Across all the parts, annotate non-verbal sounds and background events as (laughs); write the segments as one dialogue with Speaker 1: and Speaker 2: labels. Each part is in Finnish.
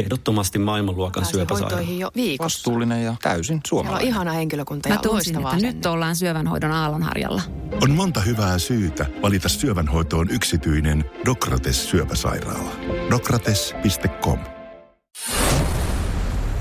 Speaker 1: Ehdottomasti maailmanluokan
Speaker 2: Pääsee
Speaker 1: syöpäsairaala.
Speaker 2: hoitoihin jo viikossa.
Speaker 3: Vastuullinen ja täysin
Speaker 2: Siellä on
Speaker 3: suomalainen.
Speaker 2: ihana henkilökunta ja
Speaker 4: Mä tunsin,
Speaker 2: loistavaa
Speaker 4: että nyt
Speaker 2: asenne.
Speaker 4: ollaan syövänhoidon aallonharjalla.
Speaker 5: On monta hyvää syytä valita syövänhoitoon yksityinen Dokrates syöpäsairaala. Dokrates.com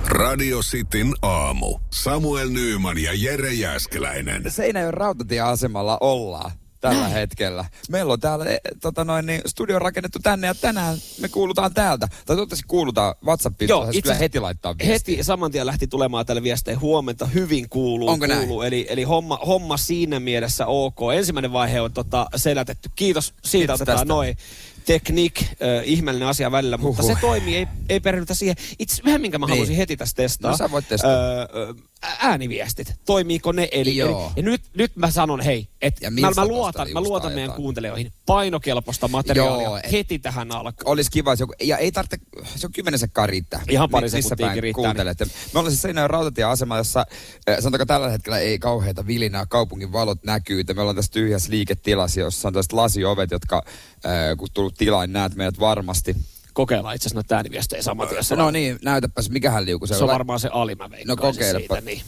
Speaker 6: Radio Cityn aamu. Samuel Nyyman ja Jere Jäskeläinen.
Speaker 3: Seinäjoen rautatieasemalla ollaan tällä hetkellä. Meillä on täällä eh, tota noin, niin studio rakennettu tänne ja tänään me kuulutaan täältä. Tai toivottavasti kuulutaan WhatsAppiin,
Speaker 7: Joo,
Speaker 3: Joo,
Speaker 7: itse
Speaker 3: kyllä
Speaker 7: asiassa
Speaker 3: heti laittaa viestiä.
Speaker 7: Heti saman tien lähti tulemaan tälle viestejä. Huomenta hyvin kuuluu.
Speaker 3: Onko näin?
Speaker 7: kuuluu. Eli, eli homma, homma siinä mielessä ok. Ensimmäinen vaihe on tota, selätetty. Kiitos siitä
Speaker 3: Kiitos
Speaker 7: otetaan
Speaker 3: tästä.
Speaker 7: noin. Teknik, äh, ihmeellinen asia välillä, mutta
Speaker 3: Huhhuh.
Speaker 7: se toimii, ei, ei perehdytä siihen. Itse vähän minkä mä
Speaker 3: Niin.
Speaker 7: haluaisin heti tässä testaa.
Speaker 3: No sä voit testata.
Speaker 7: Öö, ääniviestit, toimiiko ne? Eli, eli,
Speaker 3: Joo.
Speaker 7: ja nyt, nyt mä sanon, hei, että
Speaker 3: Ja
Speaker 7: mä,
Speaker 3: Milsasta
Speaker 7: mä luotan, mä
Speaker 3: just
Speaker 7: luotan meidän
Speaker 3: ajetaan.
Speaker 7: kuuntelijoihin painokelpoista materiaalia
Speaker 3: Joo, et-
Speaker 7: heti tähän alkuun.
Speaker 3: Olisi kiva, jos joku, ja ei tarvitse, se on kymmenen sekkaa riittää.
Speaker 7: Ihan pari
Speaker 3: Mi- missä
Speaker 7: sekuntiakin
Speaker 3: päin
Speaker 7: riittää, niin-
Speaker 3: Kuuntelette. Me ollaan siis Seinäjoen rautatieasema, jossa eh, sanotaanko tällä hetkellä ei kauheita vilinää, kaupungin valot näkyy. Ja me ollaan tässä tyhjässä liiketilassa, jossa on tällaiset lasiovet, jotka eh, kun tullut tilaan, niin näet meidät varmasti.
Speaker 7: Kokeillaan itse asiassa näitä ääniviestejä saman tien. jos
Speaker 3: No niin, näytäpäs, mikähän liuku se
Speaker 7: Se on varmaan se ali, mä
Speaker 3: No
Speaker 7: veikkaan
Speaker 3: kokeilepa.
Speaker 7: siitä, niin.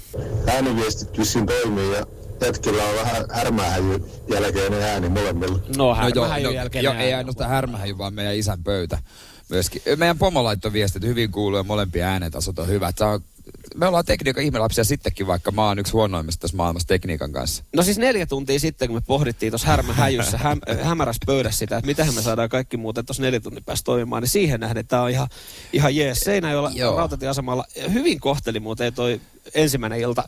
Speaker 8: ääniviestit vissiin toimii ja jätkillä on vähän härmähäjy jälkeinen ääni molemmilla.
Speaker 7: No,
Speaker 3: No joo,
Speaker 7: härmähäjyn jälkeen
Speaker 3: joo,
Speaker 7: nää-
Speaker 3: ei ainoastaan härmähäjy, vaan meidän isän pöytä myöskin. Meidän pomo laittoi viesti, että hyvin kuuluu ja molempien äänentasot on hyvät. Tää on, me ollaan tekniikan ihmelapsia sittenkin, vaikka mä oon yksi huonoimmista tässä maailmassa tekniikan kanssa.
Speaker 7: No siis neljä tuntia sitten, kun me pohdittiin tuossa (laughs) härmähäjyssä, häm, hämärässä pöydässä sitä, että mitähän me saadaan kaikki muuten tuossa neljä tunnin päästä toimimaan, niin siihen nähden tämä on ihan, ihan jees. Seinäjoella
Speaker 3: Joo.
Speaker 7: rautatieasemalla hyvin kohteli muuten toi ensimmäinen ilta.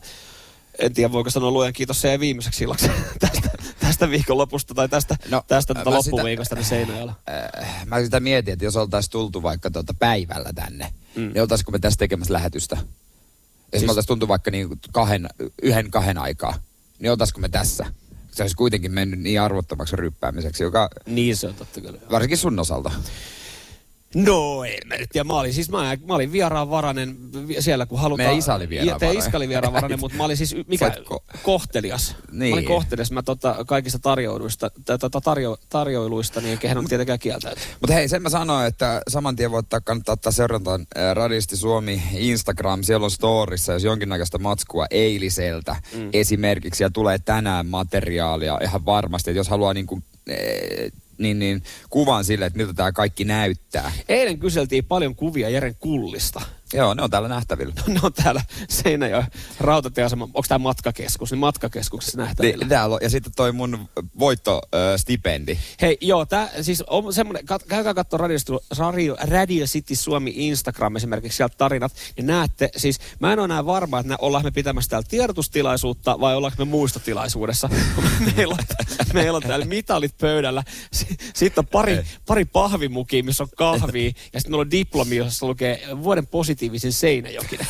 Speaker 7: En tiedä, voiko sanoa luojan kiitos se ei viimeiseksi illaksi (laughs) tästä, tästä viikonlopusta tai tästä,
Speaker 3: No,
Speaker 7: no, tästä tota
Speaker 3: mä sitä-
Speaker 7: loppuviikosta niin Seinäjoella.
Speaker 3: Äh, mä sitä mietin, että jos oltaisiin tultu vaikka tuota päivällä tänne, mm. niin oltaisiko me tässä tekemässä lähetystä? Jos siis... me oltaisiin tultu vaikka niin kahden, yhden kahden aikaa, niin oltaisiko me tässä? Se olisi kuitenkin mennyt niin arvottomaksi ryppäämiseksi, joka
Speaker 7: Niin se on totta kyllä.
Speaker 3: varsinkin sun osalta.
Speaker 7: No en mä nyt tiedä. Mä olin siis mä, mä olin vieraanvarainen vi- siellä, kun halutaan.
Speaker 3: Meidän isä oli vieraanvarainen.
Speaker 7: Ja teidän isä oli
Speaker 3: (laughs)
Speaker 7: vieraanvarainen, mutta mä olin siis y- mikä,
Speaker 3: Sä et ko-
Speaker 7: kohtelias.
Speaker 3: Niin.
Speaker 7: Mä olin kohtelias. Mä tota, kaikista tarjoiluista, tai tota, tarjo, tarjoiluista, niin kehen on tietenkään kieltäytyä.
Speaker 3: Mutta hei, sen mä sanoin, että saman tien voi ottaa, kannattaa ottaa seurantaan äh, Radisti Suomi Instagram. Siellä on storissa, jos jonkinnäköistä matskua eiliseltä mm. esimerkiksi. Ja tulee tänään materiaalia ihan varmasti, että jos haluaa niin kuin, eh, niin, niin, kuvan sille, että miltä tämä kaikki näyttää.
Speaker 7: Eilen kyseltiin paljon kuvia Jeren kullista. (laughs)
Speaker 3: Joo, ne on täällä nähtävillä.
Speaker 7: Ne on täällä Seinäjoen rautatieasema. Onko tämä matkakeskus? Niin matkakeskuksessa nähtävillä.
Speaker 3: Ni- Täällä on, ja sitten toi mun voittostipendi.
Speaker 7: Hei, joo, tää, siis on semmoinen, kat, käykää katsoa Radio, Stu- Radio, Radio City Suomi Instagram esimerkiksi sieltä tarinat, niin näette, siis mä en ole enää varma, että nä- ollaanko me pitämässä täällä tiedotustilaisuutta vai ollaanko me muistotilaisuudessa, (laughs) kun meillä on, meillä on täällä mitalit pöydällä, S- sitten on pari, pari pahvimukia, missä on kahvia, ja sitten meillä on diplomi, jossa lukee vuoden positiivisin Seinäjokinen.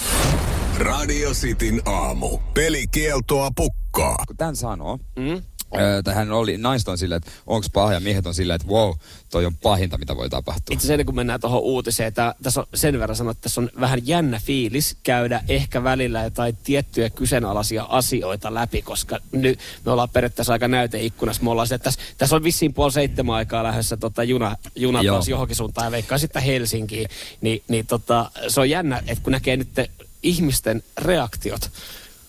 Speaker 6: Radio Cityn aamu. Pelikieltoa pukkaa.
Speaker 3: kun tämän sanoo, mm? tai hän oli, naiset on silleen, että onks paha ja miehet on silleen, että wow, toi on pahinta, mitä voi tapahtua.
Speaker 7: Itse asiassa ennen kuin mennään tuohon uutiseen, tää, tässä on sen verran sanoa, että tässä on vähän jännä fiilis käydä ehkä välillä jotain tiettyjä kyseenalaisia asioita läpi, koska nyt me ollaan periaatteessa aika näyteikkunassa. Me ollaan se, että tässä, tässä on vissiin puoli seitsemän aikaa lähdössä tota juna, juna
Speaker 3: Joo.
Speaker 7: taas johonkin suuntaan ja veikkaa sitten Helsinkiin. Ni, niin tota, se on jännä, että kun näkee nyt te ihmisten reaktiot,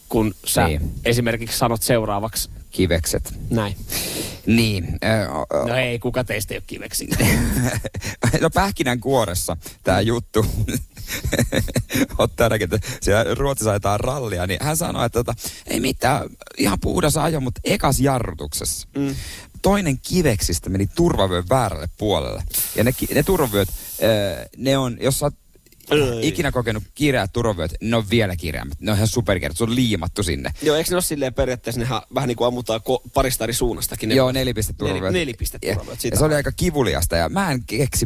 Speaker 7: kun sä
Speaker 3: Niin.
Speaker 7: niin. esimerkiksi sanot seuraavaksi
Speaker 3: Kivekset.
Speaker 7: näin.
Speaker 3: Niin. Ö, ö,
Speaker 7: No ei, kuka teistä ei ole kiveksi.
Speaker 3: (laughs) no pähkinän kuoressa tämä juttu. (laughs) Ottaa näkin, että siellä Ruotsissa ajetaan rallia, niin hän sanoi, että tota, ei mitään, ihan puhdas ajo, mutta ekas jarrutuksessa. Mm. Toinen kiveksistä meni turvavyön väärälle puolelle. Ja ne, ki- ne turvavyöt, ö, ne on, jos sä oot
Speaker 7: Ei.
Speaker 3: ikinä kokenut kireät turvavyöt, ne on vielä kireämmät. Ne on ihan superkireät, se on liimattu sinne.
Speaker 7: Joo, eikö ne ole silleen periaatteessa, nehän vähän niin kuin ammutaan ko- parista eri suunnastakin. Ne
Speaker 3: Joo, nelipisteturvavyöt.
Speaker 7: Nel- nelipisteturvavyöt,
Speaker 3: Ja,
Speaker 7: sitä
Speaker 3: ja se oli
Speaker 7: on.
Speaker 3: aika kivuliasta ja mä en keksi,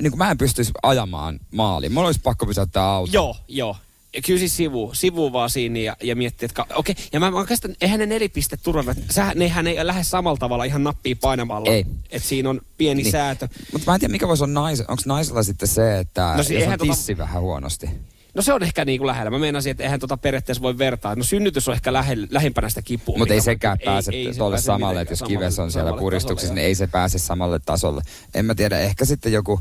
Speaker 3: niin kuin mä en pystyisi ajamaan maaliin. Mulla olisi pakko pysäyttää auto.
Speaker 7: Joo, joo. Ja kyllä siis sivu, sivu vaan siinä ja, ja miettii, että ka- okei, ja mä, mä oikeastaan, eihän ne nelipiste turvavyöt, sähän, nehän ei lähde samalla tavalla ihan nappia painamalla.
Speaker 3: Ei.
Speaker 7: Että siinä on pieni
Speaker 3: Niin.
Speaker 7: niin. säätö.
Speaker 3: Mutta mä en tiedä, mikä voisi olla nais, onko naisella sitten se, että
Speaker 7: No
Speaker 3: no,
Speaker 7: siis
Speaker 3: jos on
Speaker 7: eihän tota-
Speaker 3: tissi tota... vähän huonosti.
Speaker 7: No se on ehkä niin kuin lähellä. Mä meinasin, että eihän tota periaatteessa voi vertaa. No synnytys on ehkä lähe, lähimpänä sitä kipua.
Speaker 3: Mutta ei
Speaker 7: mikä-
Speaker 3: sekään pääse
Speaker 7: ei se
Speaker 3: tuolle
Speaker 7: pääse
Speaker 3: samalle,
Speaker 7: mitenkään
Speaker 3: että jos
Speaker 7: samalle-
Speaker 3: kives on siellä
Speaker 7: samalle
Speaker 3: puristuksessa,
Speaker 7: tasolle,
Speaker 3: niin ei se pääse samalle tasolle. En mä tiedä, ehkä sitten joku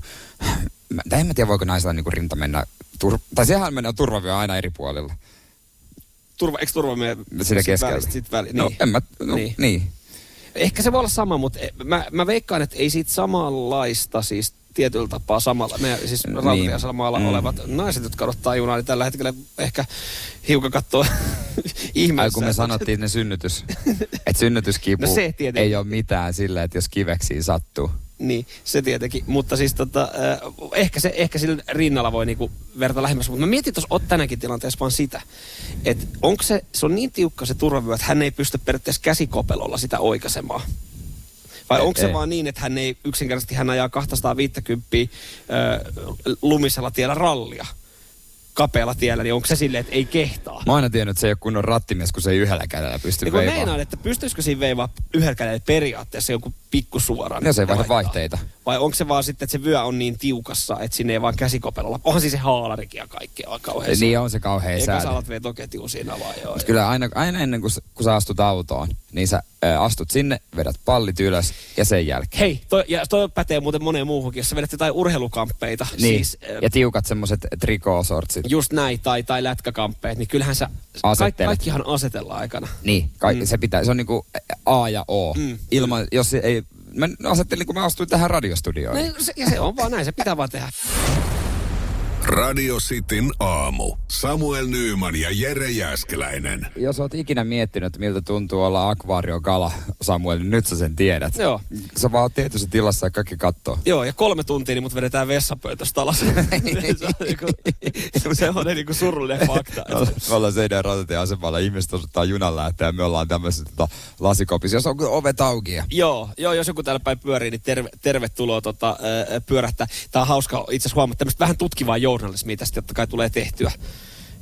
Speaker 3: mä, tai en mä tiedä voiko naisella niinku rinta mennä, tur, tai sehän menee turvavyö aina eri puolilla.
Speaker 7: Turva, eikö turva mene
Speaker 3: Siinä
Speaker 7: sit
Speaker 3: keskellä.
Speaker 7: väli- sit väli,
Speaker 3: No,
Speaker 7: niin.
Speaker 3: en mä, no,
Speaker 7: Niin.
Speaker 3: niin. niin.
Speaker 7: Ehkä se voi olla sama, mutta e- mä, mä veikkaan, että ei siitä samanlaista siis tietyllä tapaa samalla, me siis
Speaker 3: Niin.
Speaker 7: rautatieasemalla
Speaker 3: Mm.
Speaker 7: mm. olevat naiset, jotka odottaa junaa, niin tällä hetkellä ehkä hiukan katsoo (laughs) ihmeessä.
Speaker 3: Ai kun me sanottiin ne synnytys, että
Speaker 7: (laughs)
Speaker 3: synnytyskipu
Speaker 7: No se tietenkin.
Speaker 3: ei ole mitään sillä, että jos kiveksiin sattuu.
Speaker 7: Niin, se tietenkin. Mutta siis tota, äh, ehkä, se, ehkä sillä rinnalla voi niinku verta lähemmäs. Mutta mä mietin tuossa tänäkin tilanteessa vaan sitä, että onko se, se on niin tiukka se turvavyö, että hän ei pysty periaatteessa käsikopelolla sitä oikaisemaan. Vai
Speaker 3: Ei-
Speaker 7: onko se
Speaker 3: ei.
Speaker 7: vaan niin, että hän ei yksinkertaisesti hän ajaa 250 äh, lumisella tiellä rallia kapealla tiellä, niin onko se silleen, että ei kehtaa?
Speaker 3: Mä oon aina tiennyt, että se ei ole kunnon rattimies, kun se ei yhdellä kädellä pysty
Speaker 7: Niin kun
Speaker 3: veivaamaan.
Speaker 7: meinaan, että pystyisikö siinä veivaa yhdellä kädellä periaatteessa joku niin pikku suoraan?
Speaker 3: No se ei vaihda vaihteita.
Speaker 7: Vai onko se vaan sitten, että se vyö on niin tiukassa, että sinne ei vaan käsikopelolla. Onhan siis se haalarikin ja kaikkea on kauhean.
Speaker 3: Niin on se kauhea
Speaker 7: Eikä sä
Speaker 3: sääli.
Speaker 7: alat vetoketju siinä vaan joo.
Speaker 3: Mut kyllä aina, aina ennen kuin, s- kun sä astut autoon, niin sä ää, astut sinne, vedät pallit ylös ja sen jälkeen.
Speaker 7: Hei, toi, ja toi pätee muuten moneen muuhunkin, jos sä vedät jotain urheilukamppeita.
Speaker 3: Niin.
Speaker 7: Siis, äh,
Speaker 3: ja tiukat semmoset trikoosortsit.
Speaker 7: just näin, tai, tai lätkäkamppeet, niin kyllähän sä... Kaikki,
Speaker 3: Asettelet.
Speaker 7: kaikkihan asetellaan aikana.
Speaker 3: Niin, ka- mm. se pitää, se on niinku A ja O. Mm. Ilman, jos se ei, mä asettelin, kun mä astuin tähän radiostudioon.
Speaker 7: No, se, ja se on vaan näin, se pitää vaan tehdä.
Speaker 6: Radio Cityn aamu. Samuel Nyyman ja Jere Jäskeläinen.
Speaker 3: Jos oot ikinä miettinyt, että miltä tuntuu olla akvaariokala, Samuel, niin nyt sä sen tiedät.
Speaker 7: Joo.
Speaker 3: Sä vaan oot tietyssä tilassa ja kaikki kattoo.
Speaker 7: Joo, ja kolme tuntia, niin mut vedetään vessapöytästä
Speaker 3: (laughs)
Speaker 7: alas. se on niinku, semmoinen niinku surullinen fakta.
Speaker 3: Me ollaan- me ollaan Seinäjoen rautatieasemalla, ihmiset osoittaa junan lähteä ja me ollaan tämmöisessä tota, lasikopissa, jos on ovet auki. ja-
Speaker 7: Joo, joo, jos joku täällä päin pyörii, niin terve, tervetuloa tota, ö, pyörähtää. Tämä on hauska itse asiassa huomata tämmöistä vähän tutkivaa journalismia tästä, totta kai tulee tehtyä.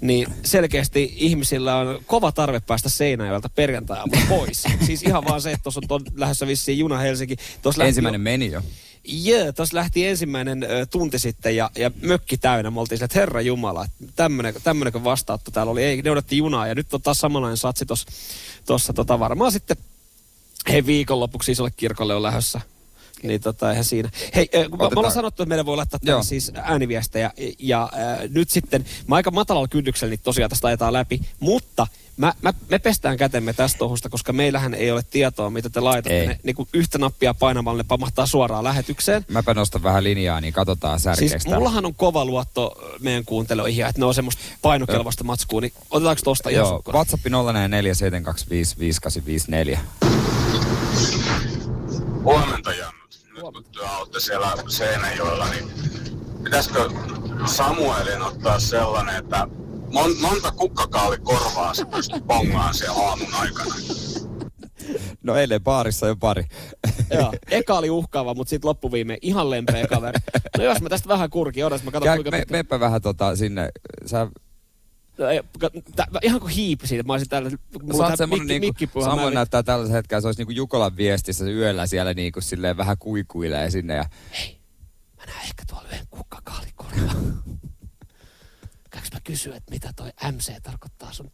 Speaker 7: Niin selkeästi ihmisillä on kova tarve päästä Seinäjoelta perjantai pois. siis ihan vaan se, että tuossa on ton, lähdössä vissiin juna Helsinki. Tuossa lähti
Speaker 3: Ensimmäinen
Speaker 7: jo-
Speaker 3: meni jo.
Speaker 7: Jee, tuossa lähti ensimmäinen ö, tunti sitten ja, ja mökki täynnä. Me oltiin sillä, että herra Jumala, tämmönenkö, tämmönenkö vastaatto täällä oli. Ei, ne odotti junaa ja nyt on taas samanlainen satsi tuossa tota, varmaan sitten he viikonlopuksi isolle kirkolle on lähdössä. Niin tota, eihän siinä. Hei, ö, kun me- me ollaan
Speaker 3: Otetaan-
Speaker 7: sanottu, että meidän voi laittaa
Speaker 3: Joo.
Speaker 7: tänne siis ääniviestejä. Ja, ja ö, nyt sitten, mä aika matalalla kynnyksellä niitä tosiaan tästä ajetaan läpi, mutta Mä, mä, me pestään kätemme tästä ohusta, koska meillähän ei ole tietoa, mitä te laitatte.
Speaker 3: Ei.
Speaker 7: Ne, niin kun yhtä nappia painamalla ne pamahtaa suoraan lähetykseen.
Speaker 3: Mäpä nostan vähän linjaa, niin katsotaan
Speaker 7: Siis
Speaker 3: särkeestä.
Speaker 7: mullahan on kova luotto ö, meidän kuuntelijoihin, että ne on semmoista painokelvasta matskua, niin otetaanko tosta ihan
Speaker 3: Joo,
Speaker 7: sukkana?
Speaker 3: WhatsApp 047255854.
Speaker 8: Huomenta Jannut. Nyt kun työ olette siellä Seinäjoella, niin pitäisikö Samuelin ottaa sellainen, että mon, monta kukkakaali korvaa se pystyy pongaan sen aamun aikana?
Speaker 3: No eilen baarissa jo (laughs) pari.
Speaker 7: Joo. Eka oli uhkaava, mutta sitten loppuviime ihan lempeä kaveri. No jos mä tästä vähän kurkin, odotas mä katson
Speaker 3: Käy,
Speaker 7: kuinka
Speaker 3: me,
Speaker 7: pitkä.
Speaker 3: meppä vähän tota sinne. Sä,
Speaker 7: No ei, ka- tä- mä ihan kuin hiipi siitä, mä olisin täällä,
Speaker 3: sä
Speaker 7: mulla
Speaker 3: oot
Speaker 7: on tää
Speaker 3: semmonen
Speaker 7: mikki,
Speaker 3: niinku,
Speaker 7: mikki puha,
Speaker 3: Samuel näyttää tällä hetkellä, se olisi niinku Jukolan viestissä yöllä siellä niinku silleen vähän kuikuilee sinne ja
Speaker 7: mä näen ehkä tuolla yhden kukkakaalikorva. (laughs) Käykö mä kysyä, että mitä toi MC tarkoittaa sun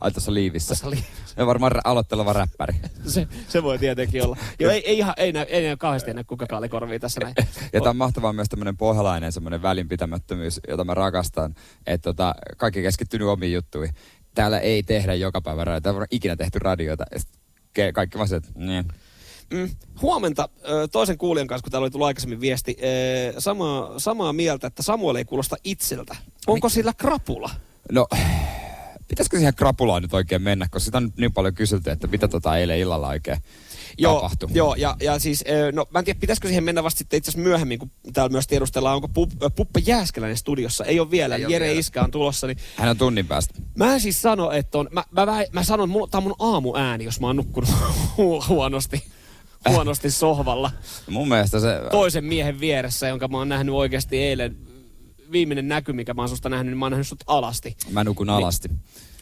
Speaker 3: ai tuossa liivissä.
Speaker 7: Tossa liivissä.
Speaker 3: Ja varmaan ra- aloitteleva (laughs) räppäri.
Speaker 7: se, se voi tietenkin olla. Joo, ei, ei ihan, ei näy, ei näy kauheasti enää kukkakaalikorvia tässä näin.
Speaker 3: (laughs) Ja tämä on mahtavaa myös tämmöinen pohjalainen semmoinen välinpitämättömyys, jota mä rakastan. Että tota, kaikki keskittynyt omiin juttuihin. Täällä ei tehdä joka päivä radioita. Täällä on ikinä tehty radioita. Ja sit ke- kaikki vaan se, että niin.
Speaker 7: Mm, huomenta ö, toisen kuulijan kanssa, kun täällä oli tullut aikaisemmin viesti. ö, Samaa, samaa mieltä, että Samuel ei kuulosta itseltä. Onko sillä krapula?
Speaker 3: No, pitäisikö siihen krapulaan nyt oikein mennä, koska sitä on nyt niin paljon kyselty, että mitä tota eilen illalla oikein tapahtui.
Speaker 7: Joo, ja, ja siis, ö, no mä en tiedä, pitäisikö siihen mennä vasta sitten itse asiassa myöhemmin, kun täällä myös tiedustellaan, onko Pup, ö, Puppe Jääskeläinen studiossa. Ei ole vielä,
Speaker 3: Ei
Speaker 7: ei
Speaker 3: ole
Speaker 7: Jere
Speaker 3: vielä.
Speaker 7: Iska on tulossa, niin
Speaker 3: Hän on tunnin päästä.
Speaker 7: Mä en siis sano, että on... Mä, mä, mä, mä sanon, mulla, tää on mun aamuääni, jos mä oon nukkunut (laughs) hu- huonosti,
Speaker 3: Äh.
Speaker 7: huonosti sohvalla
Speaker 3: Mun mielestä se...
Speaker 7: toisen miehen vieressä, jonka mä oon nähnyt oikeasti eilen. Viimeinen näky, mikä mä oon susta nähnyt, niin mä oon nähnyt sut alasti.
Speaker 3: Mä nukun alasti.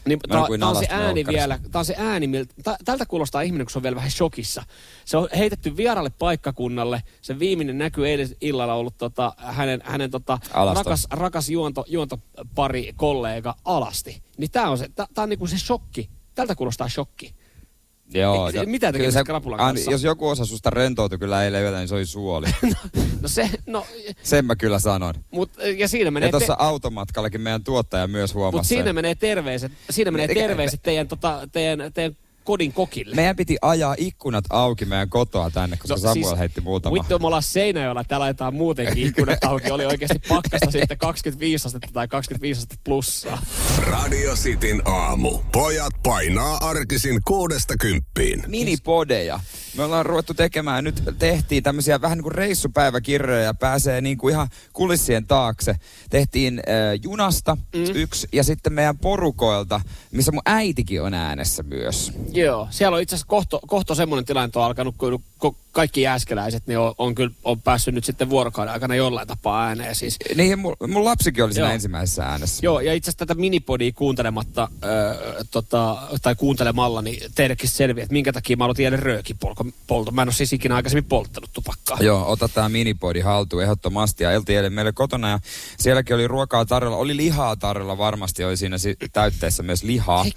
Speaker 7: Niin,
Speaker 3: Mä
Speaker 7: tää,
Speaker 3: nukuin
Speaker 7: tää on se
Speaker 3: alasti
Speaker 7: ääni
Speaker 3: olkkarissa.
Speaker 7: vielä, tää on se ääni, miltä, tä, tältä kuulostaa ihminen, kun se on vielä vähän shokissa. Se on heitetty vieralle paikkakunnalle, se viimeinen näky eilen illalla ollut tota, hänen, hänen tota,
Speaker 3: Alasta.
Speaker 7: rakas, rakas juonto, juontopari kollega alasti. Niin tää on se, tää, tää on niinku se shokki, (laughs) tältä kuulostaa shokki.
Speaker 3: Joo,
Speaker 7: Ei, se-
Speaker 3: jo-
Speaker 7: mitä
Speaker 3: kyllä
Speaker 7: tekemistä krapulan
Speaker 3: Anni,
Speaker 7: kanssa?
Speaker 3: Jos joku osa susta rentoutui kyllä eilen yöllä, niin se
Speaker 7: (laughs)
Speaker 3: oli suoli.
Speaker 7: No se, no,
Speaker 3: Sen mä kyllä sanon.
Speaker 7: mut, ja siinä menee...
Speaker 3: Ja tuossa automatkallakin meidän tuottaja myös huomasi
Speaker 7: Mutta siinä
Speaker 3: sen.
Speaker 7: menee terveiset, siinä menee
Speaker 3: Eikä-
Speaker 7: terveiset teidän, tota, teidän, teidän kodin kokille.
Speaker 3: Meidän piti ajaa ikkunat auki meidän kotoa tänne, koska no, Samuel siis, heitti muutama.
Speaker 7: Vittu, me ollaan Seinäjoella, tää laitetaan muutenkin ikkunat auki. Oli oikeasti
Speaker 3: (laughs)
Speaker 7: pakkasta sitten 25 astetta tai 25 astetta plussaa.
Speaker 6: Radio Cityn aamu. Pojat painaa arkisin kuudesta kymppiin.
Speaker 3: minipodeja. Me ollaan ruvettu tekemään, nyt tehtiin tämmöisiä vähän niin kuin reissupäiväkirjoja ja pääsee niin kuin ihan kulissien taakse. Tehtiin äh, junasta mm. yksi ja sitten meidän porukoilta, missä mun äitikin on äänessä myös.
Speaker 7: Joo, siellä on itse asiassa kohto, kohto semmoinen tilanne on alkanut, kun ko- kaikki jääskeläiset niin on, on kyllä on päässyt nyt sitten vuorokauden aikana jollain tapaa ääneen. Siis,
Speaker 3: Niin, ja mun, mun lapsikin oli siinä
Speaker 7: Joo.
Speaker 3: ensimmäisessä äänessä.
Speaker 7: Joo, ja itse asiassa tätä minipodia kuuntelematta öö, tota, tai kuuntelemalla, niin teillekin selviää, että minkä takia mä aloitin jäädä röökipolto. Mä en ole siis ikinä aikaisemmin polttanut tupakkaa.
Speaker 3: Joo, ota tämä minipodi haltuun ehdottomasti. Ja eltiin eilen meillä kotona ja sielläkin oli ruokaa tarjolla. Oli lihaa tarjolla varmasti, oli siinä si- täytteessä myös lihaa.
Speaker 7: Hei.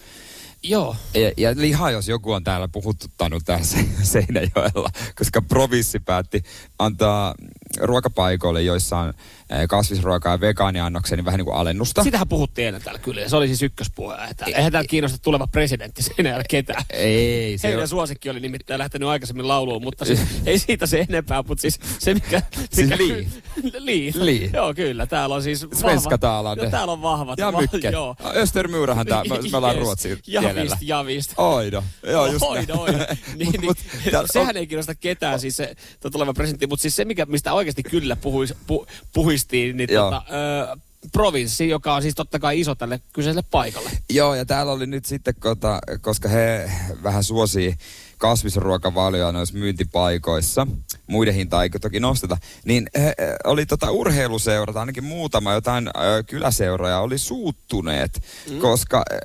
Speaker 7: Joo.
Speaker 3: Ja, ja liha, jos joku on täällä puhututtanut tässä Seinäjoella, koska provinssi päätti antaa ruokapaikoille, joissa on eh, kasvisruokaa ja vegaaniannoksia, niin vähän niin kuin alennusta.
Speaker 7: Sitähän puhuttiin eilen täällä kyllä, ja se oli siis ykköspuolella täällä. Eihän täällä kiinnosta tuleva presidentti sen jälkeen ketään.
Speaker 3: Ei, se
Speaker 7: Heidän suosikki oli nimittäin lähtenyt aikaisemmin lauluun, mutta
Speaker 3: (laughs)
Speaker 7: siis, ei siitä se enempää, mutta siis se mikä...
Speaker 3: Siis
Speaker 7: mikä
Speaker 3: Li.
Speaker 7: (laughs) Li.
Speaker 3: Li.
Speaker 7: Joo, kyllä. Täällä on siis
Speaker 3: Svenska
Speaker 7: vahvat...
Speaker 3: talande.
Speaker 7: Joo, täällä on vahvat.
Speaker 3: Ja
Speaker 7: va-
Speaker 3: mykke.
Speaker 7: Joo.
Speaker 3: Östermyyrähän tää, me, me ollaan
Speaker 7: (laughs) Yes.
Speaker 3: ruotsin
Speaker 7: ja
Speaker 3: kielellä.
Speaker 7: vist, ja vist.
Speaker 3: Oido. Joo, just
Speaker 7: Oi,
Speaker 3: näin. (laughs)
Speaker 7: oi. Niin,
Speaker 3: Mut-
Speaker 7: niin,
Speaker 3: mut tää-
Speaker 7: (laughs) sehän ei kiinnosta ketään, siis se tuo tuleva presidentti, mutta siis se, mikä, mistä oikeasti kyllä puhuis, pu, puhistiin, niin
Speaker 3: Joo.
Speaker 7: tota, ö, provinssi, joka on siis totta kai iso tälle kyseiselle paikalle.
Speaker 3: Joo, ja täällä oli nyt sitten, kota, koska he vähän suosii kasvisruokavalioa noissa myyntipaikoissa, muiden hintaa ei toki nosteta, niin he, he, oli tota urheiluseurata, ainakin muutama jotain ö, kyläseuroja oli suuttuneet, mm. koska ö,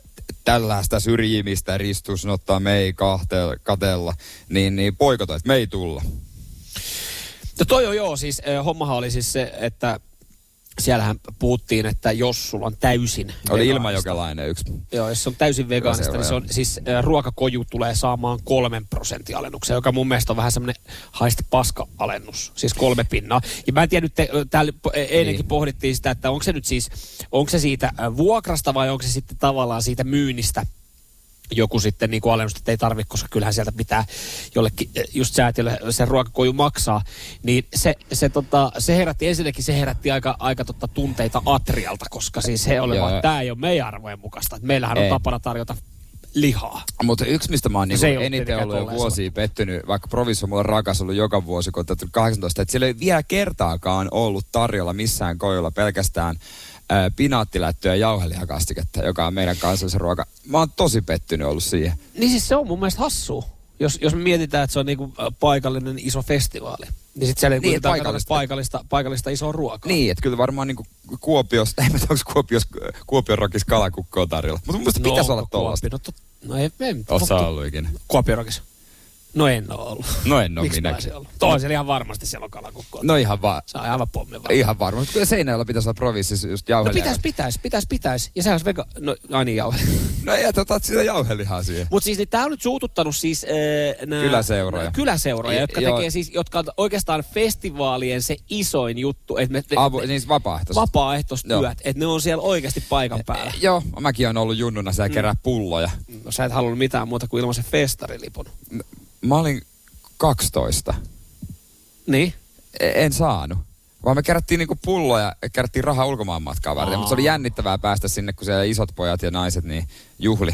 Speaker 3: tällaista syrjimistä ristusnottaa me ei kahte, katella, niin, niin poikota, että me ei tulla.
Speaker 7: No toi on joo, siis eh, hommahan oli siis se, että siellähän puhuttiin, että jos sulla on täysin
Speaker 3: Oli
Speaker 7: vegaanista-
Speaker 3: ilmajokelainen yksi.
Speaker 7: Joo, jos se on täysin vegaanista,
Speaker 3: Kyllä
Speaker 7: niin
Speaker 3: se
Speaker 7: se on, siis eh, ruokakoju tulee saamaan kolmen prosentin alennuksen, joka mun mielestä on vähän semmoinen haista paska-alennus, siis kolme pinnaa. Ja mä en tiedä nyt, te- täällä po- e- eilenkin
Speaker 3: Niin.
Speaker 7: pohdittiin sitä, että onko se nyt siis, onko se siitä eh, vuokrasta vai onko se sitten tavallaan siitä myynnistä, joku sitten niin kuin alennus, että ei tarvitse, koska kyllähän sieltä pitää jollekin eh, just säätiölle sen ruokakoju maksaa, niin se, se, tota, se herätti ensinnäkin, se herätti aika, aika tota, tunteita atrialta, koska siis he olivat,
Speaker 3: Joo.
Speaker 7: että tämä ei ole meidän arvojen mukaista. Että meillähän on
Speaker 3: Ei.
Speaker 7: tapana tarjota lihaa.
Speaker 3: Mutta yksi, mistä mä oon
Speaker 7: No se ei
Speaker 3: niinku
Speaker 7: ollut
Speaker 3: eniten
Speaker 7: tietenkään
Speaker 3: ollut jo
Speaker 7: tolleen
Speaker 3: vuosia pettynyt, vaikka Provinssi on mulle rakas ollut joka vuosi, kun on täyttänyt 18, että siellä ei vielä kertaakaan ollut tarjolla missään kojulla pelkästään äh, pinaattilättyä ja jauhelihakastiketta, joka on meidän kansallisen ruoka. Mä oon tosi pettynyt ollut siihen.
Speaker 7: Niin siis se on mun mielestä hassua, jos, jos me mietitään, että se on niinku äh, paikallinen iso festivaali. Niin sitten siellä ei
Speaker 3: Niin,
Speaker 7: niin, paikallista.
Speaker 3: paikallista.
Speaker 7: paikallista, paikallista isoa ruokaa.
Speaker 3: Niin, että kyllä varmaan niinku Kuopios, (laughs) en mä tiedä, onko Kuopios, Kuopion rokis kalakukko on tarjolla. Mutta mun mielestä no, pitäisi
Speaker 7: onko
Speaker 3: olla tollaista.
Speaker 7: Kuopi- No, tot, no ei, ei,
Speaker 3: Oot sä ollut ikinä?
Speaker 7: Kuopiorakissa. No en ole ollut.
Speaker 3: No en oo
Speaker 7: Miksi mä
Speaker 3: minäkään.
Speaker 7: olisin ollut? Toi siellä ihan varmasti siellä on kalakukkoa.
Speaker 3: No ihan vaan.
Speaker 7: Se on aivan pommi vaan.
Speaker 3: Ihan varma. Mutta kyllä Seinäjällä pitäisi olla provinssissa just
Speaker 7: No
Speaker 3: jauhelihaa.
Speaker 7: pitäis, pitäis, pitäis, pitäis. Ja sehän olisi vega... No, ai niin, jauhe.
Speaker 3: No ei, että otat sitä jauhelihaa siihen.
Speaker 7: Mutta siis niin tää on nyt suututtanut siis äh, nää,
Speaker 3: Kyläseuroja.
Speaker 7: nää Kyläseuroja,
Speaker 3: Ja-
Speaker 7: jotka
Speaker 3: joo.
Speaker 7: tekee siis, jotka on oikeastaan festivaalien se isoin juttu. Että me, me,
Speaker 3: Avu,
Speaker 7: me-
Speaker 3: siis vapaaehtoisesti. Joo.
Speaker 7: vapaaehtoistyöt, että ne on siellä oikeasti paikan päällä.
Speaker 3: Joo, mäkin on ollut junnuna siellä kerää pulloja.
Speaker 7: No sä et halunnut mitään muuta kuin ilmaisen festarilipun.
Speaker 3: Mä olin 12.
Speaker 7: Niin?
Speaker 3: E- En saanut. Vaan me kerättiin niinku pulloja, kerättiin rahaa ulkomaan matkaa varten. Mutta se oli jännittävää päästä sinne, kun siellä isot pojat ja naiset niin juhli.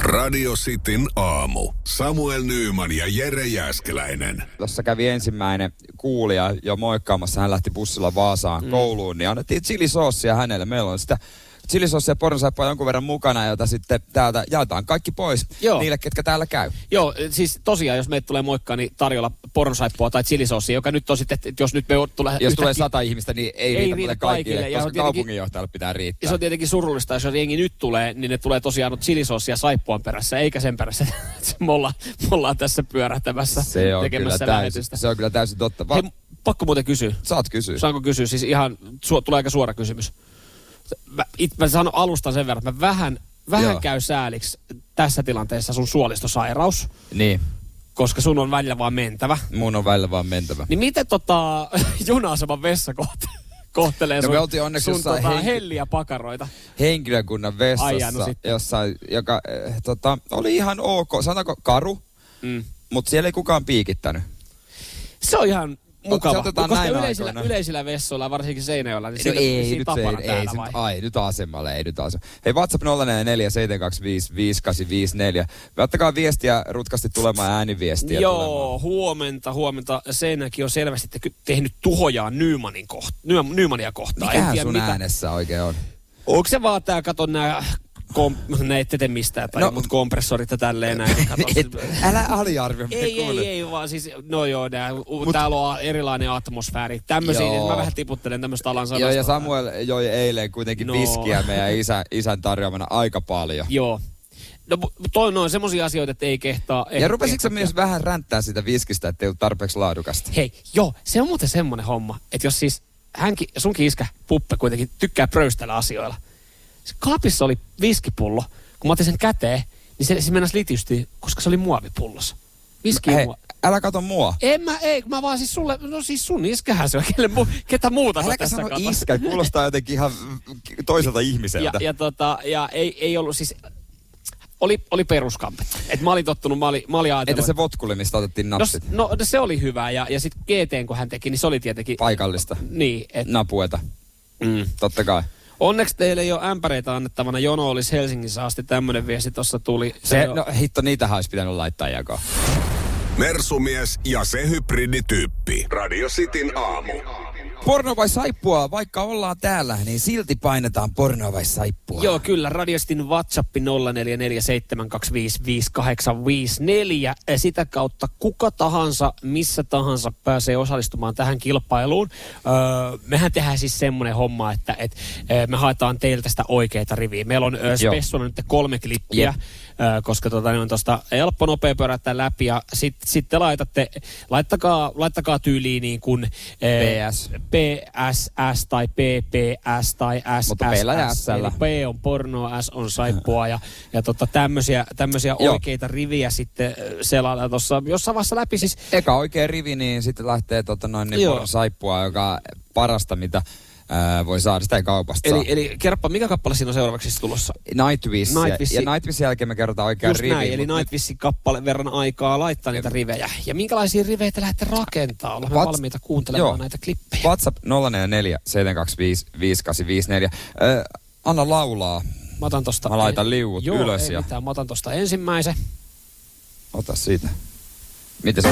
Speaker 6: Radio Cityn aamu. Samuel Nyyman ja Jere Jäskeläinen.
Speaker 3: Tuossa kävi ensimmäinen kuulija jo moikkaamassa. Hän lähti bussilla Vaasaan mm. kouluun, niin annettiin chilisoosia hänelle. Meillä on sitä chilisoosia ja pornosaippaa jonkun verran mukana, jota sitten täältä jaetaan kaikki pois
Speaker 7: Joo.
Speaker 3: niille, ketkä täällä käy.
Speaker 7: Joo, siis tosiaan, jos meitä tulee moikkaa, niin tarjolla pornosaippua tai chilisoosia, joka nyt on sitten, että jos nyt me o- tulee...
Speaker 3: Jos tulee
Speaker 7: yhtäkkiä-
Speaker 3: sata ihmistä, niin
Speaker 7: Ei
Speaker 3: ei,
Speaker 7: riitä
Speaker 3: riitä, mulle kaikille,
Speaker 7: kaikille, ja
Speaker 3: koska
Speaker 7: on tietenkin-
Speaker 3: kaupunginjohtajalle pitää riittää.
Speaker 7: Ja se on tietenkin surullista, jos jengi nyt tulee, niin ne tulee tosiaan nyt chilisoosia saippuan perässä, eikä sen perässä, (laughs) että me ollaan, me ollaan tässä pyörähtämässä
Speaker 3: Se on, kyllä
Speaker 7: tekemässä
Speaker 3: täysin,
Speaker 7: lähetystä.
Speaker 3: se on kyllä täysin totta. Va-
Speaker 7: Hei, pakko muuten kysyä.
Speaker 3: saat kysyä.
Speaker 7: Saanko kysyä? Siis ihan, su- tulee aika suora kysymys. Mä, it, mä sanon alusta sen verran, että mä vähän, vähän
Speaker 3: Joo.
Speaker 7: käy sääliksi tässä tilanteessa sun suolistosairaus,
Speaker 3: Niin,
Speaker 7: koska sun on välillä vaan mentävä.
Speaker 3: mun on välillä vaan mentävä.
Speaker 7: Niin miten tota (laughs) junaseman vessa kohta, kohtelee
Speaker 3: No
Speaker 7: sun,
Speaker 3: me oltiin onneksi
Speaker 7: sun
Speaker 3: jossain
Speaker 7: tota,
Speaker 3: henki-
Speaker 7: helliä pakaroita?
Speaker 3: henkilökunnan vessassa,
Speaker 7: Ai jaa, no sitten.
Speaker 3: jossain, joka äh, tota, oli ihan ok, sanotaanko karu,
Speaker 7: Mm.
Speaker 3: mutta siellä ei kukaan piikittänyt.
Speaker 7: Se on ihan mukava,
Speaker 3: otetaan
Speaker 7: koska
Speaker 3: näinä
Speaker 7: yleisillä,
Speaker 3: aikoina.
Speaker 7: yleisillä vessoilla, varsinkin Seinäjoella, niin
Speaker 3: No
Speaker 7: siinä,
Speaker 3: ei,
Speaker 7: siinä
Speaker 3: nyt se,
Speaker 7: tapana
Speaker 3: ei, ei,
Speaker 7: täällä
Speaker 3: se,
Speaker 7: vai?
Speaker 3: ai, nyt asemalle, ei nyt asemalle. Hei, WhatsApp 044 725 5854. Ottakaa viestiä rutkasti tulemaan ääniviestiä
Speaker 7: Joo, huomenta, huomenta. Seinäkin on selvästi te- tehnyt tuhojaan Nymanin koht, Ny- Nymania kohtaan.
Speaker 3: tulemaan.
Speaker 7: En
Speaker 3: Mikähän
Speaker 7: tiedä
Speaker 3: sun
Speaker 7: mitä.
Speaker 3: äänessä oikein on?
Speaker 7: Onko se vaan tää, kato nää, kom, no, ne ette te mistään, tai
Speaker 3: No.
Speaker 7: no, mut kompressorit ja tälleen näin.
Speaker 3: (laughs)
Speaker 7: niin Kato,
Speaker 3: Et, älä aliarvioi, mitä
Speaker 7: ei,
Speaker 3: kuulet.
Speaker 7: ei, ei, vaan siis, no joo, nää, Mut, täällä on erilainen atmosfääri. Tämmöisiä,
Speaker 3: Joo.
Speaker 7: niin mä vähän tiputtelen tämmöistä alan
Speaker 3: Joo,
Speaker 7: sanasta.
Speaker 3: ja Samuel joi eilen kuitenkin
Speaker 7: No.
Speaker 3: no. viskiä meidän isä, isän tarjoamana aika paljon.
Speaker 7: Joo. No, mu- toi noin semmosia asioita, että ei kehtaa.
Speaker 3: Ja
Speaker 7: eh-
Speaker 3: rupesitko sä
Speaker 7: kehtaa-
Speaker 3: myös vähän ränttää sitä viskistä, ettei ollut tarpeeksi laadukasta?
Speaker 7: Hei, joo, se on muuten semmonen homma, että jos siis hänkin, sunkin iskä, puppe kuitenkin tykkää pröystellä asioilla. Se kaapissa oli viskipullo, kun mä otin sen käteen, niin se, se mennäs litysti, koska se oli muovipullossa. Viski
Speaker 3: Hei,
Speaker 7: mua.
Speaker 3: älä kato mua.
Speaker 7: En mä, ei, mä vaan siis sulle, no siis sun iskähän se on, kelle, mu- ketä muuta mä
Speaker 3: Äläkä
Speaker 7: tässä
Speaker 3: sano
Speaker 7: katon.
Speaker 3: iskä, kuulostaa jotenkin ihan toiselta ihmiseltä.
Speaker 7: Ja, ja, tota, ja ei, ei ollut siis, oli, oli peruskampe. Et mä olin tottunut, mä olin, mä olin ajatellut,
Speaker 3: Entä se votkuli, mistä otettiin
Speaker 7: no, s-
Speaker 3: napsit?
Speaker 7: no, se oli hyvä ja, ja sitten GT, kun hän teki, niin se oli tietenkin,
Speaker 3: Paikallista.
Speaker 7: niin, et,
Speaker 3: Napueta.
Speaker 7: mm.
Speaker 3: Totta kai.
Speaker 7: Onneksi teille ei ole ämpäreitä annettavana. Jono olisi Helsingissä asti. Tämmöinen viesti tuossa tuli.
Speaker 3: Se,
Speaker 7: on-
Speaker 3: no hitto, niitähän olisi pitänyt laittaa jakoon.
Speaker 6: Mersumies ja se hybridityyppi. Radio Cityn aamu.
Speaker 3: Porno vai saippua, vaikka ollaan täällä, niin silti painetaan porno vai saippua.
Speaker 7: Joo, kyllä. Radiostin WhatsApp 0447255854. Sitä kautta kuka tahansa, missä tahansa pääsee osallistumaan tähän kilpailuun. Öö, mehän tehdään siis semmoinen homma, että et, ö, me haetaan teiltä sitä oikeita riviä. Meillä on ö, spessuna nyt kolme klippiä, öö, koska tota, ne on tuosta helppo nopea pyöräyttää läpi. Ja sitten sit te laitatte, laittakaa, laittakaa tyyliin niin kuin... ö,
Speaker 3: PS.
Speaker 7: PSS tai PPS tai S
Speaker 3: Mutta P:llä ja
Speaker 7: S,
Speaker 3: S:llä.
Speaker 7: eli P on pornoa, S on saippua ja, ja tota, tämmöisiä, tämmöisiä
Speaker 3: Joo.
Speaker 7: oikeita riviä sitten äh, selailla tuossa jossain vaiheessa läpi. Siis,
Speaker 3: Eka oikea rivi, niin sitten lähtee tota noin niin
Speaker 7: Joo.
Speaker 3: porno saippua, joka on parasta, mitä ää, voi saada. Sitä ei kaupasta
Speaker 7: eli,
Speaker 3: saa.
Speaker 7: eli kerropa, mikä kappale siinä on seuraavaksi siis tulossa?
Speaker 3: Nightwish.
Speaker 7: Nightwish.
Speaker 3: Ja Nightwishin jälkeen me kerrotaan oikea
Speaker 7: Just
Speaker 3: rivi.
Speaker 7: näin, eli
Speaker 3: mut
Speaker 7: Nightwishin kappale verran aikaa laittaa niitä rivejä. Ja minkälaisia rivejä te lähdette rakentaa? Olemme
Speaker 3: Whats-
Speaker 7: valmiita kuuntelemaan
Speaker 3: Joo.
Speaker 7: näitä klippejä.
Speaker 3: WhatsApp 044 725 5854. Ö, anna laulaa.
Speaker 7: Mä otan tosta...
Speaker 3: Mä laitan liuut
Speaker 7: Joo,
Speaker 3: ylös
Speaker 7: ei
Speaker 3: ja-
Speaker 7: mitään. Mä otan tosta ensimmäisen. Siis-
Speaker 3: Ota siitä. Miten se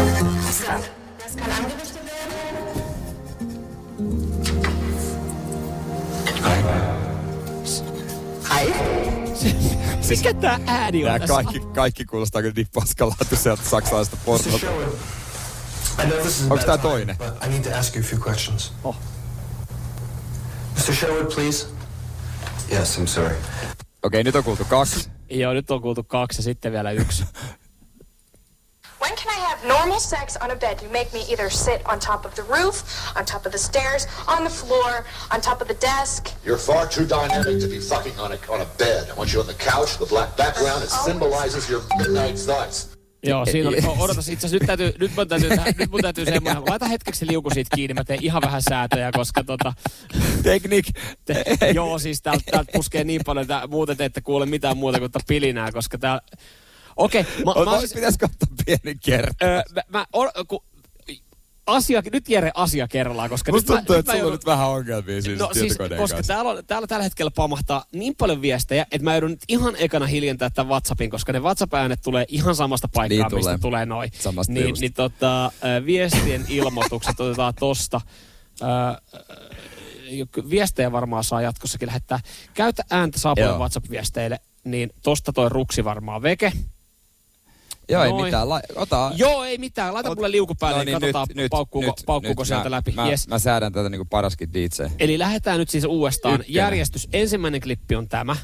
Speaker 7: Mikä tää ääni on
Speaker 3: Tää
Speaker 7: tässä?
Speaker 3: kaikki, kaikki kuulostaa kyllä niin paskalaatuiselta saksalaista
Speaker 1: I
Speaker 3: pornolta.
Speaker 1: know this is a
Speaker 3: Onks
Speaker 1: bad
Speaker 3: tää
Speaker 1: time,
Speaker 3: toinen?
Speaker 1: but I need to ask you a few questions.
Speaker 7: Oh.
Speaker 1: Mr. Sherwood, please. Yes, I'm sorry.
Speaker 3: Okei, nyt on kuultu kaksi.
Speaker 7: Joo, nyt on kuultu kaksi ja sitten vielä
Speaker 3: (laughs)
Speaker 7: yksi.
Speaker 2: When can I have normal sex on a bed? You make me either sit on top of the roof, on top of the stairs, on the floor, on top of the desk.
Speaker 4: You're far too dynamic to be fucking on a, on a bed. I want you on the couch, the black background, it symbolizes your midnight thoughts.
Speaker 7: Joo, siinä oli. O- Odotas, itse asiassa nyt, täytyy, nyt mun täytyy, tehdä- nyt mun täytyy semmoinen. Laita hetkeksi se liuku siitä kiinni, mä teen ihan vähän säätöjä, koska tota...
Speaker 3: Teknik.
Speaker 7: Te, joo, siis täältä täältä puskee niin paljon, että muuten te ette kuule mitään muuta kuin tätä pilinää, koska täällä... Okei, okay, mä, mä,
Speaker 3: Mä,
Speaker 7: siis-
Speaker 3: pitäis katsoa pieni kerta.
Speaker 7: öö, mä, mä or, ku, asia, nyt Jere asia kerrallaan, koska
Speaker 3: Musta
Speaker 7: nyt
Speaker 3: tuntuu,
Speaker 7: mä, mä
Speaker 3: että sulla on
Speaker 7: joudun-
Speaker 3: nyt vähän ongelmia siis
Speaker 7: No siis,
Speaker 3: tietokoneen
Speaker 7: koska
Speaker 3: kanssa.
Speaker 7: täällä, on, täällä tällä hetkellä pamahtaa niin paljon viestejä, että mä joudun nyt ihan ekana hiljentää tämän WhatsAppin, koska ne WhatsApp-äänet tulee ihan samasta paikkaa,
Speaker 3: Niin tulee.
Speaker 7: mistä tulee noin.
Speaker 3: Samasta
Speaker 7: niin,
Speaker 3: tilusta.
Speaker 7: niin tota, ö, viestien ilmoitukset otetaan tosta. Ö, ö, viestejä varmaan saa jatkossakin lähettää. Käytä ääntä saapuille
Speaker 3: Joo.
Speaker 7: WhatsApp-viesteille, niin tosta toi ruksi varmaan veke.
Speaker 3: Joo, ei
Speaker 7: noin.
Speaker 3: mitään. La, ota.
Speaker 7: Joo, ei mitään. Laita mulle liuku päälle,
Speaker 3: No
Speaker 7: niin katsotaan, paukkuuko, paukkuuko sieltä
Speaker 3: mä,
Speaker 7: läpi.
Speaker 3: Mä,
Speaker 7: yes.
Speaker 3: mä säädän tätä niinku paraskin (laughs) DJ.
Speaker 7: Eli lähdetään nyt siis uudestaan.
Speaker 3: Ykkönen.
Speaker 7: Järjestys. Ensimmäinen klippi on tämä.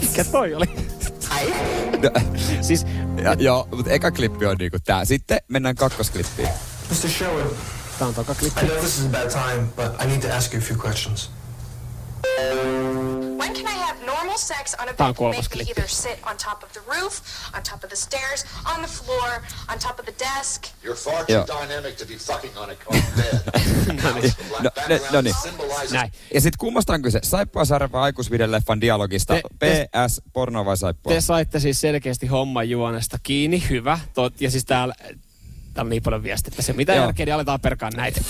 Speaker 7: Mikä toi oli? siis,
Speaker 3: Ja, joo, mutta eka klippi on niinku tää. Sitten mennään kakkosklippiin.
Speaker 1: Mr. Sherwood,
Speaker 7: Tää on
Speaker 1: I
Speaker 7: takaklippi.
Speaker 1: know this is a bad time, but I need to ask you a few questions.
Speaker 2: When can I have normal sex on a
Speaker 7: Tää on
Speaker 2: bed you
Speaker 7: kolmas
Speaker 2: make me
Speaker 7: klippi.
Speaker 2: either sit on top of the roof, on top of the stairs, on the floor, on top of the desk?
Speaker 4: You're far too
Speaker 3: Joo.
Speaker 4: dynamic to be fucking on a, on a bed.
Speaker 9: (laughs)
Speaker 4: Couch, the black
Speaker 3: (laughs) No,
Speaker 4: background
Speaker 3: no niin.
Speaker 4: symbolizes
Speaker 7: Näin.
Speaker 3: Ja sitten kummasta on kyse? Saippua sarjava aikuisviideleffan dialogista.
Speaker 7: Te- te-
Speaker 3: PS, porno vai saippua?
Speaker 7: Te saitte siis selkeästi homman juonesta kiinni. Hyvä. Tot, ja siis täällä, täällä on niin paljon viestiä. Se mitä
Speaker 3: Joo.
Speaker 7: järkeä, niin aletaan perkaa näitä.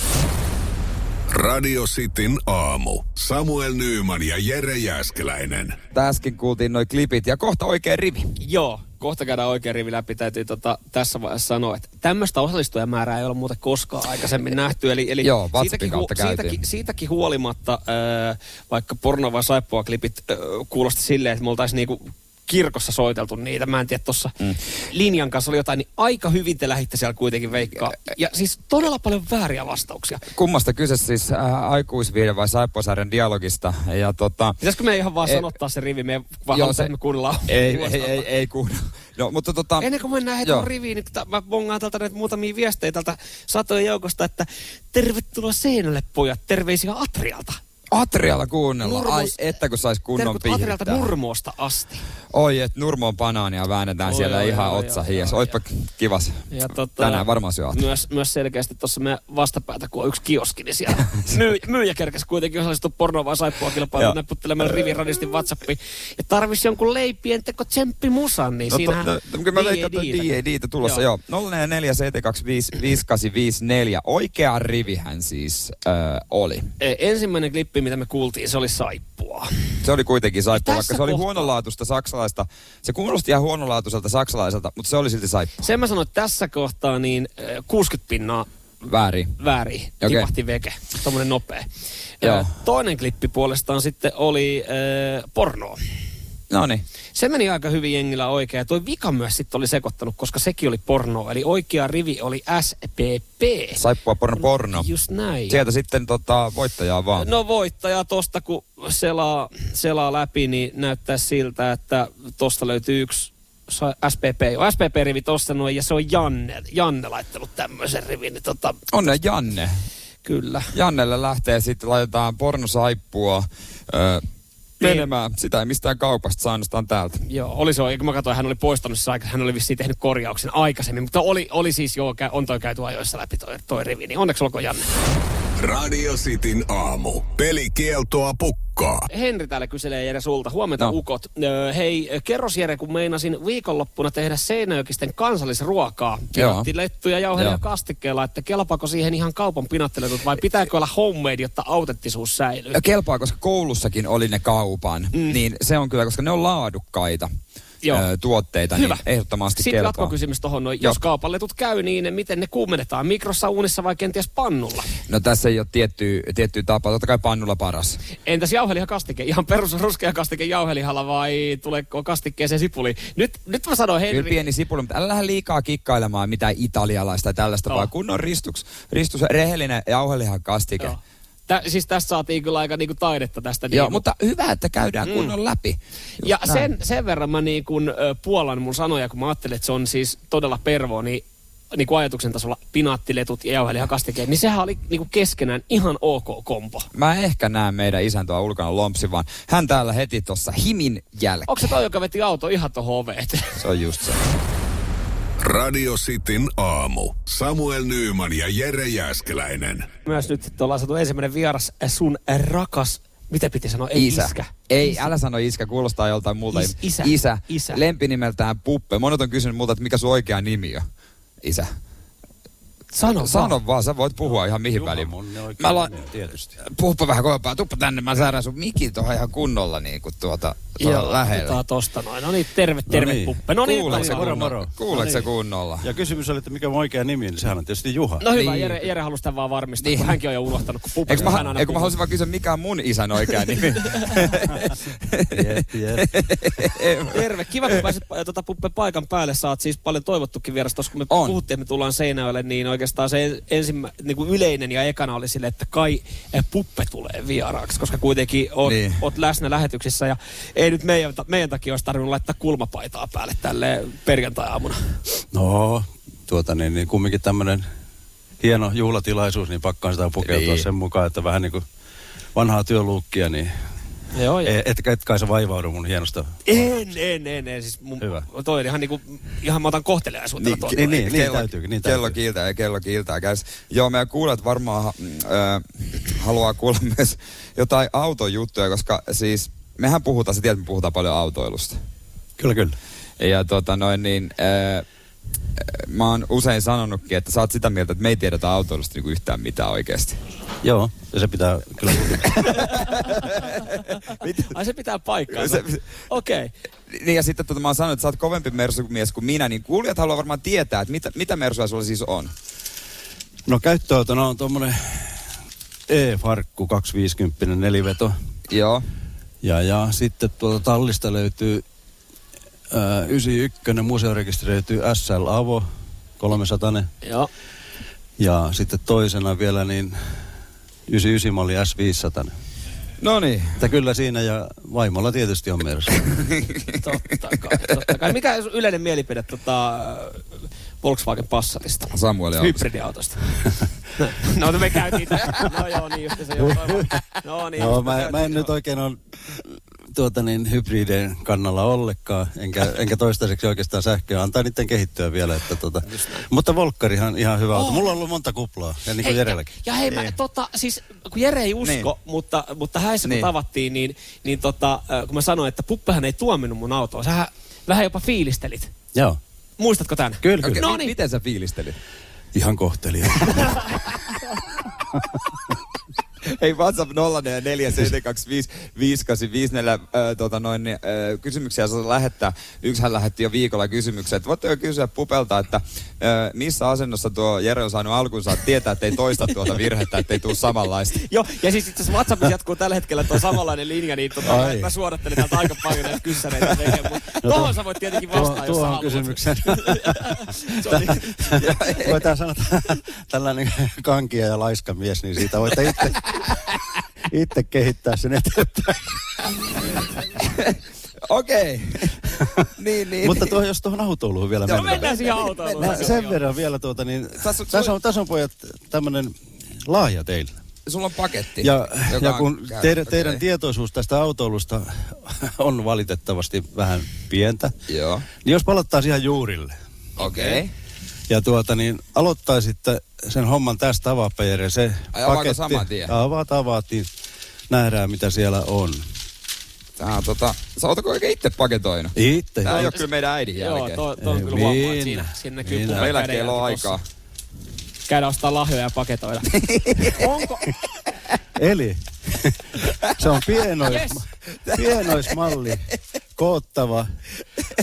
Speaker 6: Radio Cityn aamu. Samuel Nyyman ja Jere Jäskeläinen.
Speaker 3: Tää Äsken kuultiin noi klipit ja kohta oikein rivi.
Speaker 7: Joo, kohta käydään oikein rivi läpi. Täytyy tota, tässä vaiheessa sanoa, että tämmöistä osallistujamäärää ei ole muuten koskaan aikaisemmin nähty. Eli, eli
Speaker 3: Joo, WhatsAppin
Speaker 7: siitäkin,
Speaker 3: kautta käytiin.
Speaker 7: siitäkin, siitäkin huolimatta, äh, vaikka porno vai saippua klipit äh, kuulosti silleen, että me oltaisiin niinku kirkossa soiteltu niitä. Mä en tiedä, tuossa mm. linjan kanssa oli jotain, niin aika hyvin te lähditte siellä kuitenkin veikkaa. Ja siis todella paljon vääriä vastauksia.
Speaker 3: Kummasta kyse siis äh, aikuisviiden vai saippuasarjan dialogista. Ja tota,
Speaker 7: Pitäisikö me ihan vaan
Speaker 3: Ei-
Speaker 7: sanottaa se rivi, me vaan Joo, se... me kuunnellaan.
Speaker 3: (laughs) Ei, ei, ei, ei kuunnella. No, mutta tota...
Speaker 7: Ennen kuin mennään heti
Speaker 3: joo.
Speaker 7: tuohon riviin, niin ta- mä bongaan täältä näitä muutamia viestejä tältä satojen joukosta, että tervetuloa seinälle pojat, terveisiä Atrialta.
Speaker 3: Atrialla kuunnella.
Speaker 7: Nurmos-
Speaker 3: No, Ai, että kun sais kunnon
Speaker 7: Terkut Atrialta
Speaker 3: pihittää.
Speaker 7: Nurmoosta asti.
Speaker 3: Oi, että Nurmon banaania väännetään
Speaker 7: Oi,
Speaker 3: siellä
Speaker 7: oi,
Speaker 3: ihan
Speaker 7: oi,
Speaker 3: otsa
Speaker 7: oi,
Speaker 3: hies.
Speaker 7: oi,
Speaker 3: Oispa kivas.
Speaker 7: Ja tota,
Speaker 3: Tänään varmaan syö Atria.
Speaker 7: myös, myös selkeästi tuossa meidän vastapäätä, kun on yksi kioski, niin
Speaker 3: (laughs)
Speaker 7: siellä myy, myyjä kerkesi kuitenkin osallistua porno vai saippua
Speaker 3: Joo.
Speaker 7: kilpailuun näpyttelemään rivin radistin WhatsAppiin. Ja tarvisi jonkun leipien teko tsemppi musan, niin
Speaker 3: No,
Speaker 7: siinähän...
Speaker 3: to, to, kyllä mä veikkaan, että
Speaker 7: DAD.
Speaker 3: DADtä tulossa, joo. joo. 0447255854. Oikea rivihän siis äh, oli.
Speaker 7: Eh, Ensimmäinen klippi, mitä me kuultiin, se oli saippua.
Speaker 3: Se oli kuitenkin saippua,
Speaker 7: No
Speaker 3: vaikka
Speaker 7: tässä
Speaker 3: se oli
Speaker 7: kohtaa.
Speaker 3: huonolaatuista saksalaista. Se kuulosti ihan huonolaatuiselta saksalaiselta, mutta se oli silti saippua.
Speaker 7: Sen mä sanoin, että tässä kohtaa niin eh, 60 pinnaa
Speaker 3: Väärin.
Speaker 7: väärin.
Speaker 3: Okei.
Speaker 7: Okay. Tipahti veke. Tommonen nopea.
Speaker 3: Joo.
Speaker 7: Ö, Toinen klippi puolestaan sitten oli äh, porno.
Speaker 3: No niin.
Speaker 7: Se meni aika hyvin jengillä oikein. Ja toi vika myös sitten oli sekoittanut, koska sekin oli porno. Eli oikea rivi oli SPP.
Speaker 3: Saippua porno porno.
Speaker 7: No, Just näin.
Speaker 3: No. Sieltä sitten tota, voittajaa vaan.
Speaker 7: No voittaja tosta, kun selaa, selaa läpi, niin näyttää siltä, että tosta löytyy yksi sa- SPP. SPP-rivi tosta noin, ja se on Janne, Janne laittanut tämmöisen rivin. Niin tota,
Speaker 3: Onne Janne.
Speaker 7: kyllä.
Speaker 3: Jannelle lähtee sitten, laitetaan pornosaippua öö,
Speaker 7: Niin.
Speaker 3: menemään. Sitä ei mistään kaupasta saa ainoastaan täältä.
Speaker 7: Joo, oli se oikein. Kun mä katsoin, hän oli poistanut sen aikaisemmin. Hän oli vissiin tehnyt korjauksen aikaisemmin. Mutta oli, oli siis joo, kä- on toi käyty ajoissa läpi toi, toi rivi. Niin onneksi olkoon Janne.
Speaker 6: Radio Cityn aamu. Pelikieltoa pukkaa.
Speaker 7: Henri täällä kyselee Jere sulta. Huomenta
Speaker 3: No.
Speaker 7: no. ukot. Öö, hei, kerros Jere, kun meinasin viikonloppuna tehdä Seinäjokisten kansallisruokaa. Kerättiin lettuja, jauhelia
Speaker 3: Joo.
Speaker 7: ja kastikkeella, että kelpaako siihen ihan kaupan pinatteletut vai pitääkö olla homemade, jotta autenttisuus säilyy?
Speaker 3: Ja Kelpaa, koska koulussakin oli ne kaupan, mm. niin se on kyllä, koska ne on laadukkaita
Speaker 7: Joo.
Speaker 3: öö, tuotteita,
Speaker 7: Hyvä.
Speaker 3: niin ehdottomasti
Speaker 7: Sitten
Speaker 3: kelpaa.
Speaker 7: jatkokysymys tuohon, no,
Speaker 3: Joo.
Speaker 7: jos kaupalletut käy, niin miten ne kuumennetaan? Mikrossa, uunissa vai kenties pannulla?
Speaker 3: No tässä ei ole tiettyä, tiettyä tapaa, totta kai pannulla paras.
Speaker 7: Entäs jauhelihakastike? Ihan perus ruskea kastike jauhelihalla vai tuleeko kastikkeeseen sipuli? Nyt, nyt mä sanon
Speaker 3: Kyllä
Speaker 7: Henri.
Speaker 3: pieni sipuli, mutta älä lähde liikaa kikkailemaan mitään italialaista tai tällaista,
Speaker 7: Joo.
Speaker 3: vaan kunnon ristuks, ristus, rehellinen jauhelihan kastike.
Speaker 7: Joo. Tä, siis tässä saatiin kyllä aika niinku taidetta tästä.
Speaker 3: Joo,
Speaker 7: niinku.
Speaker 3: mutta hyvä, että käydään mm. kunnon läpi. Just
Speaker 7: Ja
Speaker 3: näin.
Speaker 7: sen, sen verran mä niin kun, ö, puolan mun sanoja, kun mä ajattelin, että se on siis todella pervo, niin, niin kuin ajatuksen tasolla pinaattiletut ja jauhelihakastikeet, niin sehän oli niin kuin keskenään ihan ok kompo.
Speaker 3: Mä ehkä näen meidän isän tuolla ulkona lompsi, vaan hän täällä heti tuossa himin jälkeen.
Speaker 7: Onko se toi, joka veti auto ihan tuohon oveen?
Speaker 3: Se on just se.
Speaker 6: Radio Cityn aamu. Samuel Nyyman ja Jere Jäskeläinen.
Speaker 7: (laughs) Myös nyt sitten ollaan saatu ensimmäinen vieras, sun rakas, mitä piti sanoa, ei
Speaker 3: Isä.
Speaker 7: iskä.
Speaker 3: Ei, älä sano iskä, kuulostaa joltain muulta.
Speaker 7: Is- isä.
Speaker 3: isä.
Speaker 7: Isä.
Speaker 3: Lempinimeltään Puppe. Monet on kysynyt multa, että mikä sun oikea nimi on. Isä.
Speaker 7: Sano, vaan.
Speaker 3: Sano vaan, sä voit puhua ihan mihin väliin. Mä la... tietysti. Puhuppa vähän kovempaa, tuppa tänne, mä saadaan sun mikin tuohon ihan kunnolla niin kuin tuota, tuolla lähellä.
Speaker 7: otetaan tosta noin. No niin, terve, terve
Speaker 10: niin.
Speaker 7: puppe. No niin,
Speaker 3: Kuuleeko sä
Speaker 10: moro,
Speaker 3: kunnolla?
Speaker 10: moro.
Speaker 3: Kuuleeko
Speaker 10: No
Speaker 3: sä
Speaker 10: niin.
Speaker 3: kunnolla?
Speaker 10: Ja kysymys oli, että mikä on oikea nimi, niin sehän on tietysti Juha.
Speaker 7: No hyvä,
Speaker 3: Niin.
Speaker 7: niin. Jere, Jere halusi tämän vaan varmistaa,
Speaker 3: Niin.
Speaker 7: niin. kun hänkin on jo unohtanut, kun puppe
Speaker 3: Eikö mä,
Speaker 7: hän aina
Speaker 3: eikö mä
Speaker 7: puhuu.
Speaker 3: halusin vaan kysyä, mikä on mun isän
Speaker 7: (laughs)
Speaker 3: oikea nimi?
Speaker 10: Jep, jep.
Speaker 7: Terve, kiva kun pääsit pa- tota, puppe paikan päälle. Sä oot siis paljon toivottukin vieras. Tuossa kun me
Speaker 3: On.
Speaker 7: on. puhuttiin, että me tullaan Seinäjoelle, niin oikeastaan se ensimmä, niin kuin yleinen ja ekana oli sille, että kai eh, puppe tulee vieraaksi, koska kuitenkin oot,
Speaker 3: Niin.
Speaker 7: niin. oot läsnä lähetyksissä ja ei nyt meidän, ta- meidän takia olisi tarvinnut laittaa kulmapaitaa päälle tälle perjantai-aamuna.
Speaker 10: No, tuota niin, niin kumminkin tämmönen hieno juhlatilaisuus, niin pakkaan sitä pukeutua
Speaker 3: Niin.
Speaker 10: niin. sen mukaan, että vähän niin kuin vanhaa työluukkia, niin e-
Speaker 7: Joo, joo.
Speaker 10: et, et, et kai se vaivaudu mun hienosta.
Speaker 7: En, en, en, en. Siis mun,
Speaker 10: Hyvä.
Speaker 7: Toi on ihan niinku, ihan mä otan kohteliaisuutta.
Speaker 3: Niin,
Speaker 7: Niin,
Speaker 3: ke-
Speaker 10: Niin, niin, niin
Speaker 3: kello-
Speaker 10: täytyykin, niin
Speaker 3: kello
Speaker 10: täytyy.
Speaker 3: kiiltää ja kello kiiltää. Käs. Joo, meidän kuulijat varmaan mm, ö, haluaa kuulla (laughs) myös jotain autojuttuja, koska siis mehän puhutaan, sä tiedät, me puhutaan paljon autoilusta.
Speaker 10: Kyllä, kyllä.
Speaker 3: Ja tota noin niin, ö, mä oon usein sanonutkin, että sä oot sitä mieltä, että me ei tiedetä autoilusta niinku yhtään mitään oikeasti.
Speaker 10: Joo, ja se pitää kyllä
Speaker 7: (laughs)
Speaker 10: (laughs)
Speaker 7: Ai se pitää paikkaa. Se...
Speaker 3: Se-
Speaker 7: Okei.
Speaker 3: Niin ja sitten tota, mä oon sanonut, että sä oot kovempi mersumies kuin minä, niin kuulijat haluaa varmaan tietää, että mitä, mitä mersuja sulla siis on.
Speaker 10: No käyttöautona on tuommoinen E-farkku 250 neliveto.
Speaker 3: Joo.
Speaker 10: Ja, ja sitten tuolta tallista löytyy äh, ää, 91 museorekisteröity SL Avo 300.
Speaker 7: Joo.
Speaker 10: Ja sitten toisena vielä niin 99 malli S500.
Speaker 3: No niin.
Speaker 10: Että kyllä siinä ja vaimolla tietysti on mersu.
Speaker 7: Totta kai, totta kai. Mikä on sun yleinen mielipide tota, Volkswagen Passatista?
Speaker 3: Samuelin
Speaker 10: (laughs)
Speaker 3: autosta.
Speaker 7: Hybridiautosta. no, no me käytiin tässä. No joo, niin just se. Joo, (laughs) toivon. no niin.
Speaker 10: Joo,
Speaker 7: just
Speaker 10: mä,
Speaker 7: se,
Speaker 10: mä en
Speaker 7: joo.
Speaker 10: nyt oikein ole tuota niin, hybrideen kannalla ollenkaan, enkä, enkä toistaiseksi oikeastaan sähköä. Antaa niiden kehittyä vielä. Että tuota. Mutta Volkkarihan ihan hyvä auto. Mulla on ollut monta kuplaa, ja niin kuin
Speaker 7: Hei,
Speaker 10: Jerelläkin.
Speaker 7: Ja hei, mä, tota, siis kun Jere ei usko, niin. mutta, mutta häissä kun
Speaker 3: Niin.
Speaker 7: niin. tavattiin, niin, niin tota, äh, kun mä sanoin, että Puppehan ei tuominut mun autoa, sähän vähän jopa fiilistelit.
Speaker 10: Joo,
Speaker 7: Muistatko tämän?
Speaker 10: kyllä, kyllä.
Speaker 3: Okei,
Speaker 10: Okay.
Speaker 7: No
Speaker 3: mi-
Speaker 7: niin.
Speaker 3: Miten sä fiilistelit?
Speaker 10: Ihan (laughs) kohtelija.
Speaker 3: (laughs) Hei WhatsApp 044725 tota noin, niin, ö, kysymyksiä saa lähettää. Yksihän lähetti jo viikolla kysymyksiä, että voitteko kysyä Pupelta, että ö, missä asennossa tuo Jere on saanut alkunsa, että tietää, että ei toista tuota virhettä, että ei tule samanlaista.
Speaker 7: Joo, ja siis itse asiassa WhatsAppissa jatkuu tällä hetkellä tuo samanlainen linja, niin tota,
Speaker 10: Ai.
Speaker 7: mä suodattelen täältä aika paljon näitä kyssäreitä tekemään, mutta no, tohon sä voit tietenkin
Speaker 10: Tuo,
Speaker 7: vastata, jos sä
Speaker 10: tuohon
Speaker 7: haluat.
Speaker 10: kysymykseen.
Speaker 7: Se oli-
Speaker 10: Voitaan sanoa, että (laughs) tällainen kankia ja laiska mies, niin siitä voitte (laughs) itse, itse kehittää sen eteenpäin.
Speaker 3: Okei. niin, niin.
Speaker 10: Mutta tuohon, jos tuohon autoiluun vielä
Speaker 7: No
Speaker 10: mennään.
Speaker 7: mennään siihen autoon.
Speaker 10: Mä sen verran vielä tuota, niin
Speaker 3: Tässä on-
Speaker 10: tässä on, tässä on pojat tämmöinen lahja teille.
Speaker 3: Sulla on paketti.
Speaker 10: Ja,
Speaker 3: joka
Speaker 10: ja
Speaker 3: on
Speaker 10: kun
Speaker 3: käy-
Speaker 10: teidän, teidän
Speaker 3: okei.
Speaker 10: tietoisuus tästä autoilusta on valitettavasti vähän pientä,
Speaker 3: Joo,
Speaker 10: niin jos palattaisiin ihan juurille
Speaker 3: okei. Okay.
Speaker 10: ja tuota niin aloittaisitte sen homman tästä avaappa Jere, se
Speaker 3: Ai, avaako
Speaker 10: paketti.
Speaker 3: saman tien?
Speaker 10: Avaat, avaat, niin nähdään mitä siellä on.
Speaker 3: Tää on tota, sä ootko oikein itse paketoinut?
Speaker 10: Itse.
Speaker 3: Tää ei ole kyllä meidän äidin
Speaker 7: Joo,
Speaker 3: jälkeen.
Speaker 7: toi, toi on
Speaker 10: Ei,
Speaker 7: kyllä huomaa, että
Speaker 10: minä.
Speaker 7: siinä, siinä näkyy
Speaker 10: Minä.
Speaker 7: puhua
Speaker 3: Meillä kello on aikaa.
Speaker 7: Käydä ostaa lahjoja ja
Speaker 10: (laughs)
Speaker 7: paketoida. Onko?
Speaker 10: Eli se on pienois,
Speaker 7: Yes.
Speaker 10: pienoismalli, koottava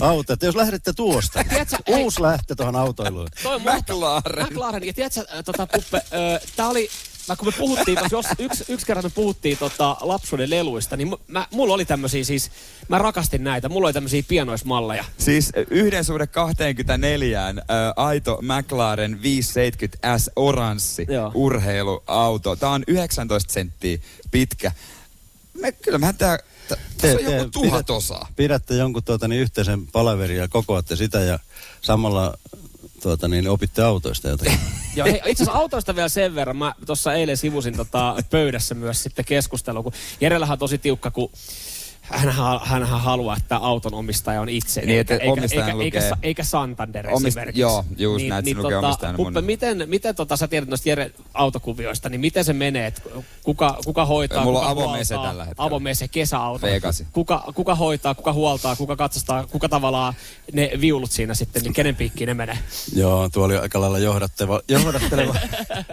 Speaker 10: auto. Että jos lähdette tuosta,
Speaker 7: Tiedätkö, hei.
Speaker 10: uusi lähtö tuohon autoiluun.
Speaker 7: Toi on
Speaker 3: McLaren.
Speaker 7: McLaren. Ja tiedätkö, äh, tota, Puppe, ö, tää oli, mä kun me puhuttiin, koska jos yksi, yksi kerran me puhuttiin tota, lapsuuden leluista, niin mu- mä, mulla oli tämmösiä siis, mä rakastin näitä, mulla oli tämmösiä pienoismalleja.
Speaker 3: Siis yhden suhde 24, äh, aito McLaren 570S oranssi
Speaker 7: Joo.
Speaker 3: urheiluauto. Tää on 19 senttiä pitkä. Me, kyllä mehän tää, tä- tässä on joku tuhat
Speaker 10: pidät-
Speaker 3: osaa.
Speaker 10: Pidätte jonkun tuota, niin yhteisen palaverin ja kokoatte sitä ja samalla tuota, niin opitte autoista jotakin.
Speaker 3: (laughs)
Speaker 7: Joo, hei, itse asiassa autoista vielä sen verran. Mä tuossa eilen sivusin tota pöydässä myös sitten keskustelua, kun Jerellähän on tosi tiukka, kun hänhän, hänhän haluaa, että auton omistaja on itse.
Speaker 3: Niin, että
Speaker 7: eikä,
Speaker 3: omistajan
Speaker 7: eikä, eikä,
Speaker 3: lukee-
Speaker 7: sa- eikä Santander
Speaker 3: Omist-
Speaker 7: esimerkiksi. Niin,
Speaker 3: joo, just näin, että se lukee omistajan
Speaker 7: Puppe,
Speaker 3: monella.
Speaker 7: miten, miten tota, sä tiedät noista Jere autokuvioista, niin miten se menee? Et kuka, kuka hoitaa,
Speaker 3: Mulla on
Speaker 7: kuka
Speaker 3: avomese
Speaker 7: huoltaa?
Speaker 3: tällä hetkellä.
Speaker 7: Avomese, kesäauto.
Speaker 3: Vegasi.
Speaker 7: Kuka, kuka hoitaa, kuka huoltaa, kuka katsastaa, kuka tavallaan ne viulut siinä sitten, niin kenen piikkiin ne menee?
Speaker 10: Joo, tuo oli aika lailla johdatteleva,
Speaker 3: (laughs)
Speaker 10: johdatteleva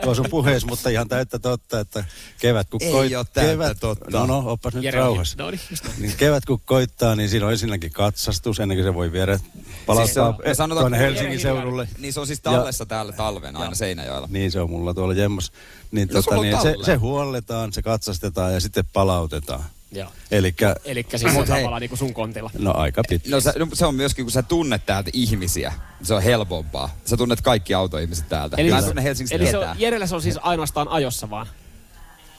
Speaker 10: tuo sun puhees, mutta ihan täyttä totta, että kevät kun
Speaker 3: Ei oo
Speaker 10: koittaa.
Speaker 3: täyttä
Speaker 10: kevät,
Speaker 3: totta.
Speaker 10: No no, oppas nyt
Speaker 7: on-
Speaker 10: rauhassa.
Speaker 7: No niin, just
Speaker 10: Niin kevät kun koittaa, niin siinä on ensinnäkin katsastus, ennen kuin se voi viedä
Speaker 3: se on-
Speaker 10: palauttaa
Speaker 3: me
Speaker 10: siis
Speaker 3: sanotaan-
Speaker 10: tuonne Helsingin seudulle.
Speaker 3: Niin se on siis tallessa täällä talven aina Seinäjoella.
Speaker 10: Niin se on mulla tuolla jemmas. Niin,
Speaker 3: No,
Speaker 10: tota,
Speaker 3: sulla on
Speaker 10: niin se,
Speaker 3: tallella.
Speaker 10: se huolletaan, se katsastetaan ja sitten palautetaan.
Speaker 7: Joo.
Speaker 10: Eli
Speaker 7: Eli siis on
Speaker 3: Mut hei.
Speaker 7: tavallaan niinku sun kontilla.
Speaker 10: no aika pitkä.
Speaker 3: No, sä, no se on myöskin, kun sä tunnet täältä ihmisiä, se on helpompaa. Sä tunnet kaikki autoihmiset täältä. Eli Mä en tunne Helsingistä
Speaker 7: eli se on,
Speaker 3: ketään.
Speaker 7: Jerellä se on siis ainoastaan ajossa vaan.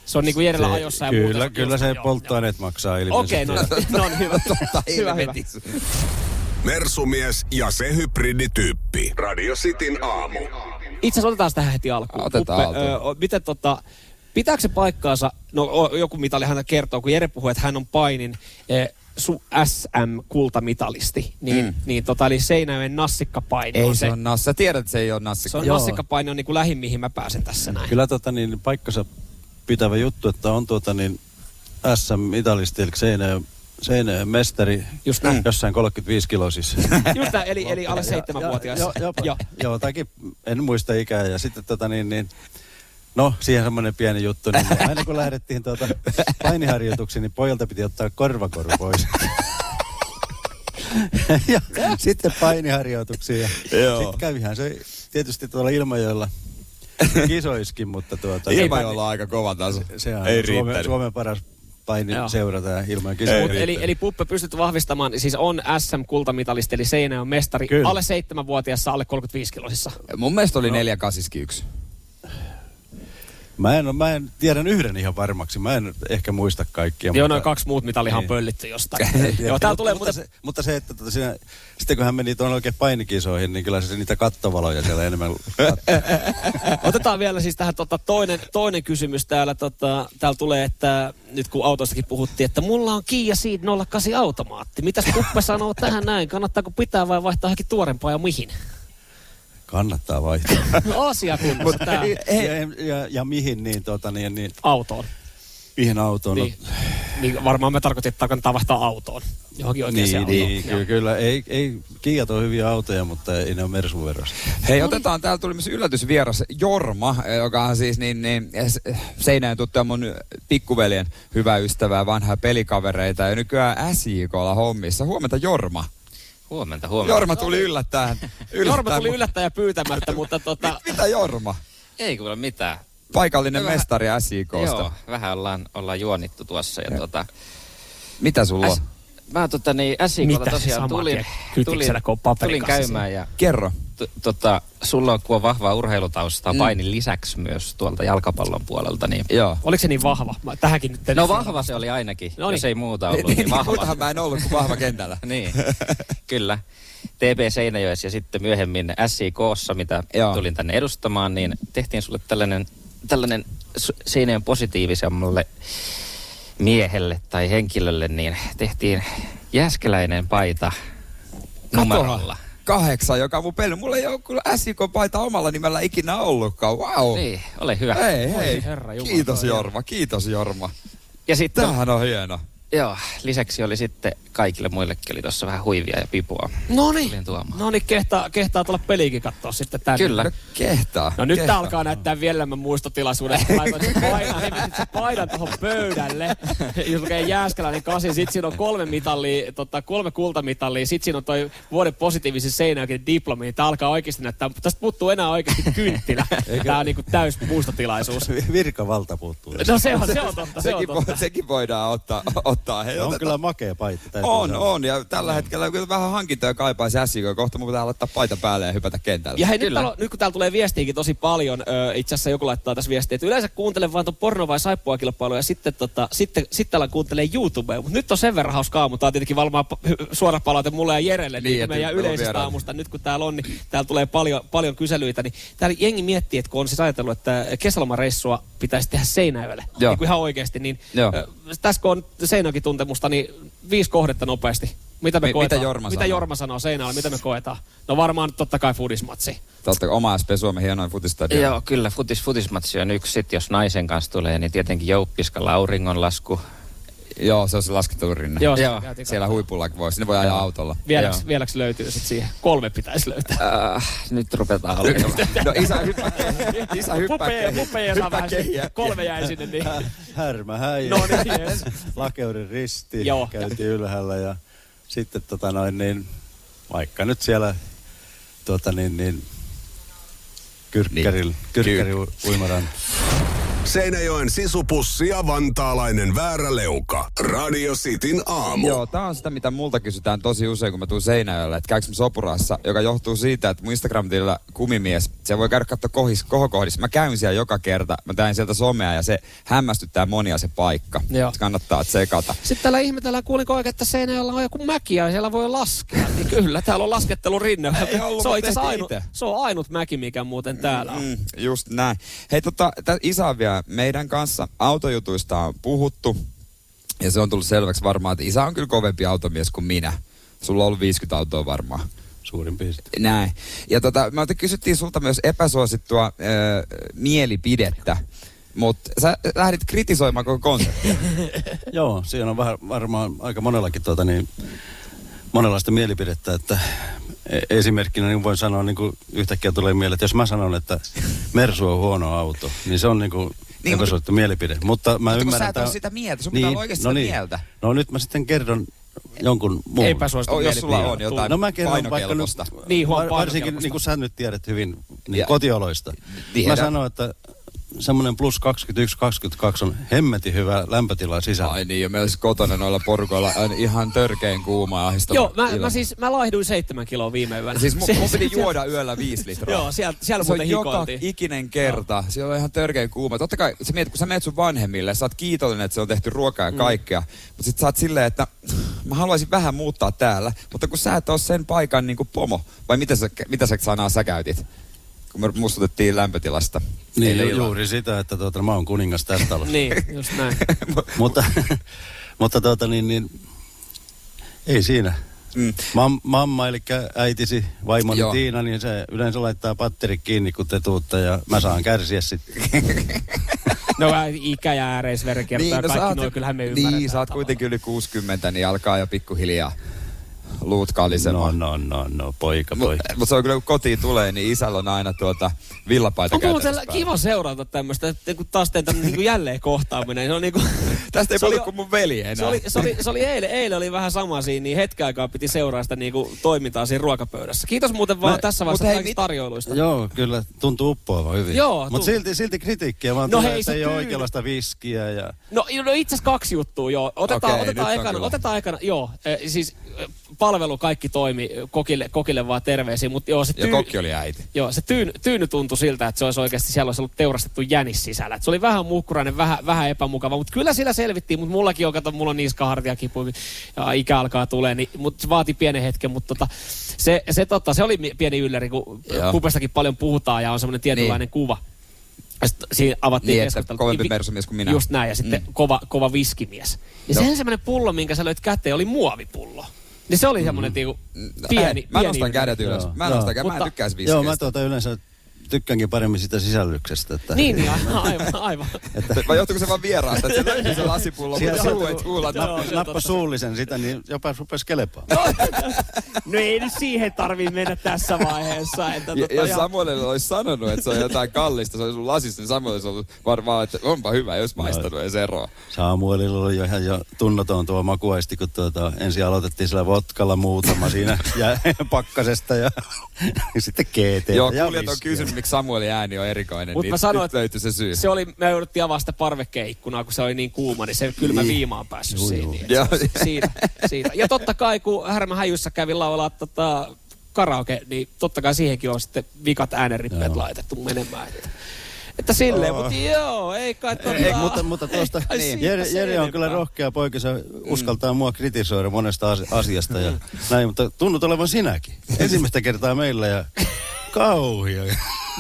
Speaker 7: Se on niinku Jerellä ajossa ja muuta.
Speaker 10: kyllä,
Speaker 7: on
Speaker 10: kyllä
Speaker 7: just-
Speaker 10: se
Speaker 7: joo,
Speaker 10: polttoaineet maksaa
Speaker 7: joo.
Speaker 10: ilmeisesti.
Speaker 7: Okei, no, (laughs) (laughs) no niin, hyvä.
Speaker 3: Totta,
Speaker 7: hyvä, hyvä.
Speaker 3: helvetissä.
Speaker 6: Mersumies ja se hybridityyppi. Radio Cityn aamu.
Speaker 7: Itse asiassa otetaan sitä heti alkuun.
Speaker 3: Otetaan alkuun.
Speaker 7: ö, o- miten tota, pitääkö se paikkaansa, no o- joku mitali hän kertoo, kun Jere puhuu, että hän on painin e, su SM-kultamitalisti, niin, mm. niin tota, eli Seinäjoen nassikkapaini
Speaker 3: Ei
Speaker 7: on
Speaker 3: se on Nassi. Sä tiedät, että se ei ole Nassi.
Speaker 7: se on
Speaker 10: Joo.
Speaker 7: nassikkapaini on niin kuin lähin, mihin mä pääsen tässä
Speaker 3: Mm,
Speaker 7: näin.
Speaker 10: Kyllä tota, niin, paikkansa pitävä juttu, että on tuota, niin, SM Italisti, eli Seinäjoen, Seinäjoen mestari,
Speaker 7: Just
Speaker 3: Mm.
Speaker 7: näin.
Speaker 10: jossain siis. 35 kiloisissa.
Speaker 7: Just tää, eli, eli alle seitsemänvuotias.
Speaker 10: Joo, joo,
Speaker 7: Joo.
Speaker 10: joo, joo takin, en muista ikää. Ja sitten tota niin, niin No, siihen semmoinen pieni juttu. Niin aina kun lähdettiin tuota painiharjoituksiin, niin pojalta piti ottaa korvakoru pois. (laughs) ja sitten painiharjoituksiin. Ja
Speaker 3: Joo.
Speaker 10: sitten kävihän se tietysti tuolla Ilmajoella kisoiskin, mutta tuota...
Speaker 3: Ilma ei olla aika kova taso.
Speaker 10: se on
Speaker 3: ei
Speaker 10: Suomen,
Speaker 3: riittänyt.
Speaker 10: Suomen paras paini
Speaker 7: Joo.
Speaker 10: seurata ja Ilmajoen
Speaker 7: Mut
Speaker 10: kisoja.
Speaker 7: eli, eli Puppe pystyt vahvistamaan, siis on SM-kultamitalisti, eli Seinäjoen mestari, Kyllä.
Speaker 10: Kyllä.
Speaker 7: alle 7-vuotiaassa, alle 35-kiloisissa.
Speaker 3: Mun mielestä oli neljä kasiskin yksi.
Speaker 10: Mä en, oo- mä en tiedän yhden ihan varmaksi. Mä en ehkä muista kaikkia.
Speaker 7: Joo,
Speaker 10: mutta-
Speaker 7: noin kaksi muut mitalihan on
Speaker 10: (laughs)
Speaker 7: pöllitty jostain. Joo, täällä
Speaker 10: Mutta-
Speaker 7: tulee
Speaker 10: mutta,
Speaker 7: muuten...
Speaker 10: se, mutta se, että tota siinä, sitten kun hän meni tuonne oikein painikisoihin, niin kyllä se niitä kattovaloja siellä enemmän kattoi.
Speaker 7: (laughs) Otetaan vielä siis tähän tota, toinen, toinen kysymys täällä. Tota, täällä tulee, että nyt kun autoistakin puhuttiin, että mulla on Kia Ceed 08 automaatti. Mitäs Puppe sanoo tähän näin? Kannattaako pitää vai vaihtaa johonkin tuorempaa ja
Speaker 10: (laughs)
Speaker 7: mihin?
Speaker 10: Kannattaa vaihtaa.
Speaker 7: No asia kunnossa tää
Speaker 10: ja, ja, ja, mihin niin, tuota, niin, niin
Speaker 7: autoon.
Speaker 10: mihin autoon?
Speaker 7: Niin, niin, varmaan me tarkoitin, että kannattaa vaihtaa autoon. Johonkin
Speaker 10: No,
Speaker 7: oikeaan
Speaker 10: niin,
Speaker 7: autoon.
Speaker 10: niin
Speaker 7: Joo.
Speaker 10: kyllä, kyllä. Ei, ei, Kiat on hyviä autoja, mutta ei ne ole Mersun verosta.
Speaker 3: Hei, otetaan, täältä tuli myös yllätysvieras Jorma, joka on siis niin, niin s- Seinäjoen tuttuja mun pikkuveljen hyvä ystävää, vanhaa pelikavereita ja nykyään SJKlla hommissa. Huomenta Jorma.
Speaker 9: Huomenta, huomenta.
Speaker 3: Jorma tuli yllättäen.
Speaker 7: Jorma tuli
Speaker 3: mut-
Speaker 7: yllättäjä pyytämättä, mutta
Speaker 9: (laughs)
Speaker 7: tota...
Speaker 3: Mitä Jorma?
Speaker 9: Ei kuule mitään.
Speaker 3: Paikallinen
Speaker 9: Vähän-
Speaker 3: mestari SJKsta.
Speaker 9: Joo, vähän ollaan, ollaan juonittu tuossa. Ja tota,
Speaker 3: Mitä sulla on?
Speaker 9: äs, mä tota niin,
Speaker 7: Mitä
Speaker 9: SIKolta
Speaker 7: se
Speaker 9: tosiaan
Speaker 7: sama
Speaker 9: tulin,
Speaker 7: tie- kytiksellä,
Speaker 9: tulin,
Speaker 7: kun on paperi
Speaker 9: tulin
Speaker 7: kasassa.
Speaker 9: käymään ja
Speaker 3: Kerro.
Speaker 9: t- tota, sulla on, kun on vahvaa urheilutaustaa mm. painin lisäksi myös tuolta jalkapallon puolelta, niin
Speaker 3: Joo.
Speaker 7: Oliko se niin vahva? Mä, tähänkin nyt...
Speaker 9: No vahva se oli ainakin,
Speaker 7: No
Speaker 9: no
Speaker 7: niin.
Speaker 9: niin. jos ei muuta
Speaker 3: Niin,
Speaker 9: ollut, niin
Speaker 3: niin,
Speaker 9: vahva.
Speaker 3: muutahan mä en ollut kuin vahva kentällä.
Speaker 9: niin, kyllä. TP Seinäjoessa ja sitten myöhemmin SIKssa, mitä
Speaker 3: Joo.
Speaker 9: Joo. tulin tänne edustamaan, niin tehtiin sulle tällainen, tällainen su- Seinäjoen positiivisemmalle miehelle tai henkilölle, niin tehtiin jääskeläinen paita numerolla.
Speaker 3: Kahdeksan, joka on mun peli. Mulla ei ole kyllä SJK-paita omalla nimellä ikinä ollutkaan. Wow.
Speaker 9: Niin, ole hyvä.
Speaker 3: Hei, hei.
Speaker 7: Voi herra jumala,
Speaker 3: kiitos
Speaker 7: toi on No.
Speaker 3: Jorma, kiitos Jorma.
Speaker 9: Ja sitten,
Speaker 3: Tämähän on hieno.
Speaker 9: joo, lisäksi oli sitten kaikille muillekin oli tuossa vähän huivia ja pipua.
Speaker 7: No
Speaker 9: Tulin
Speaker 7: niin,
Speaker 9: tuomaan.
Speaker 7: no niin kehtaa, kehtaa tulla peliikin katsoa sitten tänne.
Speaker 9: Kyllä.
Speaker 3: No kehtaa.
Speaker 7: No nyt
Speaker 3: kehtaa.
Speaker 7: tää alkaa näyttää vielä enemmän muistotilaisuuden.
Speaker 9: (laughs)
Speaker 7: Laitoin sen painan, hemmetin sen painan tuohon pöydälle. Jos lukee Jääskeläinen kasi, sit siinä on kolme mitalia, tota, kolme kultamitalia, sit siinä on toi vuoden positiivisen seinäkin diplomi. Niin tää alkaa oikeasti näyttää, tästä puuttuu enää oikeasti kynttilä. Tää on niinku täys muistotilaisuus.
Speaker 10: Virkavalta puuttuu. tästä.
Speaker 7: No se on, se on totta, se on
Speaker 3: sekin,
Speaker 7: totta.
Speaker 3: vo, sekin voidaan ottaa. ottaa. Hei,
Speaker 10: on
Speaker 3: otetaan.
Speaker 10: kyllä makea paikka. täytyy
Speaker 3: on,
Speaker 10: sanoa.
Speaker 3: on. Ja tällä hetkellä kyllä vähän hankintoja kaipaisi SJK. Kohta mun pitää laittaa paita päälle ja hypätä kentälle.
Speaker 7: Ja hei, nyt,
Speaker 9: Kyllä.
Speaker 7: täällä, on- nyt kun täällä tulee viestiäkin tosi paljon, ö, itse asiassa joku laittaa tässä viestiä, että yleensä kuuntelen vaan ton porno- vai saippuakilpailuja ja sitten, tota, sitten, sitten täällä kuuntelee YouTubea. Mutta nyt on sen verran hauska aamu. Tää on tietenkin varmaan p- hy- suora palaute mulle ja Jerelle,
Speaker 3: Niin,
Speaker 7: niin, niin
Speaker 3: että
Speaker 7: meidän
Speaker 3: meillä on
Speaker 7: yleisestä
Speaker 3: vieraita.
Speaker 7: aamusta. Nyt kun täällä on, niin täällä tulee paljon, paljon kyselyitä. Niin täällä jengi miettii, että kun on siis ajatellut, että kesälomareissua pitäisi tehdä Seinäjölle.
Speaker 3: Joo.
Speaker 7: Niin kuin ihan oikeasti. Niin,
Speaker 3: Joo.
Speaker 7: ö, tässä kun on Seinäjoki tuntemusta, niin viisi kohdetta nopeasti. Mitä me
Speaker 3: Mi- mitä
Speaker 7: koetaan?
Speaker 3: Jorma
Speaker 7: mitä
Speaker 3: sanoo?
Speaker 7: Jorma sanoo Seinäjoella? Mitä me koetaan? No varmaan totta kai fudismatsi.
Speaker 3: Totta kai oma SP Suomen hienoin futistadio.
Speaker 9: Joo, kyllä. Futis, futismatsi on yksi. Sitten jos naisen kanssa tulee, niin tietenkin jouppiskalla auringonlasku.
Speaker 3: Joo, se on se laskettu rinne.
Speaker 7: Joo,
Speaker 9: Joo,
Speaker 7: Joo. Käytiin
Speaker 3: Siellä
Speaker 7: katsomaan.
Speaker 3: huipulla voi, sinne voi ajaa autolla.
Speaker 7: vieläks, vieläks löytyy sit siihen. Kolme pitäisi löytää.
Speaker 9: Äh, nyt
Speaker 11: (laughs)
Speaker 9: rupetaan olemaan.
Speaker 3: No isä hyppää, (laughs) isä hyppää
Speaker 7: Pupeja,
Speaker 3: kehiä.
Speaker 7: pupeja saa vähän
Speaker 3: kehiä.
Speaker 7: sinne. Kolme jäi sinne,
Speaker 3: (laughs)
Speaker 7: niin...
Speaker 10: Härmä häijä.
Speaker 7: No
Speaker 10: (laughs)
Speaker 7: niin, yes.
Speaker 10: Lakeuden risti
Speaker 7: Joo.
Speaker 10: Joo. käytiin ylhäällä ja sitten tota noin niin, vaikka nyt siellä tota niin, niin kyrkkärillä,
Speaker 3: Niin.
Speaker 10: kyrkkäri u- uimaran.
Speaker 6: Seinäjoen sisupussi ja vantaalainen vääräleuka. Radio Cityn aamu.
Speaker 3: Joo, tää on sitä, mitä multa kysytään tosi usein, kun mä tuun Seinäjölle, että käykö mä sopurassa, joka johtuu siitä, että mun Instagram-tilillä kumimies Se voi käydä katsoa kohis, kohokohdissa. Mä käyn siellä joka kerta. Mä tein sieltä somea ja se hämmästyttää monia se paikka.
Speaker 7: Joo.
Speaker 3: Se kannattaa tsekata.
Speaker 7: Sitten täällä ihmetellään, kuulinko oikein, että Seinäjoella on joku mäki ja siellä voi laskea. Niin kyllä, täällä on laskettelurinne.
Speaker 3: Ei ollut,
Speaker 7: se, on
Speaker 3: kun
Speaker 7: itse asiassa
Speaker 3: tehtiin
Speaker 7: ainut,
Speaker 3: itse.
Speaker 7: se on ainut mäki, mikä muuten täällä on.
Speaker 3: Mm, just näin. Hei tota, tää isä on vielä meidän kanssa. Autojutuista on puhuttu. Ja se on tullut selväksi varmaan, että isä on kyllä kovempi automies kuin minä. Sulla on ollut 50 autoa varmaan.
Speaker 10: Suurin piirtein.
Speaker 3: Näin. Ja tota, me oltiin- kysyttiin sulta myös epäsuosittua äh, mielipidettä. Mutta sä lähdit kritisoimaan koko (laughs) konseptia.
Speaker 10: Joo, siinä on vähän, varmaan aika monellakin tuota, niin, monenlaista mielipidettä, että e- esimerkkinä niin voin sanoa, niin kuin yhtäkkiä tulee mieleen, että jos mä sanon, että Mersu on huono auto, niin se on niin kuin
Speaker 3: Niin,
Speaker 10: niin, epäsuosittu mielipide. Mutta mä
Speaker 3: Mutta kun
Speaker 10: ymmärrän...
Speaker 3: sä et ole
Speaker 10: tää-
Speaker 3: sitä mieltä,
Speaker 7: Niin,
Speaker 3: sun pitää olla oikeasti sitä mieltä.
Speaker 10: No nyt mä sitten kerron jonkun muun.
Speaker 7: Epäsuosittu
Speaker 3: Oh, jos sulla
Speaker 7: mielipide.
Speaker 3: on jotain
Speaker 10: No mä kerron vaikka nyt,
Speaker 3: painokelpoista.
Speaker 7: Niin, huom,
Speaker 10: var- varsinkin
Speaker 7: painokelpoista.
Speaker 10: niin kuin sä nyt tiedät hyvin niin
Speaker 3: Ja-
Speaker 10: kotioloista.
Speaker 3: Tiedän.
Speaker 10: Mä sanon, että semmoinen plus 21-22 on hemmetin hyvä lämpötila sisällä.
Speaker 3: Ai niin, ja meillä olisi kotona noilla porukoilla on ihan törkeen kuuma ja ahistava
Speaker 7: Joo, mä,
Speaker 3: ilma.
Speaker 7: mä, siis, mä laihduin seitsemän kiloa viime yönä.
Speaker 3: Siis mun,
Speaker 7: (laughs)
Speaker 3: mun
Speaker 7: Se-
Speaker 3: piti
Speaker 7: se-
Speaker 3: juoda yöllä viisi litraa.
Speaker 7: Joo, siellä- siellä
Speaker 3: se on
Speaker 7: muuten
Speaker 3: joka
Speaker 7: hikoiltiin.
Speaker 3: ikinen kerta. Siellä on ihan törkeä kuuma. Totta kai, sä mietit, kun sä menet sun vanhemmille, sä oot kiitollinen, että se on tehty ruokaa
Speaker 7: Mm.
Speaker 3: ja kaikkea. Mutta sit sä oot silleen, että mä haluaisin vähän muuttaa täällä, mutta kun sä et oo sen paikan niin kuin pomo. Vai mitä sä, mitä sä sanaa sä käytit? Kun me mustutettiin lämpötilasta.
Speaker 10: Niin,
Speaker 3: eilen
Speaker 10: ju-
Speaker 3: illalla.
Speaker 10: juuri sitä, että tuota, mä oon kuningas tässä
Speaker 7: (laughs)
Speaker 10: talossa.
Speaker 7: Niin, just näin.
Speaker 3: (laughs)
Speaker 10: mutta mutta tuota, niin, niin, ei siinä.
Speaker 3: Mm.
Speaker 10: Mm. Mam, mamma, eli äitisi, vaimoni
Speaker 3: Joo.
Speaker 10: Joo. Tiina, niin se yleensä laittaa patteri kiinni, kun te tuutte, ja mä saan kärsiä sitten.
Speaker 7: No ä- ikä ja ääreisveri kertaa niin, no,
Speaker 3: sä
Speaker 7: kaikki
Speaker 3: oot-
Speaker 7: noin, kyllähän me ymmärretään.
Speaker 3: Niin, sä oot
Speaker 7: tavallaan.
Speaker 3: kuitenkin yli 60, niin alkaa jo pikkuhiljaa luut kalisemaan.
Speaker 10: No, no, no, no, poika, poika.
Speaker 3: Mutta mut se on kyllä, kun kotiin tulee, niin isällä on aina tuota villapaita
Speaker 7: Onko muuten
Speaker 3: käytännössä päällä.
Speaker 7: kiva seurata tämmöistä, että kun taas teen tämmöinen niin jälleen kohtaaminen. Se on niin kuin,
Speaker 3: Tästä ei
Speaker 7: se oli-
Speaker 3: paljon kuin mun veli enää.
Speaker 7: Se oli, se, oli, se oli eilen, eilen oli vähän sama siinä, niin hetken aikaa piti seuraa sitä niin kuin toimintaa siinä ruokapöydässä. Kiitos muuten vaan
Speaker 10: Mä-
Speaker 7: tässä
Speaker 3: mut
Speaker 7: vaiheessa
Speaker 3: hei,
Speaker 7: kaikista
Speaker 3: mit-
Speaker 7: tarjoiluista.
Speaker 10: Joo, kyllä, tuntuu uppoava hyvin.
Speaker 7: Joo, tuntuu.
Speaker 10: Mutta silti, silti kritiikkiä, vaan
Speaker 7: No
Speaker 10: no
Speaker 7: hei,
Speaker 10: tulee,
Speaker 7: se
Speaker 10: että ei ole
Speaker 7: tyyny.
Speaker 10: oikeanlaista viskiä. Ja...
Speaker 7: No, ju- no itse asiassa kaksi juttua, joo. Otetaan,
Speaker 3: Okei, nyt
Speaker 7: otetaan,
Speaker 3: on
Speaker 7: ekana,
Speaker 3: kyllä.
Speaker 7: otetaan ekana, joo. Eh, siis eh, palvelu kaikki toimi, kokille, kokille vaan terveisiä, mutta joo, se
Speaker 3: Ja
Speaker 7: tyy-
Speaker 3: kokki oli äiti.
Speaker 7: Joo, se tyyn, tyyny tuntui siltä, että se olisi oikeasti, siellä olisi ollut teurastettu jänis sisällä. Et se oli vähän muhkurainen, vähän, vähän epämukava, mutta kyllä sillä selvittiin, mutta mullakin on, kato, mulla on niskahartia kipu ja ikä alkaa tulee, niin, mutta se vaati pienen hetken, mutta tota, se, se, totta, se oli mi- pieni ylläri, kun
Speaker 3: Joo.
Speaker 7: kupestakin paljon puhutaan ja on semmoinen tietynlainen niin. kuva. Ja sit Siinä avattiin
Speaker 3: Niin, että
Speaker 7: keskustelu.
Speaker 3: kovempi
Speaker 7: Vi-
Speaker 3: mersumies kuin minä.
Speaker 7: Just näin, ja sitten
Speaker 3: Mm.
Speaker 7: kova, kova viskimies. Ja
Speaker 3: Joo.
Speaker 7: se ensimmäinen pullo, minkä sä löit käteen, oli muovipullo. Niin se oli semmoinen niinku
Speaker 3: Mä en-
Speaker 7: pieni,
Speaker 3: Mm. Mä
Speaker 7: pieni
Speaker 3: nostan
Speaker 7: ylläri.
Speaker 3: kädet ylös.
Speaker 10: Joo,
Speaker 3: Mä
Speaker 10: joo.
Speaker 3: nostan kädet. Mä en
Speaker 7: Mutta-
Speaker 3: tykkää viskiä.
Speaker 10: Joo, mä tuota yleensä tykkäänkin paremmin sitä sisällyksestä. Että...
Speaker 7: Niin, niin, aivan,
Speaker 10: (laughs)
Speaker 7: aivan.
Speaker 3: Vai johtuuko se vaan vieraasta, että se löytyy se lasipullo, mutta suu ei kuulla.
Speaker 7: Joo, se on
Speaker 10: Nappa
Speaker 7: totta.
Speaker 10: suullisen sitä, niin jopa rupesi kelepaa.
Speaker 7: No ei nyt siihen tarvii mennä tässä vaiheessa. Että
Speaker 3: Ja,
Speaker 7: tota,
Speaker 3: jos
Speaker 7: ihan-
Speaker 3: Samuelille olisi sanonut, että se on jotain kallista, se on sun lasissa, niin Samuel olisi ollut varmaan, että onpa hyvä, jos maistanut, ei se eroa.
Speaker 10: Samuelilla oli jo ihan jo tunnoton tuo makuaisti, kun tuota, ensin aloitettiin sillä votkalla muutama
Speaker 3: (laughs)
Speaker 10: siinä jä, pakkasesta ja (laughs) sitten GT.
Speaker 3: Joo,
Speaker 10: ja
Speaker 3: kuulijat on
Speaker 10: viskiä.
Speaker 3: kysynyt, miksi Samuelin ääni on erikoinen,
Speaker 7: Mut
Speaker 3: niin
Speaker 7: mä sanoin,
Speaker 3: nyt
Speaker 7: että
Speaker 3: löytyi se syy.
Speaker 7: se oli, me jouduttiin avaamaan sitä parvekkeikkunaa, kun se oli niin kuuma, niin se kylmä viima on päässyt
Speaker 10: Juu,
Speaker 7: siihen.
Speaker 10: juu.
Speaker 7: (laughs) niin että se
Speaker 3: Joo.
Speaker 7: on Siitä, siitä. Ja totta kai, kun Härmä Häjyssä kävi laulaa tota, karaoke, niin totta kai siihenkin on sitten vikat äänenrippeet laitettu menemään. Että, että silleen, mutta joo, ei kai tota,
Speaker 10: Ei, mutta, mutta
Speaker 7: (laughs)
Speaker 10: tuosta,
Speaker 7: kai
Speaker 10: niin.
Speaker 7: siitä
Speaker 10: Jere,
Speaker 7: sen
Speaker 10: Jere on kyllä
Speaker 7: enempää.
Speaker 10: rohkea poika,
Speaker 3: Mm.
Speaker 10: se uskaltaa mua kritisoida monesta asi- asiasta ja näin, mutta tunnut olevan sinäkin. Ensimmäistä kertaa meillä ja kauhia.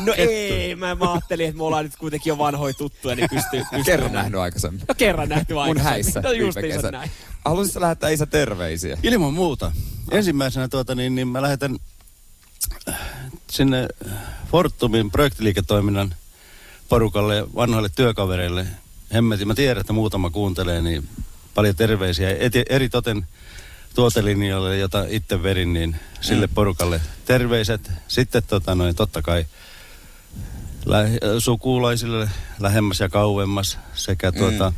Speaker 7: No ei, mä, mä ajattelin, että me ollaan nyt kuitenkin jo vanhoja tuttuja, niin
Speaker 3: (laughs)
Speaker 7: pystyy, pystyy
Speaker 3: Kerran nähnyt aikaisemmin.
Speaker 7: No kerran nähty
Speaker 3: Mun
Speaker 7: aikaisemmin.
Speaker 3: häissä.
Speaker 7: No
Speaker 3: viime
Speaker 7: justiinsa
Speaker 3: kesänä.
Speaker 7: näin.
Speaker 3: Haluaisitko lähettää isä terveisiä?
Speaker 10: Ilman muuta. Ensimmäisenä tuota, niin, niin mä lähetän äh, sinne äh, Fortumin projektiliiketoiminnan porukalle ja vanhoille työkavereille. Hemmetin, mä tiedän, että muutama kuuntelee, niin paljon terveisiä. Eti, eri toten tuotelinjalle, jota itse verin, niin sille porukalle terveiset. Sitten tota, noin, totta kai lä- äh, sukulaisille lähemmäs ja kauemmas sekä tuota,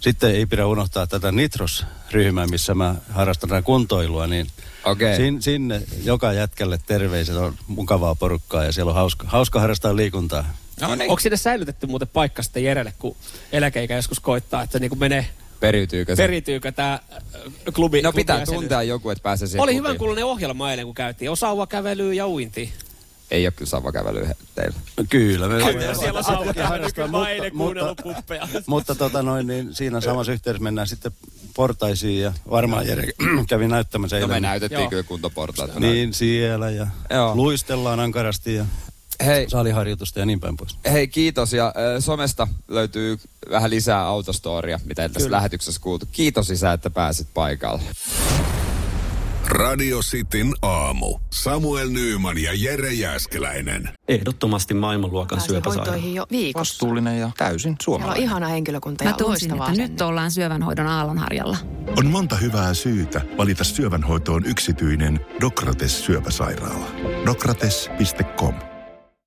Speaker 10: sitten ei pidä unohtaa tätä Nitros-ryhmää, missä mä harrastan tätä kuntoilua, niin
Speaker 3: Okei.
Speaker 10: sin, sinne joka jätkälle terveiset on mukavaa porukkaa ja siellä on hauska, hauska harrastaa liikuntaa.
Speaker 3: No niin.
Speaker 7: Onko sinne säilytetty muuten paikka sitten Jerelle, kun eläkeikä joskus koittaa, että niin kuin menee,
Speaker 3: Periytyykö se?
Speaker 7: periytyykö tämä klubi?
Speaker 3: No pitää
Speaker 7: klubijäsenyys?
Speaker 3: tuntea joku, että pääsee siihen
Speaker 7: Oli
Speaker 3: klubiin.
Speaker 7: hyvän kuulunen ohjelma eilen, kun käytiin. Osaua kävelyä ja uinti.
Speaker 3: ei ole kyllä savakävelyä teillä.
Speaker 10: Kyllä. Me
Speaker 7: Siellä on auki harrastaa, mutta, eilen kuunnellut puppeja.
Speaker 10: mutta tota noin, niin siinä samassa yhteydessä mennään sitten portaisiin ja varmaan Jere (clears throat) kävi näyttämässä
Speaker 3: No me
Speaker 10: eilen.
Speaker 3: näytettiin
Speaker 7: Joo.
Speaker 3: kyllä kuntoportaita.
Speaker 10: Niin siellä ja
Speaker 3: Joo.
Speaker 10: luistellaan ankarasti ja
Speaker 3: Hei,
Speaker 10: saaliharjoitusta ja niin päin pois.
Speaker 3: hei kiitos ja ö, somesta löytyy vähän lisää autostoria, mitä ei tässä lähetyksessä kuultu. Kiitos isä, että pääsit paikalle.
Speaker 6: Radio Cityn aamu. Samuel Nyyman ja Jere Jäskeläinen.
Speaker 12: Ehdottomasti maailmanluokan syöpäsairaala.
Speaker 13: jo viikossa.
Speaker 11: Vastuullinen ja täysin
Speaker 13: Siellä on ihana henkilökunta
Speaker 14: Mä
Speaker 13: ja
Speaker 14: tunsin,
Speaker 13: loistavaa.
Speaker 14: että nyt ollaan syövänhoidon aallonharjalla.
Speaker 5: On monta hyvää syytä valita syövänhoitoon yksityinen Dokrates syöpäsairaala. Dokrates.com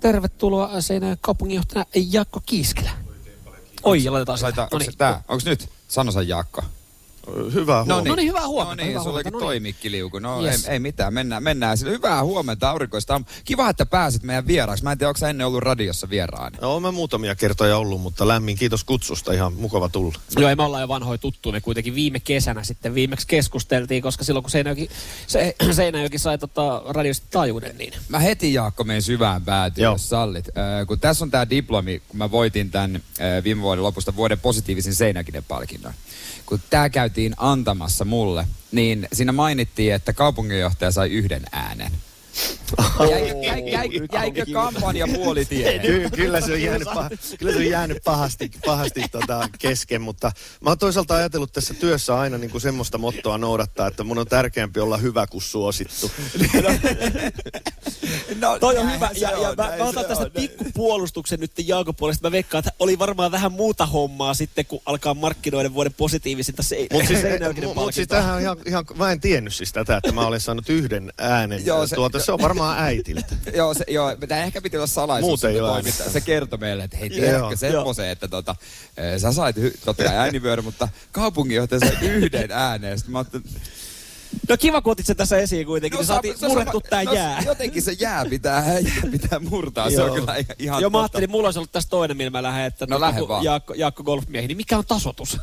Speaker 7: Tervetuloa Seinäjoen kaupunginjohtaja Jaakko Kiiskelä. Oi, ja laitetaan sitä.
Speaker 3: Onko se tää? Onko nyt? Sano sen Jaakko.
Speaker 11: Hyvää
Speaker 7: huomenta. niin. No niin, hyvää huomenta,
Speaker 3: No niin,
Speaker 7: hyvää
Speaker 3: sullakin
Speaker 7: huomenta, no niin.
Speaker 3: toimikki liuku. No
Speaker 7: Yes.
Speaker 3: ei, ei, mitään, mennään, mennään sille. Hyvää huomenta aurinkoista. aamu. Kiva, että pääsit meidän vieraaksi. Mä en tiedä, onko sä ennen ollut radiossa vieraana.
Speaker 11: No, olen mä muutamia kertoja ollut, mutta lämmin kiitos kutsusta. Ihan mukava tulla.
Speaker 7: Joo, ei me ollaan jo vanhoja tuttuja. Me kuitenkin viime kesänä sitten viimeksi keskusteltiin, koska silloin kun Seinäjoki, se, Seinäjoki sai tota, radiosta taajuuden, niin...
Speaker 3: Mä heti Jaakko menen syvään päätyyn,
Speaker 7: Joo.
Speaker 3: jos sallit. Äh, kun tässä on tämä diplomi, kun mä voitin tämän äh, viime vuoden lopusta vuoden positiivisen seinäkinen palkinnon. Kun tämä käytiin antamassa mulle, niin siinä mainittiin, että kaupunginjohtaja sai yhden
Speaker 7: (laughs)
Speaker 3: äänen. Jäikö, jäi, jäi, jäikö kampanja puolitiehen?
Speaker 11: Ky- kyllä, se on jäänyt pah- kyllä se on jäänyt pahasti, pahasti tota kesken, mutta mä oon toisaalta ajatellut tässä työssä aina niin kuin semmoista mottoa noudattaa, että mun on tärkeämpi olla hyvä
Speaker 7: (laughs)
Speaker 11: kuin suosittu.
Speaker 3: No,
Speaker 7: Toi on
Speaker 11: näinhän
Speaker 7: hyvä.
Speaker 11: se
Speaker 7: Ja, ja
Speaker 11: on,
Speaker 7: mä,
Speaker 11: näin
Speaker 7: mä
Speaker 11: se
Speaker 7: otan
Speaker 11: on,
Speaker 7: tästä
Speaker 11: näin.
Speaker 7: pikkupuolustuksen nyt Jaakon puolesta. Mä veikkaan, että oli varmaan vähän muuta hommaa sitten, kun alkaa markkinoiden vuoden positiivisinta se, (laughs)
Speaker 11: Mutta siis,
Speaker 7: Seinäjokinen
Speaker 11: mut- mut siis
Speaker 7: palkintoa.
Speaker 11: tämähän on ihan, ihan, mä en tiennyt siis tätä, että mä olen saanut yhden äänen.
Speaker 3: Joo,
Speaker 11: Joo,
Speaker 3: se-
Speaker 11: se, tuolta, se on varmaan äitiltä.
Speaker 3: joo, se, joo, tämä ehkä piti olla salaisuus.
Speaker 11: Muuten ei
Speaker 3: että
Speaker 11: ole
Speaker 3: toimittaja- Se
Speaker 11: äänestää.
Speaker 3: kertoi meille, että hei,
Speaker 11: Joo,
Speaker 3: tiedätkö
Speaker 11: joo.
Speaker 3: semmoisen, että tota, eh, sä sait hy- totta kai äänivyöryn, mutta kaupunginjohtaja sai yhden ääneen. Sitten mä ajattelin, että
Speaker 7: No kiva, kun otit sen tässä esiin kuitenkin. No,
Speaker 3: No,
Speaker 7: saatiin
Speaker 3: sama- no,
Speaker 7: murrettu
Speaker 3: sama-
Speaker 7: tää
Speaker 3: no,
Speaker 7: jää.
Speaker 3: Jotenkin se jää pitää, jää pitää murtaa, se on
Speaker 7: Joo.
Speaker 3: kyllä ihan- ihan
Speaker 7: Joo, mä
Speaker 3: totta.
Speaker 7: ajattelin, mulla olisi ollut tässä toinen, millä mä lähden. Että
Speaker 3: No,
Speaker 7: tota,
Speaker 3: lähde
Speaker 7: kun
Speaker 3: vaan.
Speaker 7: Jaakko, Jaakko golfmiehi, niin mikä on tasotus?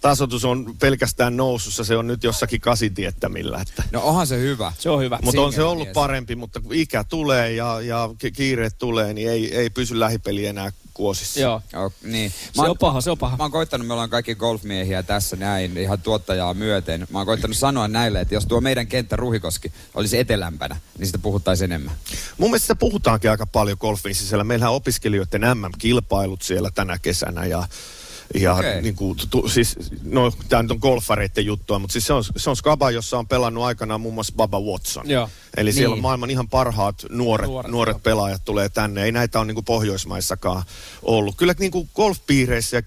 Speaker 11: Tasotus on pelkästään nousussa, se on nyt jossakin kasitiettämillä. Että.
Speaker 3: No onhan se hyvä.
Speaker 7: Se on hyvä.
Speaker 11: Mutta on se ollut parempi, mutta kun ikä tulee ja, ja ki- kiire tulee, niin ei, ei pysy lähipeli enää kuosissa.
Speaker 7: Joo.
Speaker 3: Joo, niin.
Speaker 7: Se on paha, se on paha.
Speaker 3: Mä oon koittanut, me ollaan kaikki golfmiehiä tässä näin, ihan tuottajaa myöten. Mä oon koittanut sanoa näille, että jos tuo meidän kenttä Ruhikoski olisi etelämpänä, niin sitä puhuttaisiin enemmän.
Speaker 11: Mun mielestä sitä puhutaankin aika paljon golfin sisällä. Meillähän on opiskelijoiden MM-kilpailut siellä tänä kesänä ja ja
Speaker 3: Okei.
Speaker 11: okay. niin kuin, tu, siis, no, tämä nyt on golfareiden juttua, mutta siis se on, se on skaba, jossa on pelannut aikanaan muun muassa Baba Watson.
Speaker 7: Joo.
Speaker 11: Eli niin. siellä on
Speaker 7: Niin.
Speaker 11: maailman ihan parhaat nuoret,
Speaker 7: Nuoret,
Speaker 11: nuoret, nuoret pelaajat tulee tänne. Ei näitä ole niin kuin Pohjoismaissakaan ollut. Kyllä niin kuin golfpiireissä ja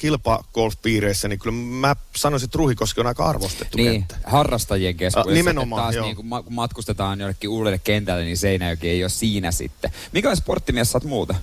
Speaker 11: kilpagolfpiireissä, niin kyllä mä sanoisin, että Ruhikoski on aika arvostettu
Speaker 3: Niin,
Speaker 11: kenttä.
Speaker 3: harrastajien keskuudessa.
Speaker 11: Ah, nimenomaan,
Speaker 3: että taas
Speaker 11: joo.
Speaker 3: niin, kun ma- kun matkustetaan jonnekin uudelle kentälle, niin Seinäjoki ei ole siinä sitten. Mikä sporttimies sä oot muuta?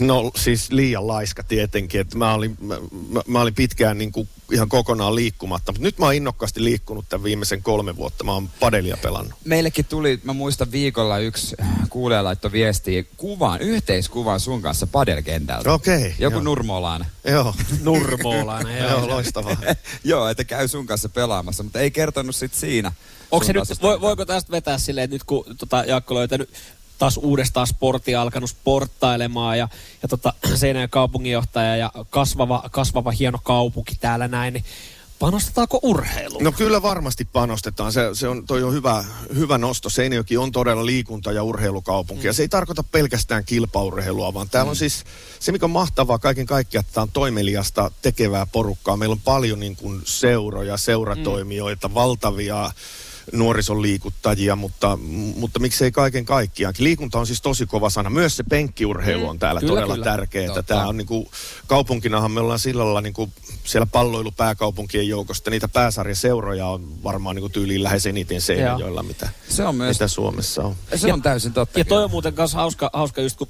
Speaker 11: No siis liian laiska tietenkin, että mä olin, mä, mä, mä olin pitkään niin kuin ihan kokonaan liikkumatta, mutta nyt mä oon innokkaasti liikkunut tämän viimeisen kolme vuotta, mä oon padelia pelannut.
Speaker 3: Meillekin tuli, mä muistan viikolla yksi kuulija laittoi viestiä kuvan, yhteiskuvan sun kanssa padelkentältä.
Speaker 11: Okei,
Speaker 3: Joku
Speaker 11: joo.
Speaker 3: nurmolaan.
Speaker 11: Joo.
Speaker 7: Nurmoolainen, joo.
Speaker 11: joo, loistavaa.
Speaker 3: (laughs) Joo, että käy sun kanssa pelaamassa, mutta ei kertonut sit siinä.
Speaker 7: Onko se
Speaker 3: sun
Speaker 7: nyt,
Speaker 3: tasosta.
Speaker 7: voi, voiko tästä vetää silleen, että nyt kun tota, Jaakko löytänyt taas uudestaan sportia, alkanut sporttailemaan ja, (clears throat) ja tota, Seinäjoen kaupunginjohtaja ja kasvava, kasvava hieno kaupunki täällä näin, niin Panostetaanko urheiluun?
Speaker 11: No kyllä varmasti panostetaan. Se, se on, toi on hyvä, hyvä nosto. Seinäjoki on todella liikunta- ja urheilukaupunki. Mm. Ja se ei tarkoita pelkästään kilpaurheilua, vaan täällä mm. on siis se, mikä on mahtavaa kaiken kaikkiaan, että tämä on toimeliasta tekevää porukkaa. Meillä on paljon niin kuin seuroja, seuratoimijoita, mm. valtavia nuorison liikuttajia, mutta, mutta miksei kaiken kaikkiaankin. Liikunta on siis tosi kova sana. Myös se penkkiurheilu on täällä
Speaker 7: Kyllä,
Speaker 11: kyllä, todella
Speaker 7: kyllä.
Speaker 11: kyllä. tärkeää. Tämä on niin kuin, kaupunkinahan me ollaan sillä lailla niin kuin, siellä palloilupääkaupunkien joukosta. että Niitä pääsarjaseuroja on varmaan niin kuin, tyyliin lähes eniten Seinäjoella, mitä,
Speaker 3: se on myös,
Speaker 11: mitä Suomessa on.
Speaker 3: se on täysin totta.
Speaker 7: Ja toi on muuten myös hauska, hauska just kun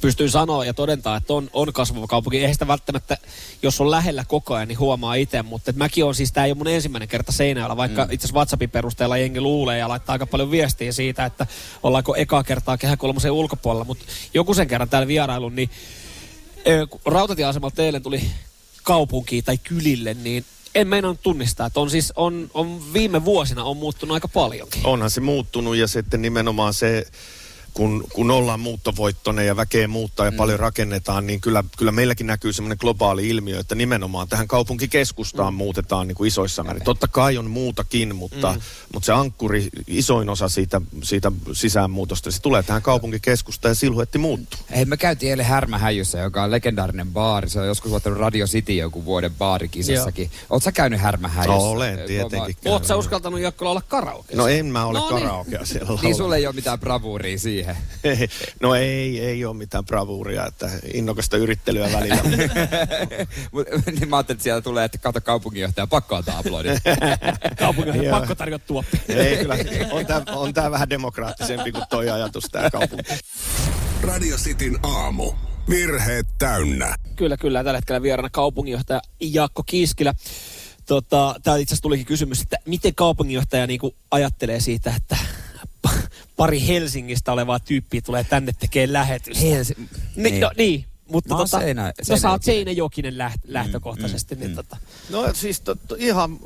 Speaker 7: pystyy sanoa ja todentaa, että on, on kasvava kaupunki. Eihän sitä välttämättä, jos on lähellä koko ajan, niin huomaa itse, mutta et mäkin on siis, tämä ei ole mun ensimmäinen kerta Seinäjällä, vaikka mm. itse asiassa WhatsAppin perusteella jengi luulee ja laittaa aika paljon viestiä siitä, että ollaanko ekaa kertaa kehä kolmosen ulkopuolella, mutta joku sen kerran täällä vierailun, niin ö, kun rautatieasemalta teille tuli kaupunkiin tai kylille, niin en meinannut tunnistaa, että on siis, on, on viime vuosina on muuttunut aika paljon.
Speaker 11: Onhan se muuttunut ja sitten nimenomaan se, kun, kun ollaan muuttovoittoinen ja väkeä muuttaa ja mm. paljon rakennetaan, niin kyllä, kyllä meilläkin näkyy semmoinen globaali ilmiö, että nimenomaan tähän kaupunkikeskustaan mm. muutetaan niin kuin isoissa määrin. Totta kai on muutakin, mutta, mm. mutta se ankkuri, isoin osa siitä, siitä sisäänmuutosta, se tulee tähän kaupunkikeskustaan ja silhuetti muuttuu.
Speaker 3: Hei, me käytiin eilen Härmähäjyssä, joka on legendaarinen baari. Se on joskus voittanut Radio City joku vuoden baarikisassakin. Oletko sä käynyt Härmähäjyssä?
Speaker 11: No, olen tietenkin
Speaker 7: Oot sä uskaltanut Jakkola olla karaoke?
Speaker 11: No en mä ole
Speaker 7: No
Speaker 11: no,
Speaker 7: niin.
Speaker 11: karaokea siellä
Speaker 3: Niin
Speaker 11: laulanut.
Speaker 3: sulle ei ole mitään bravuuria siihen. (laughs)
Speaker 11: Ei, No ei, ei ole mitään bravuuria, että innokasta yrittelyä välillä.
Speaker 3: Mut, niin mä ajattelin, että siellä tulee, että kato kaupunginjohtaja, pakko antaa aplodit.
Speaker 7: (laughs) Kaupunginjohtaja,
Speaker 11: Joo.
Speaker 7: pakko tarjota tuoppi.
Speaker 11: (laughs) Ei kyllä,
Speaker 3: (laughs)
Speaker 11: on tämä on tää vähän demokraattisempi kuin toi ajatus tämä kaupunki.
Speaker 6: Radio Cityn aamu. Virheet täynnä.
Speaker 7: (laughs) Kyllä, kyllä. Tällä hetkellä vieraana kaupunginjohtaja Jaakko Kiiskilä. Tota, täällä itse asiassa tulikin kysymys, että miten kaupunginjohtaja niin kuin ajattelee siitä, että (laughs) pa- pari Helsingistä olevaa tyyppiä tulee tänne tekemään lähetystä.
Speaker 3: Helsi-
Speaker 7: Ni,
Speaker 3: niin.
Speaker 7: no, niin, mutta
Speaker 3: Mä oon
Speaker 7: tota,
Speaker 3: Seinä-
Speaker 7: no, sä
Speaker 3: Seinäjokinen.
Speaker 7: oot Seinäjokinen läht, lähtökohtaisesti. Mm, mm, niin, Tota, (laughs)
Speaker 11: No siis to, to, ihan,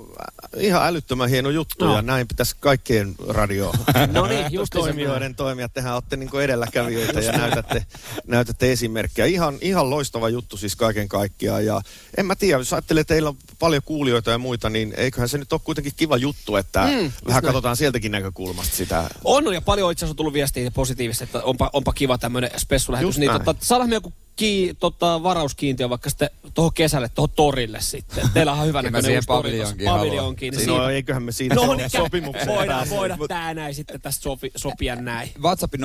Speaker 11: ihan älyttömän hieno juttu
Speaker 7: No.
Speaker 11: no. ja näin pitäisi kaikkien
Speaker 7: (laughs)
Speaker 11: radio
Speaker 7: No niin, just
Speaker 11: toimijoiden toimia. Tehän olette niin kuin edelläkävijöitä ja näytätte, näytätte esimerkkejä. Ihan, ihan loistava juttu siis kaiken kaikkiaan. Ja en mä tiedä, jos ajattelee, että teillä on paljon kuulijoita ja muita, niin eiköhän se nyt ole kuitenkin kiva juttu, että
Speaker 7: Mm,
Speaker 11: mm,
Speaker 7: just
Speaker 11: vähän
Speaker 7: näin.
Speaker 11: katsotaan sieltäkin näkökulmasta sitä
Speaker 7: On, on, ja paljon itse asiassa on tullut viestiä positiivisesti, että onpa, onpa kiva tämmöinen spessulähetys.
Speaker 11: Just
Speaker 7: Niin,
Speaker 11: näin.
Speaker 7: tota, saadaan me joku ki, tota, varauskiintiö vaikka sitten tuohon kesälle, tuohon torille sitten. Teillähän on hyvä
Speaker 3: Kyllä mä
Speaker 7: näköinen
Speaker 3: siihen
Speaker 7: uusi tori tuossa.
Speaker 3: paviljonkiin haluan.
Speaker 7: paviljonkiin.
Speaker 11: Siinä on, Siis eiköhän me siitä
Speaker 7: Niin, no,
Speaker 11: ole
Speaker 7: niin,
Speaker 11: sopimukseen
Speaker 7: Voidaan,
Speaker 11: pääse.
Speaker 7: voidaan tää näin sitten tästä sopi, sopia näin.
Speaker 3: WhatsAppin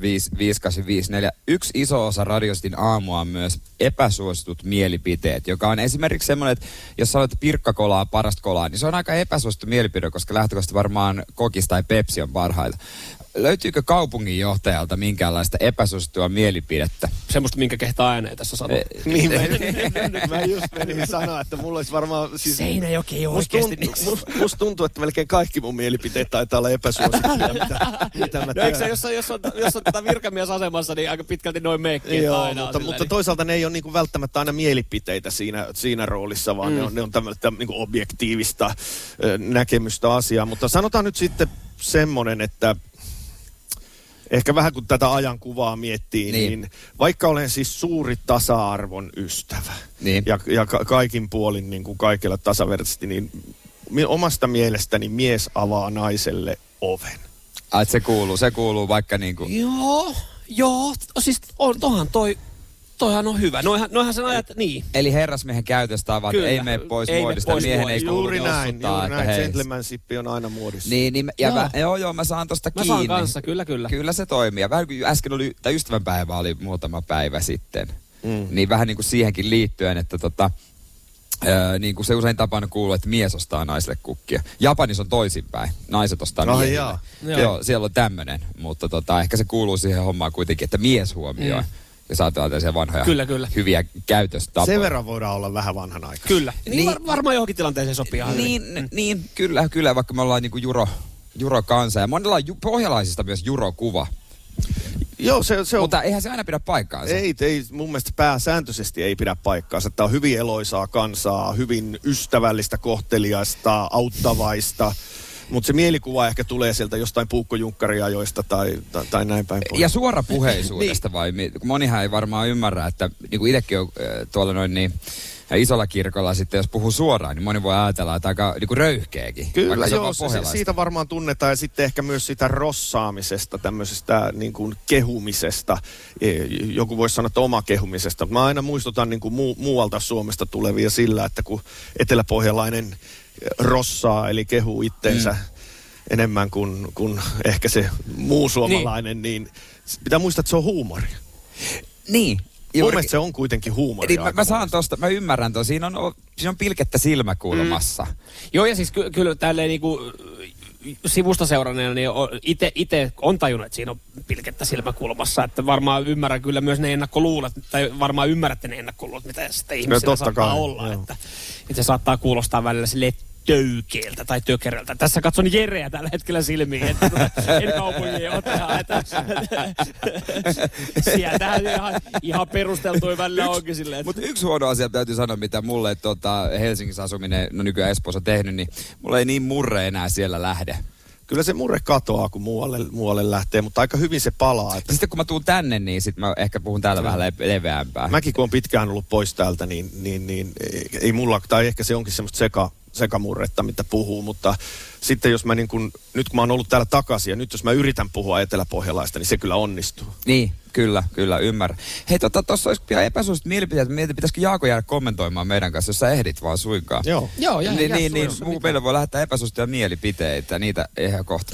Speaker 3: 0472558854. Yksi iso osa radiostin aamua on myös epäsuositut mielipiteet, joka on esimerkiksi semmoinen, että jos sanot että pirkkakolaa on parasta kolaa, niin se on aika epäsuosittu mielipide, koska lähtökohtaisesti varmaan kokis tai pepsi on parhaita. Löytyykö kaupunginjohtajalta minkäänlaista epäsuosittua mielipidettä?
Speaker 7: Semmoista, minkä kehtaa ääneen tässä sanoa.
Speaker 11: Niin,
Speaker 7: (laughs)
Speaker 11: mä, mä just menin sanoa, että mulla olisi varmaan... Siis,
Speaker 7: Seinäjoki ei
Speaker 11: musta
Speaker 7: oikeesti
Speaker 11: tuntuu,
Speaker 7: niin.
Speaker 11: must, musta tuntuu, että melkein kaikki mun mielipiteet taitaa olla epäsuosittuja, mitä, mitä mä
Speaker 7: No, eikö se,
Speaker 11: teen.
Speaker 7: jos, on- jos, on, jos on tätä virkamiesasemassa, niin aika pitkälti noin meikkiin
Speaker 11: Joo,
Speaker 7: aina on
Speaker 11: mutta,
Speaker 7: sillä,
Speaker 11: mutta
Speaker 3: niin-
Speaker 11: toisaalta ne ei ole niinku välttämättä aina mielipiteitä siinä, siinä roolissa, vaan mm. ne on, ne on tämmöistä niinku objektiivista ö, näkemystä asiaa. Mutta sanotaan nyt sitten semmoinen, että ehkä vähän kun tätä ajankuvaa
Speaker 3: Niin.
Speaker 11: miettii, niin, niin vaikka olen siis suuri tasa-arvon ystävä
Speaker 3: Niin.
Speaker 11: ja, ja ka- kaikin puolin niin kuin kaikilla tasavertaisesti, niin mi- omasta mielestäni mies avaa naiselle oven.
Speaker 3: Ai, että se kuuluu, se kuuluu vaikka niin kuin...
Speaker 7: Joo, joo. t- Siis on, tohan toi, toihan on hyvä. Noihan, noihan sen ajat, niin.
Speaker 3: Eli herrasmiehen käytöstä vaan,
Speaker 7: Kyllä.
Speaker 3: ei mene pois
Speaker 7: Ei mene
Speaker 3: muodista,
Speaker 7: pois
Speaker 3: miehen ei
Speaker 7: muodista.
Speaker 3: kuulu
Speaker 11: Juuri näin,
Speaker 3: jossuttaa,
Speaker 11: juuri
Speaker 3: että
Speaker 11: näin.
Speaker 3: hei.
Speaker 11: Gentlemanship on aina muodissa.
Speaker 3: Niin, niin ja
Speaker 7: Joo.
Speaker 3: mä, joo, joo, mä saan tosta
Speaker 7: Mä
Speaker 3: kiinni.
Speaker 7: saan kanssa, kyllä, kyllä.
Speaker 3: Kyllä se toimii. Ja vähän kuin äsken oli, tai ystävänpäivä oli muutama päivä sitten. Mm. Niin vähän niin kuin siihenkin liittyen, että tota, Öö, niin kuin se usein tapana kuuluu, että mies ostaa naiselle kukkia. Japanissa on toisinpäin. Naiset ostaa
Speaker 11: Ai
Speaker 3: miehille.
Speaker 11: jaa.
Speaker 3: Joo.
Speaker 7: Joo.
Speaker 3: joo, siellä on tämmöinen. Mutta tota, ehkä se kuuluu siihen hommaan kuitenkin, että mies huomioi. Mm.
Speaker 7: Mm.
Speaker 3: Ja saatellaan tällaisia vanhoja
Speaker 7: Kyllä, kyllä.
Speaker 3: hyviä käytöstapoja.
Speaker 11: Sen verran voidaan olla vähän vanhan aikaa.
Speaker 7: Kyllä. Niin,
Speaker 3: Niin.
Speaker 7: niin var, varmaan johonkin tilanteeseen sopii ihan hyvin.
Speaker 3: Niin, niin, kyllä, kyllä, vaikka me ollaan niinku juro, juro kansa. Ja monella on ju, pohjalaisista myös jurokuva.
Speaker 11: Joo, se, se on...
Speaker 3: Mutta eihän se aina pidä paikkaansa.
Speaker 11: ei, ei, mun mielestä pääsääntöisesti ei pidä paikkaansa. Tämä on hyvin eloisaa kansaa, hyvin ystävällistä, kohteliaista, auttavaista. Mutta se mielikuva ehkä tulee sieltä jostain puukkojunkkariajoista tai, tai, tai näin päin pois.
Speaker 3: Ja
Speaker 11: (laughs)
Speaker 3: niinku suorapuheisuudesta vai? mi- kun Monihan ei varmaan ymmärrä, että niin kuin itsekin on äh, tuolla noin niin Ja isolla kirkolla sitten, jos puhuu suoraan, niin moni voi ajatella, että aika niin kuin röyhkeäkin.
Speaker 11: Kyllä,
Speaker 3: vaikka
Speaker 11: joo,
Speaker 3: se, on vaan
Speaker 11: se, se,
Speaker 3: pohjalaista.
Speaker 11: siitä varmaan tunnetaan ja sitten ehkä myös sitä rossaamisesta, tämmöisestä niin kuin kehumisesta. E, Joku voisi sanoa, että oma kehumisesta. Mä aina muistutan niin kuin muu, muualta Suomesta tulevia sillä, että kun eteläpohjalainen rossaa, eli kehuu itteensä mm. enemmän kuin, kuin ehkä se muu suomalainen, niin. niin s- pitää muistaa, että se on huumori.
Speaker 3: Niin.
Speaker 11: Mun mielestä se on kuitenkin huumori.
Speaker 3: Eli mä, mä saan tosta, mä ymmärrän ton. Siinä on, siinä on pilkettä silmäkulmassa. Mm.
Speaker 7: Joo, ja siis ky- kyllä tälleen niinku y- sivusta seuranneena, niin itse ite on tajunnut, että siinä on pilkettä silmäkulmassa. Että varmaan ymmärrän kyllä myös ne ennakkoluulot, tai varmaan ymmärrätte ne ennakkoluulot, mitä sitten ihmisillä
Speaker 11: totta
Speaker 7: saattaa
Speaker 11: kai,
Speaker 7: olla.
Speaker 11: joo.
Speaker 7: Että, että se saattaa kuulostaa välillä sille töykeeltä tai tökerältä. Tässä katson Jereä tällä hetkellä silmiin, että tota, en kaupungin ole tähän, että,
Speaker 11: (laughs)
Speaker 7: sieltähän ihan, ihan perusteltuin välillä onkin silleen. Että...
Speaker 3: Mutta yksi huono asia täytyy sanoa, mitä mulle tota, Helsingissä asuminen, no nykyään Espoossa tehnyt, niin mulla ei niin murre enää siellä lähde.
Speaker 11: Kyllä se murre katoaa, kun muualle, muualle lähtee, mutta aika hyvin se palaa. Että
Speaker 3: Sitten kun mä tuun tänne, niin sit mä ehkä puhun täällä vähän le- leveämpää.
Speaker 11: Mäkin kun on pitkään ollut pois täältä, niin, niin, niin ei- ei mulla, tai ehkä se onkin semmoista seka, sekamurretta, mitä puhuu, mutta sitten jos mä niin kun, nyt kun mä oon ollut täällä takaisin ja nyt jos mä yritän puhua eteläpohjalaista, niin se kyllä onnistuu.
Speaker 3: Niin, kyllä, kyllä, ymmärrän. Hei, tuossa tota, tossa olisi pian epäsuosittu mielipiteet. Mietin, pitäisikö Jaako jäädä kommentoimaan meidän kanssa, jos sä ehdit vaan suinkaan.
Speaker 11: Joo.
Speaker 7: Joo, jää-
Speaker 3: Niin,
Speaker 7: jää
Speaker 3: niin, niin
Speaker 7: suoraan,
Speaker 3: muu- meille voi lähettää epäsuosittuja mielipiteitä, niitä ihan kohta.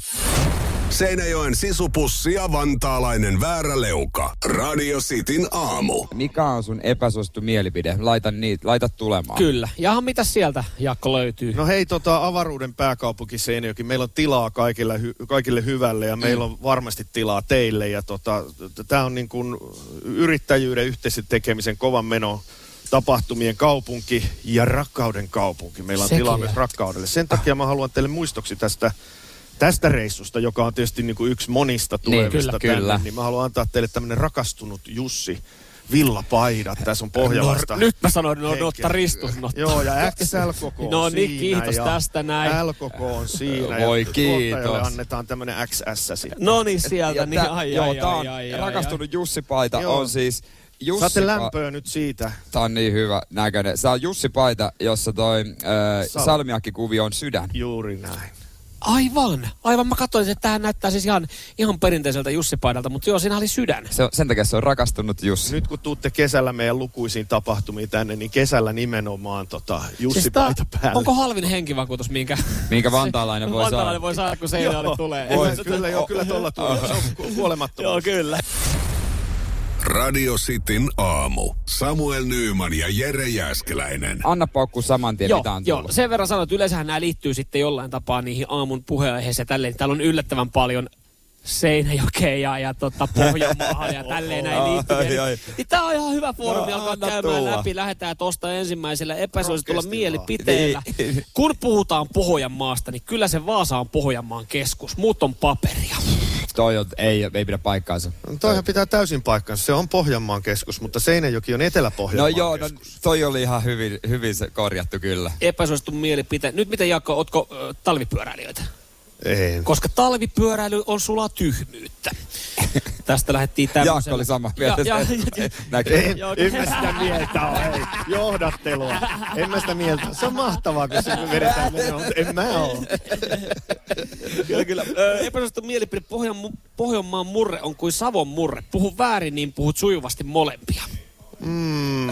Speaker 6: Seinäjoen sisupussi ja vantaalainen vääräleuka. Radio Cityn aamu.
Speaker 3: Mikä on sun epäsuosittu mielipide? Laita, niitä, laita tulemaan.
Speaker 7: Kyllä. Jaha, mitä sieltä, Jaakko,
Speaker 3: Niin.
Speaker 7: löytyy?
Speaker 11: No hei, tota, avaruuden pääkaupunki Seinäjoki, meillä on tilaa kaikille, hy- kaikille hyvälle ja meillä
Speaker 3: Mm.
Speaker 11: on varmasti tilaa teille. Ja tota, tämä on niin kuin yrittäjyyden, yhteisen tekemisen, kovan menon tapahtumien kaupunki ja rakkauden kaupunki. Meillä on
Speaker 7: Sekin
Speaker 11: tilaa
Speaker 7: lähtee.
Speaker 11: myös rakkaudelle. Sen takia mä haluan teille muistoksi tästä, tästä reissusta, joka on tietysti niin kuin yksi monista
Speaker 3: Niin,
Speaker 11: tulevista
Speaker 3: kyllä,
Speaker 11: tänne,
Speaker 3: kyllä.
Speaker 11: niin mä haluan antaa teille tämmöinen rakastunut Jussi villapaidat. Tässä on pohjalaista.
Speaker 7: No, nyt mä sanoin, no
Speaker 11: henkeä.
Speaker 7: Notta Ristus. Notta.
Speaker 11: Joo, ja XL-koko on
Speaker 7: No niin,
Speaker 11: siinä,
Speaker 7: kiitos
Speaker 11: ja
Speaker 7: tästä näin.
Speaker 11: LKK on siinä.
Speaker 3: Voi
Speaker 11: ja tuottajalle
Speaker 3: kiitos.
Speaker 11: annetaan tämmönen XS sitten.
Speaker 7: No niin, sieltä.
Speaker 3: Ja
Speaker 7: Niin,
Speaker 3: tää-
Speaker 7: ai,
Speaker 3: joo,
Speaker 7: ai,
Speaker 3: tää
Speaker 7: ai,
Speaker 3: on
Speaker 7: ai, ai,
Speaker 3: rakastunut Jussi-paita
Speaker 11: Joo.
Speaker 3: on siis... Jussi
Speaker 11: Saatte lämpöä nyt siitä.
Speaker 3: Tää on niin hyvä näköinen. Se on Jussi-paita, jossa toi äh,
Speaker 11: Sal-
Speaker 3: salmiakkikuvi on sydän.
Speaker 11: Juuri näin.
Speaker 7: Aivan, aivan. Mä katsoin, että tämä näyttää siis ihan, ihan perinteiseltä Jussi-paidalta, mutta joo, siinä oli sydän. Siis
Speaker 3: Se, on- sen takia se on rakastunut Jussi.
Speaker 11: Nyt kun tuutte kesällä meidän lukuisiin tapahtumiin tänne, niin kesällä nimenomaan tota Jussi
Speaker 7: Siis tää-
Speaker 11: paita päälle.
Speaker 7: Onko halvin henkivakuutus, minkä
Speaker 3: Minkä vantaalainen voi saada?
Speaker 7: Vantaalainen voi saada, kun seinälle
Speaker 11: Joo,
Speaker 7: tulee?
Speaker 11: voi, kyllä, joo, kyllä tuolla tulee. Se on ku- kuolemattomuus.
Speaker 7: Joo, kyllä.
Speaker 6: Radio Cityn aamu. Samuel Nyyman ja Jere Jäskeläinen.
Speaker 3: Anna paukku saman tien,
Speaker 7: Joo,
Speaker 3: mitä on
Speaker 7: joo,
Speaker 3: tullut.
Speaker 7: sen verran sanoin, että yleensähän nämä liittyy sitten jollain tapaa niihin aamun puheenaiheisiin ja tälleen. Täällä on yllättävän paljon Seinäjokea ja, ja tota Pohjanmaahan
Speaker 3: (laughs)
Speaker 7: ja tälleen näin liittyviä.
Speaker 3: Ai, ai.
Speaker 7: Niin, niin tää on ihan hyvä foorumi
Speaker 3: No,
Speaker 7: alkaa
Speaker 3: anna
Speaker 7: käymään
Speaker 3: tulla.
Speaker 7: läpi. Lähdetään tuosta ensimmäisellä epäsuositulla
Speaker 11: Rohkeasti
Speaker 7: mielipiteellä.
Speaker 3: Niin.
Speaker 7: Kun puhutaan Pohjanmaasta, niin kyllä se Vaasa on Pohjanmaan keskus. Muut on paperia.
Speaker 3: Toi on, ei, ei pidä paikkaansa.
Speaker 11: No Toihan pitää täysin paikkansa. Se on Pohjanmaan keskus, mutta Seinäjoki on
Speaker 3: No
Speaker 11: Etelä-Pohjanmaan
Speaker 3: joo, no,
Speaker 11: keskus.
Speaker 3: toi oli ihan hyvin, hyvin se korjattu kyllä.
Speaker 7: Epäsuosittu mielipite. Nyt miten Jaakko, ootko ö, talvipyöräilijöitä?
Speaker 11: Ei.
Speaker 7: Koska talvipyöräily on sulaa
Speaker 3: (laughs)
Speaker 7: tyhmyyttä. Tästä lähdettiin tämmöisellä.
Speaker 3: Jaakko oli sama mieltä. (laughs)
Speaker 7: Ja, ja, ja,
Speaker 3: Näkyy.
Speaker 7: Joo, no- (laughs)
Speaker 11: En mä sitä mieltä ole, hei. Johdattelua. En mä sitä mieltä ole. Se on mahtavaa, kun se vedetään menoon, mutta en mä oo.
Speaker 7: kyllä, kyllä. Ö, Epäsuosittu mielipide. Pohjan, mu- Pohjanmaan murre on kuin Savon murre. Puhu väärin, niin puhut sujuvasti molempia.
Speaker 11: Mm,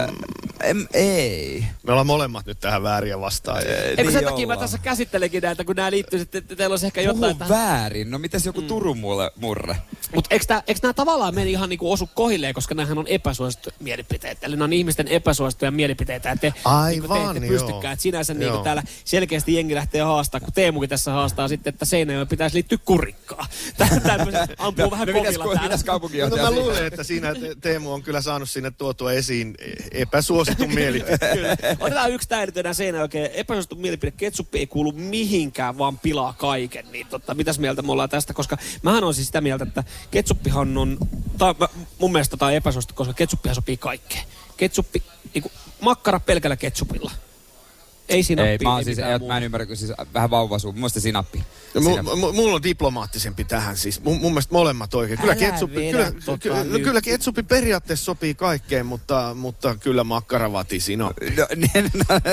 Speaker 3: Em, ei.
Speaker 11: me ollaan molemmat nyt tähän vääriä vastaan.
Speaker 7: Eikö sen
Speaker 3: Niin
Speaker 7: takia mä
Speaker 3: ollaan.
Speaker 7: tässä käsittelenkin näitä, kun nämä liittyy sitten, että teillä olisi ehkä
Speaker 3: Puhu
Speaker 7: jotain. tähän.
Speaker 3: väärin. No mitäs
Speaker 11: Mm.
Speaker 3: joku Turun mulle, murre?
Speaker 7: Mutta eikö, tää- eikö nämä tavallaan meni ihan niinku osu kohilleen, koska nämähän on epäsuosittuja mielipiteitä. Eli ne on ihmisten epäsuosittuja mielipiteitä, että te, niinku, te
Speaker 11: Aivan,
Speaker 7: ette
Speaker 11: joo.
Speaker 7: pystykään. Et sinänsä niinku
Speaker 11: Joo.
Speaker 7: täällä selkeästi jengi lähtee haastaa, kun Teemukin tässä haastaa sitten, että Seinäjoen pitäisi liittyä kurikkaan. (laughs) Tämmöisen ampuu vähän
Speaker 3: no, mitäs,
Speaker 7: kovilla
Speaker 3: ku-
Speaker 7: täällä.
Speaker 3: mitäs siis-
Speaker 11: No
Speaker 3: kaupunginjohtaja?
Speaker 11: mä
Speaker 3: siinä?
Speaker 11: luulen, että siinä Te- Teemu on kyllä saanut sinne tuotua esiin e- epäsuositun mielipiteen.
Speaker 7: Kyllä. Otetaan yksi täydytönä seinä oikein. Epäsuosittu mielipide. Ketsuppi ei kuulu mihinkään, vaan pilaa kaiken. Niin totta, mitäs mieltä me ollaan tästä? Koska mähän on siis sitä mieltä, että ketsuppihan on... Tai mä- mun mielestä tämä on epäsuosittu, koska ketsuppihan sopii kaikkeen. Ketsuppi, niinku, makkara pelkällä ketsupilla. Ei sinappi.
Speaker 3: Ei, mä, oon
Speaker 7: ei
Speaker 3: siis,
Speaker 7: mitään
Speaker 3: ei, mä en ymmärrä, kun siis vähän vauva suu. Mun mielestä sinappi.
Speaker 11: No, mu-
Speaker 3: sinappi.
Speaker 11: mu- mulla on diplomaattisempi tähän siis. Mun, mun mielestä molemmat oikein. Kyllä,
Speaker 3: Älä
Speaker 11: ketsuppi,
Speaker 3: vedä
Speaker 11: kyllä,
Speaker 3: tota
Speaker 11: kyllä, no,
Speaker 3: nyt.
Speaker 11: kyllä ketsuppi periaatteessa sopii kaikkeen, mutta, mutta kyllä makkaravati sinappi.
Speaker 3: No, (laughs)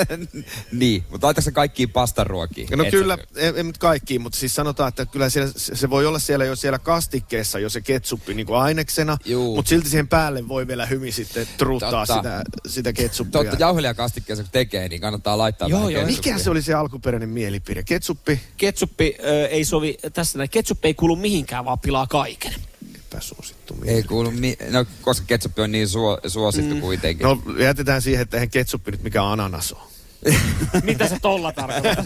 Speaker 3: niin, mutta laitatko se kaikkiin pastaruokiin?
Speaker 11: No
Speaker 3: Et-
Speaker 11: kyllä, ei, ei nyt kaikkiin, mutta siis sanotaan, että kyllä siellä, se se voi olla siellä jo siellä kastikkeessa jo se ketsuppi niin kuin aineksena, mutta silti siihen päälle voi vielä hymi sitten truuttaa
Speaker 3: Totta.
Speaker 11: sitä, sitä ketsuppia.
Speaker 3: Totta, jauhelia kastikkeessa kun tekee, niin kannattaa laittaa
Speaker 11: Joo,
Speaker 3: vähän
Speaker 11: joo.
Speaker 3: ketsuppia.
Speaker 11: Mikä se oli se alkuperäinen mielipide? Ketsuppi?
Speaker 7: Ketsuppi ö, ei sovi tässä näin. Ketsuppi ei kuulu mihinkään, vaan pilaa
Speaker 3: (laughs)
Speaker 7: kaiken.
Speaker 11: Epäsuosittu.
Speaker 3: Ei kuulu, mi- no, koska ketsuppi on niin suo- suosittu mm. kuitenkin.
Speaker 11: No jätetään siihen, että eihän ketsuppi nyt mikä ananas on.
Speaker 7: Mitä se tolla tarkoittaa? (laughs)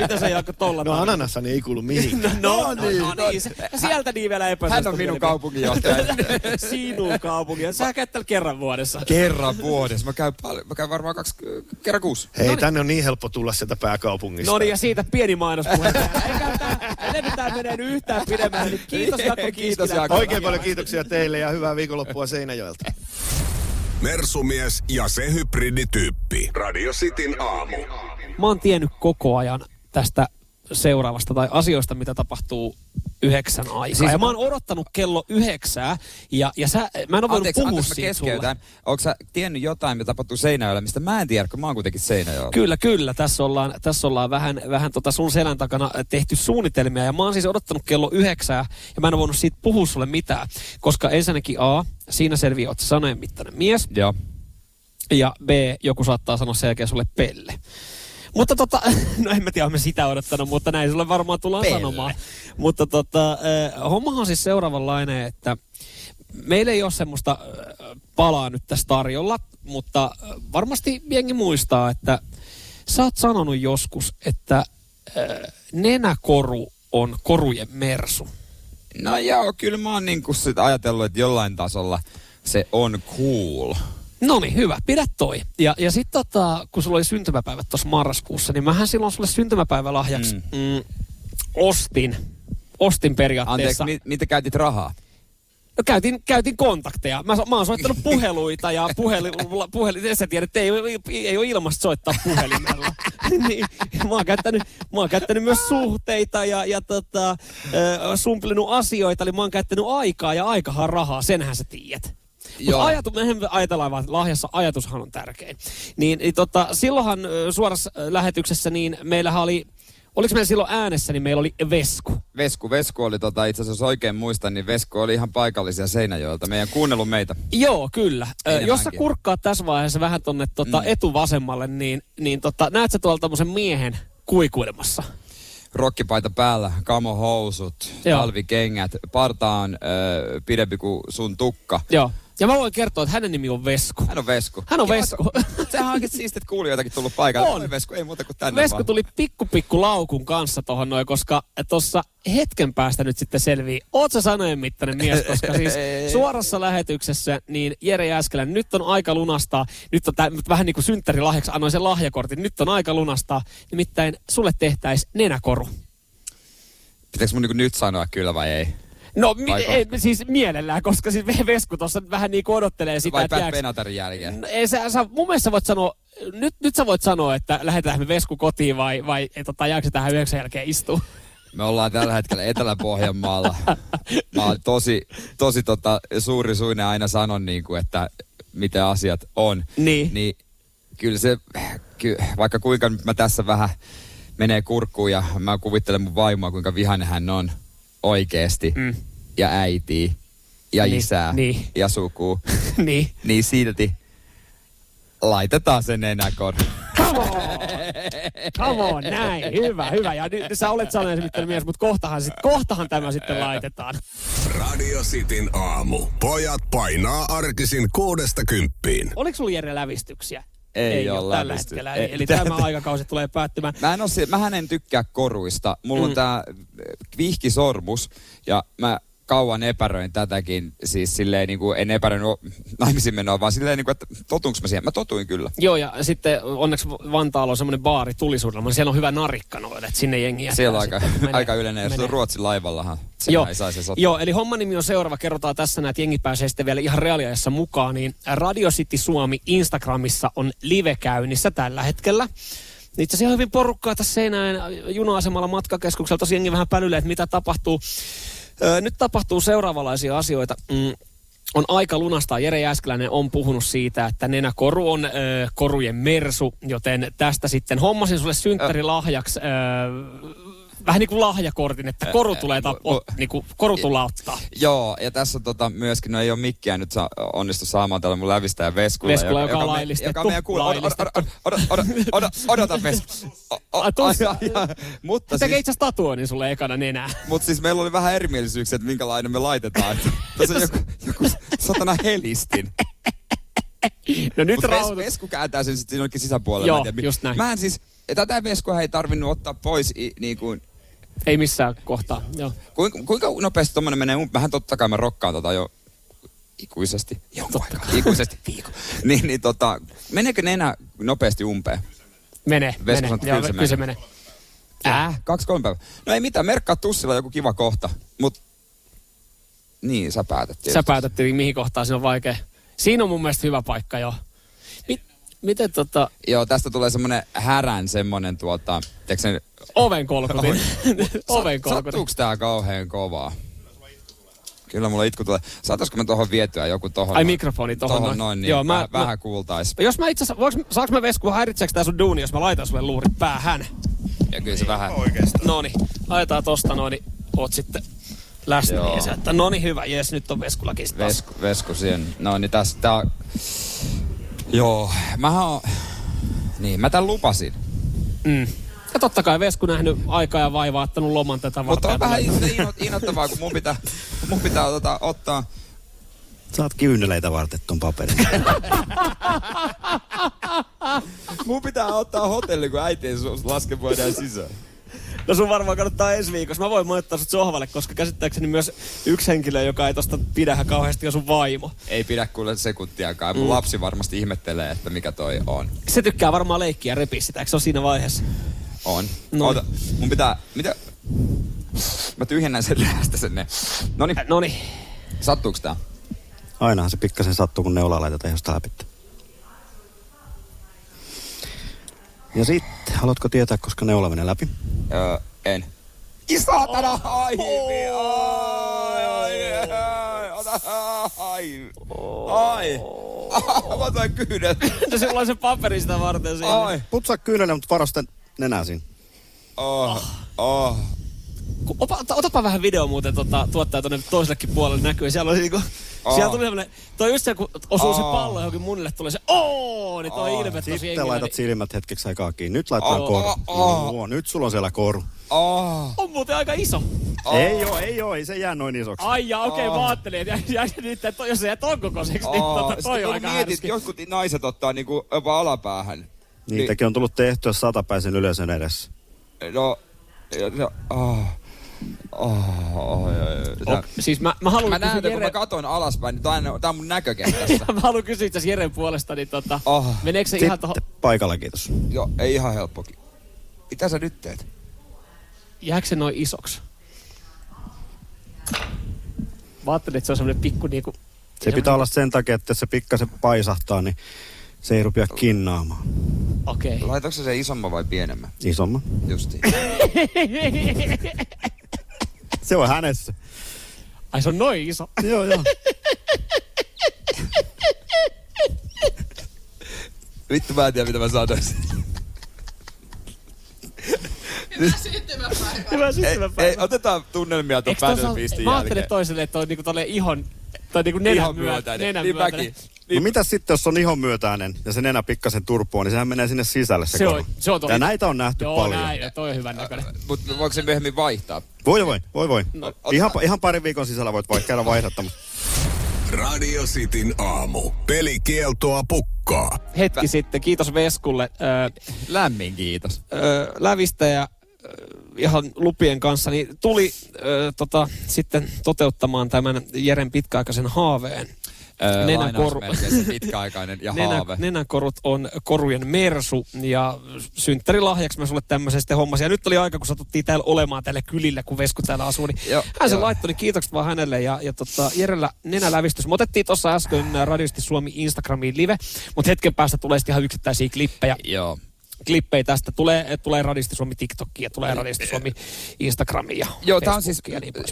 Speaker 7: Mitä se Jaakko tolla
Speaker 11: No
Speaker 7: tarkoittaa?
Speaker 11: ananashan ei kuulu mihinkään.
Speaker 7: No, no, no, niin, no, niin. Sieltä niin vielä epäsuosittu.
Speaker 3: Hän on minun
Speaker 7: mielipide.
Speaker 3: kaupunginjohtaja.
Speaker 7: (laughs) Sinun kaupunginjohtaja. Sä käyt täällä kerran vuodessa.
Speaker 3: Kerran vuodessa. Mä käyn, paljon, mä käyn varmaan kaksi, kerran kuusi.
Speaker 11: Hei, tänne on niin helppo tulla sieltä pääkaupungista.
Speaker 7: No niin, ja siitä pieni mainospuhe. Eletään menee nyt yhtään pidemmälle. Niin kiitos Jaakko
Speaker 11: Kiitos
Speaker 7: Kiiskilä.
Speaker 11: Jaakko. Oikein paljon kiitoksia teille ja hyvää viikonloppua (laughs) Seinäjoelta.
Speaker 6: Mersumies ja se hybridityyppi. Radio Cityn aamu.
Speaker 7: Mä oon tiennyt koko ajan tästä seuraavasta tai asioista, mitä tapahtuu yhdeksän aikaa. Siis
Speaker 3: Siis-
Speaker 7: ja mä oon odottanut kello yhdeksää ja, ja sä, mä en ole voinut
Speaker 3: Anteeksi,
Speaker 7: puhua
Speaker 3: anteeksi, mä
Speaker 7: siitä sulle.
Speaker 3: keskeytän. Onko sä tiennyt jotain, mitä tapahtuu Seinäjoella, mistä mä en tiedä, kun mä oon kuitenkin Seinäjoella?
Speaker 7: Kyllä, kyllä. Tässä ollaan, tässä ollaan vähän, vähän tota sun selän takana tehty suunnitelmia. Ja mä oon siis odottanut kello yhdeksää ja mä en ole voinut siitä puhua sulle mitään. Koska ensinnäkin A, siinä selviää, oot sä sanojen mittainen mies.
Speaker 3: Joo.
Speaker 7: Ja B, joku saattaa sanoa sen jälkeen sulle pelle. Mutta tota, (laughs) no en mä tiedä, oon mä sitä odottanut, mutta näin sulle varmaan tullaan
Speaker 3: Pelle.
Speaker 7: sanomaan. Mutta tota, eh, hommahan on siis seuraavanlainen, että meillä ei ole semmoista eh, palaa nyt tässä tarjolla, mutta eh, varmasti jengi muistaa, että sä oot sanonut joskus, että eh, nenäkoru on korujen mersu.
Speaker 3: No joo, kyllä mä oon niinku sit ajatellut, että jollain tasolla se on cool.
Speaker 7: No niin, hyvä. Pidä toi. Ja, ja sitten tota, kun sulla oli syntymäpäivät tuossa marraskuussa, niin mähän silloin sulle syntymäpäivälahjaksi mm. Mm, ostin. Ostin periaatteessa.
Speaker 3: Anteeksi, mi- mitä käytit rahaa?
Speaker 7: No, käytin, käytin kontakteja. Mä, so- mä oon soittanut puheluita ja puheli, puheli, sä tiedät, että ei, ole- ei ole ilmasta soittaa puhelimella. (laughs) niin, mä, oon käyttänyt, mä oon käyttänyt myös suhteita ja, ja tota, äh, sumpelinut asioita, eli mä oon käyttänyt aikaa ja aikahan rahaa, senhän sä tiedät. Mutta
Speaker 3: Joo.
Speaker 7: ajatu, mehän ajatellaan vaan, että lahjassa ajatushan on tärkein. Niin, niin tota, silloinhan ö, suorassa ö, lähetyksessä, niin meillähän oli, oliko meillä silloin äänessä, niin meillä oli Vesku.
Speaker 3: Vesku, Vesku oli tota, itse asiassa jos oikein muistan, niin Vesku oli ihan paikallisia Seinäjoelta. Meidän kuunnellut meitä.
Speaker 7: Joo, kyllä. Ö,
Speaker 3: Enemmänkin.
Speaker 7: Jos sä kurkkaat tässä vaiheessa vähän tonne tota mm. etuvasemmalle, niin, niin tota, näet sä tuolla tommosen miehen kuikuilemassa.
Speaker 3: Rokkipaita päällä, kamohousut,
Speaker 7: Joo.
Speaker 3: talvikengät, parta on ö, pidempi kuin sun tukka.
Speaker 7: Joo. Ja mä voin kertoa, että hänen nimi on Vesku.
Speaker 3: Hän on Vesku.
Speaker 7: Hän on
Speaker 3: Joo,
Speaker 7: Vesku.
Speaker 3: (laughs) Sehän onkin siistiä, että kuulijoitakin tullut paikalle.
Speaker 7: On.
Speaker 3: Oi Vesku, ei muuta kuin tänne
Speaker 7: Vesku
Speaker 3: vaan.
Speaker 7: tuli pikku pikku laukun kanssa tohon noin, koska tossa hetken päästä nyt sitten selvii. Oot sä sanojen mittainen mies, koska
Speaker 3: (laughs)
Speaker 7: siis suorassa lähetyksessä niin Jere Jääskelä, nyt on aika lunastaa. Nyt on tää, nyt vähän niin kuin synttärilahjaksi annoin sen lahjakortin. Nyt on aika lunastaa. Nimittäin sulle tehtäis nenäkoru.
Speaker 3: Pitääkö mun niinku nyt sanoa kyllä vai ei?
Speaker 7: No mi-
Speaker 3: Vai
Speaker 7: ei, siis mielellään, koska siis (laughs) Vesku tuossa vähän niin kuin odottelee sitä,
Speaker 3: vai
Speaker 7: että
Speaker 3: Pat
Speaker 7: jääks-
Speaker 3: Benatarin jälkeen?
Speaker 7: No Ei, sä, sä, mun mielestä sä voit sanoa, nyt, nyt sä voit sanoa, että lähdetään me Vesku kotiin vai, vai et, tota, jääkö se tähän yhdeksän jälkeen istuu.
Speaker 3: Me ollaan tällä hetkellä
Speaker 7: (laughs)
Speaker 3: Etelä-Pohjanmaalla. Mä oon tosi, tosi tota, suuri suinen aina sanon, niin kuin, että mitä asiat on.
Speaker 7: Niin.
Speaker 3: niin kyllä se, ky, vaikka kuinka nyt mä tässä vähän menee kurkkuun ja mä kuvittelen mun vaimoa, kuinka vihainen hän on oikeesti. Mm. Ja äiti ja
Speaker 7: Niin,
Speaker 3: isää
Speaker 7: niin.
Speaker 3: ja
Speaker 7: (laughs)
Speaker 3: sukuu.
Speaker 7: (laughs) niin.
Speaker 3: Niin silti laitetaan sen enäkor.
Speaker 7: Come on, näin, hyvä, hyvä. Ja nyt sä olet sanoja mitään mies, mutta kohtahan, sit, kohtahan tämä sitten laitetaan.
Speaker 6: Radio Cityn aamu. Pojat painaa arkisin kuudesta kymppiin.
Speaker 7: Oliko sulla Jere lävistyksiä?
Speaker 3: Ei
Speaker 7: oo
Speaker 3: oo
Speaker 7: tällä
Speaker 3: lävisty-
Speaker 7: hetkellä.
Speaker 3: ei.
Speaker 7: Eli, eli tämä (laughs) aikakausi tulee päättymään.
Speaker 3: Mä en oo se, mähän en tykkää koruista. Mulla mm.
Speaker 7: Mm.
Speaker 3: on tää eh, vihkisormus ja mä kauan epäröin tätäkin. Siis silleen niinku, en epäröin o- naimisiin menoa, vaan silleen niinku, että totuinko mä siihen? Mä totuin kyllä.
Speaker 7: Joo, ja sitten onneksi Vantaalla on semmoinen baari tulisuudella. Siellä on hyvä narikka noille, että sinne jengiä.
Speaker 3: Siellä on aika, (laughs) aika yleinen, jos
Speaker 7: menee.
Speaker 3: on Ruotsin laivallahan. Se
Speaker 7: Joo.
Speaker 3: ei saisi sotaa.
Speaker 7: Joo, eli homman nimi on seuraava. Kerrotaan tässä näin, että jengi pääsee sitten vielä ihan reaaliajassa mukaan. Niin Radio City Suomi Instagramissa on live käynnissä tällä hetkellä. Niin itse asiassa hyvin porukkaa tässä Seinäjän juna-asemalla matkakeskukselta. Tosi jengi vähän pälyllä, että mitä tapahtuu. Öö, nyt tapahtuu seuraavanlaisia asioita. Mm. On aika lunastaa. Jere Jääskeläinen on puhunut siitä, että nenäkoru on ö, korujen mersu, joten tästä sitten hommasin sulle synttärilahjaksi ö, vähän niin kuin lahjakortin, että koru tulee, tap- ot- niin kuin koru tulee ottaa.
Speaker 3: Joo, ja tässä on tota, myöskin, no ei ole mikkiä nyt saa, onnistu saamaan täällä mun lävistäjä Veskulla.
Speaker 7: Veskulla, joka on
Speaker 3: me-
Speaker 7: laillistettu.
Speaker 3: Joka on meidän kuulla. Odota, odota, odota, odota, odota Vesku. O- o-
Speaker 7: Ai, tossa.
Speaker 3: ai, ai, ai. Mutta
Speaker 7: Se tekee
Speaker 3: siis,
Speaker 7: itse asiassa tatuoinnin sulle ekana nenää.
Speaker 3: mutta siis meillä oli vähän erimielisyyksiä, että minkälainen me laitetaan. Tässä on joku, joku satana
Speaker 7: (laughs)
Speaker 3: helistin.
Speaker 7: No nyt
Speaker 3: Mut ves,
Speaker 7: rauhoitut.
Speaker 3: vesku kääntää sen sitten jonnekin sisäpuolelle.
Speaker 7: Joo,
Speaker 3: Mä en tiedä, mi-
Speaker 7: just näin.
Speaker 3: Mä en siis, tätä veskua ei tarvinnut ottaa pois i, niin kuin...
Speaker 7: Ei missään kohtaa, joo.
Speaker 3: Kuinka, kuinka nopeasti tommonen menee? um- Vähän totta kai mä rokkaan tota jo ikuisesti. Jonkun aikaa.
Speaker 7: (laughs)
Speaker 3: Ikuisesti viikon. niin, niin tota, meneekö nenä nopeasti umpeen?
Speaker 7: Mene,
Speaker 3: Vesku
Speaker 7: mene.
Speaker 3: sanoo, että
Speaker 7: Joo,
Speaker 3: kyllä se
Speaker 7: kyllä se
Speaker 3: menee.
Speaker 7: menee.
Speaker 3: Äh, kaksi kolme päivää. No ei mitään, merkkaa tussilla joku kiva kohta. Mut niin, sä päätät tietysti.
Speaker 7: Sä päätät tietenkin, mihin kohtaan se on vaikea. Siinä on mun mielestä hyvä paikka, joo. Mit, miten tota...
Speaker 3: Joo, tästä tulee semmonen härän semmonen tuota, tiedätkö sen-
Speaker 7: Oven kolkutin. (laughs) Oven
Speaker 3: Sa- Sattuuko tää kauheen kovaa? Kyllä mulla itku tulee. Saataisko me tohon vietyä joku tohon?
Speaker 7: Ai,
Speaker 3: noin?
Speaker 7: mikrofoni tohon
Speaker 3: Tohon
Speaker 7: noin.
Speaker 3: noin, niin. Joo,
Speaker 7: Joo,
Speaker 3: mä,
Speaker 7: mä-
Speaker 3: mä,
Speaker 7: mä-
Speaker 3: vähän kuultais.
Speaker 7: Jos mä itse asiassa, voinko- saaks mä vesku häiritseekö tää sun duuni, jos mä laitan sulle luurit päähän?
Speaker 3: Ja kyllä
Speaker 7: Niin.
Speaker 3: se vähän.
Speaker 7: Oikeastaan. Noni, laitetaan tosta noin, niin oot sitten läsnä.
Speaker 3: Joo.
Speaker 7: Joo. Että noni hyvä, jes, nyt on Veskulakin sitten taas.
Speaker 3: Vesku, vesku siihen. No niin tässä tää... on- Joo, mähän on... Niin, mä tän lupasin.
Speaker 7: Mm. Ja totta kai Vesku nähnyt aikaa ja vaivaa, ottanut loman tätä
Speaker 3: Mutta
Speaker 7: varten.
Speaker 3: on vähän inno- innoittavaa, kun mun pitää, mun pitää tota, ottaa...
Speaker 15: Saat kyynyleitä varten ton paperin.
Speaker 3: (laughs) Mun pitää ottaa hotelli, kun äiti ei su- laske voidaan sisään.
Speaker 7: No sun varmaan kannattaa ensi viikossa. Mä voin moittaa sut sohvalle, koska käsittääkseni myös yksi henkilö, joka ei tosta pidähän kauheasti, on sun vaimo.
Speaker 3: Ei pidä kuule sekuntiakaan. Mun
Speaker 7: Mm.
Speaker 3: lapsi varmasti ihmettelee, että mikä toi on.
Speaker 7: Se tykkää varmaan leikkiä ja repiä sitä, eikö se ole siinä vaiheessa?
Speaker 3: On. No. Oota, mun pitää... Mitä? Mä tyhjennän sen läästä sinne. Noni.
Speaker 7: (laughs) Noni.
Speaker 3: Sattuuks tää?
Speaker 15: Ainahan se pikkasen sattuu, kun neulaa laitetaan jostain läpi. Ja sitten, haluatko tietää, koska neula menee läpi?
Speaker 3: Öö, en. Isatana! Ai, ai, ai, ai, ota, ai, ai. (laughs) Ah, Mä otan kyyden.
Speaker 7: No se on se paperi sitä varten siinä.
Speaker 15: Ai. Putsaa kyynelä, mutta varosten nenää siinä.
Speaker 3: Oh, oh.
Speaker 7: Ku- Opa, ota- otapa vähän video muuten tota, tuottaja tuonne toisellekin puolelle näkyy. Siellä oli niinku,
Speaker 15: Aa.
Speaker 7: siellä tuli semmonen, toi just se, kun osuu se
Speaker 15: Aa.
Speaker 7: pallo johonkin munille, tulee se ooo, niin toi ilme tosi
Speaker 15: Sitten
Speaker 7: jengillä,
Speaker 15: laitat
Speaker 7: niin-
Speaker 15: silmät hetkeksi aikaa kiinni. Nyt laitetaan
Speaker 7: Oh,
Speaker 15: koru.
Speaker 7: oh,
Speaker 15: Oh, Nyt sulla on siellä koru.
Speaker 3: Oh.
Speaker 7: On muuten aika iso.
Speaker 15: Ei oo, ei oo, ei se jää noin isoksi.
Speaker 7: Ai jaa, okei, okay, mä ajattelin, että jä, jä, nyt, että jos sä jää ton kokoiseksi, niin
Speaker 3: Oh,
Speaker 7: tota, toi
Speaker 3: Sitten
Speaker 7: on
Speaker 3: kun
Speaker 7: aika
Speaker 3: mietit,
Speaker 7: härski. Niin
Speaker 3: jotkut naiset ottaa niinku jopa alapäähän.
Speaker 11: Niin.
Speaker 3: niin
Speaker 15: Niitäkin on tullut tehtyä satapäisen yleisön edessä.
Speaker 3: No, no, oh. Oh, oh,
Speaker 7: Ok, siis mä, mä haluan
Speaker 3: mä näen,
Speaker 7: kysyä
Speaker 3: kun
Speaker 7: Jere-
Speaker 3: mä katon alaspäin, niin tää on, tää on mun näkökentässä.
Speaker 7: (laughs) mä haluan kysyä itse asiassa Jeren puolesta, niin tota,
Speaker 3: oh.
Speaker 15: Ah.
Speaker 7: meneekö se ihan tohon,
Speaker 15: Paikalla, kiitos. No
Speaker 3: Joo, ei ihan helppokin. Mitä sä nyt teet?
Speaker 7: jääkö se noin isoksi? Mä ajattelin, että se on semmonen pikku niinku...
Speaker 15: Se pitää olla sen takia, että jos se pikkasen paisahtaa, niin se ei rupea kinnaamaan.
Speaker 7: Okei.
Speaker 3: Laitatko sä sen isomman vai pienemmän?
Speaker 15: Isomman.
Speaker 3: Justiin.
Speaker 15: Se on hänessä.
Speaker 7: Ai se on noin
Speaker 15: (laughs)
Speaker 7: iso.
Speaker 15: Joo, joo.
Speaker 3: Vittu mä en tiedä, mitä mä
Speaker 7: (laughs)
Speaker 3: sanoisin.
Speaker 7: Hyvä
Speaker 3: Ei,
Speaker 7: syntymäpäivä.
Speaker 3: ei, otetaan tunnelmia tuon
Speaker 7: Eikö tossa-
Speaker 3: päätelpistin
Speaker 7: Mä ajattelin
Speaker 3: jälkeen.
Speaker 7: toiselle, että on niinku tolleen ihon, tai niinku nenän
Speaker 3: Ihon
Speaker 7: myötä.
Speaker 3: myötäinen.
Speaker 7: Nenän
Speaker 3: Niin
Speaker 7: myötäinen.
Speaker 3: mäkin.
Speaker 15: No mitä sitten, jos on ihon myötäinen ja se nenä pikkasen turpoa, niin sehän menee sinne sisälle se,
Speaker 7: Se
Speaker 15: koru.
Speaker 7: on, se on
Speaker 15: Ja näitä on nähty
Speaker 7: Joo,
Speaker 15: paljon.
Speaker 7: näin, ja toi on hyvän näköinen.
Speaker 3: Mutta voiko se myöhemmin vaihtaa?
Speaker 15: Voi, voi, voi, voi.
Speaker 3: No,
Speaker 15: ihan, ihan parin viikon sisällä voit vaikka käydä vaihdattamassa.
Speaker 6: Radio Cityn aamu. Pelikieltoa pukkaa.
Speaker 7: Hetki sitten, kiitos Veskulle. Öö,
Speaker 3: Lämmin kiitos.
Speaker 7: Öö, lävistäjä öö, ihan lupien kanssa, niin tuli öö, tota, sitten toteuttamaan tämän Jeren pitkäaikaisen haaveen.
Speaker 3: Öö,
Speaker 7: Nenäkoru-
Speaker 3: lainausmerkeissä pitkäaikainen
Speaker 7: (laughs)
Speaker 3: ja
Speaker 7: Nenä-
Speaker 3: haave.
Speaker 7: Nenäkorut on korujen mersu ja synttärilahjaksi mä sulle tämmöisen sitten hommasin. Ja nyt oli aika, kun satuttiin täällä olemaan täällä kylillä, kun Vesku täällä asuu, niin
Speaker 3: Joo,
Speaker 7: hän sen
Speaker 3: joo.
Speaker 7: laittoi, niin kiitokset vaan hänelle. Ja, ja tota, Jerellä nenälävistys. Me otettiin äh, tuossa äsken ä, Radiosti Suomi Instagramiin live, mutta hetken päästä tulee sitten ihan yksittäisiä klippejä.
Speaker 3: Joo.
Speaker 7: klippejä tästä. Tulee, tulee Radisti Suomi TikTokia, tulee Radisti Suomi Instagramia.
Speaker 3: Joo, tämä on siis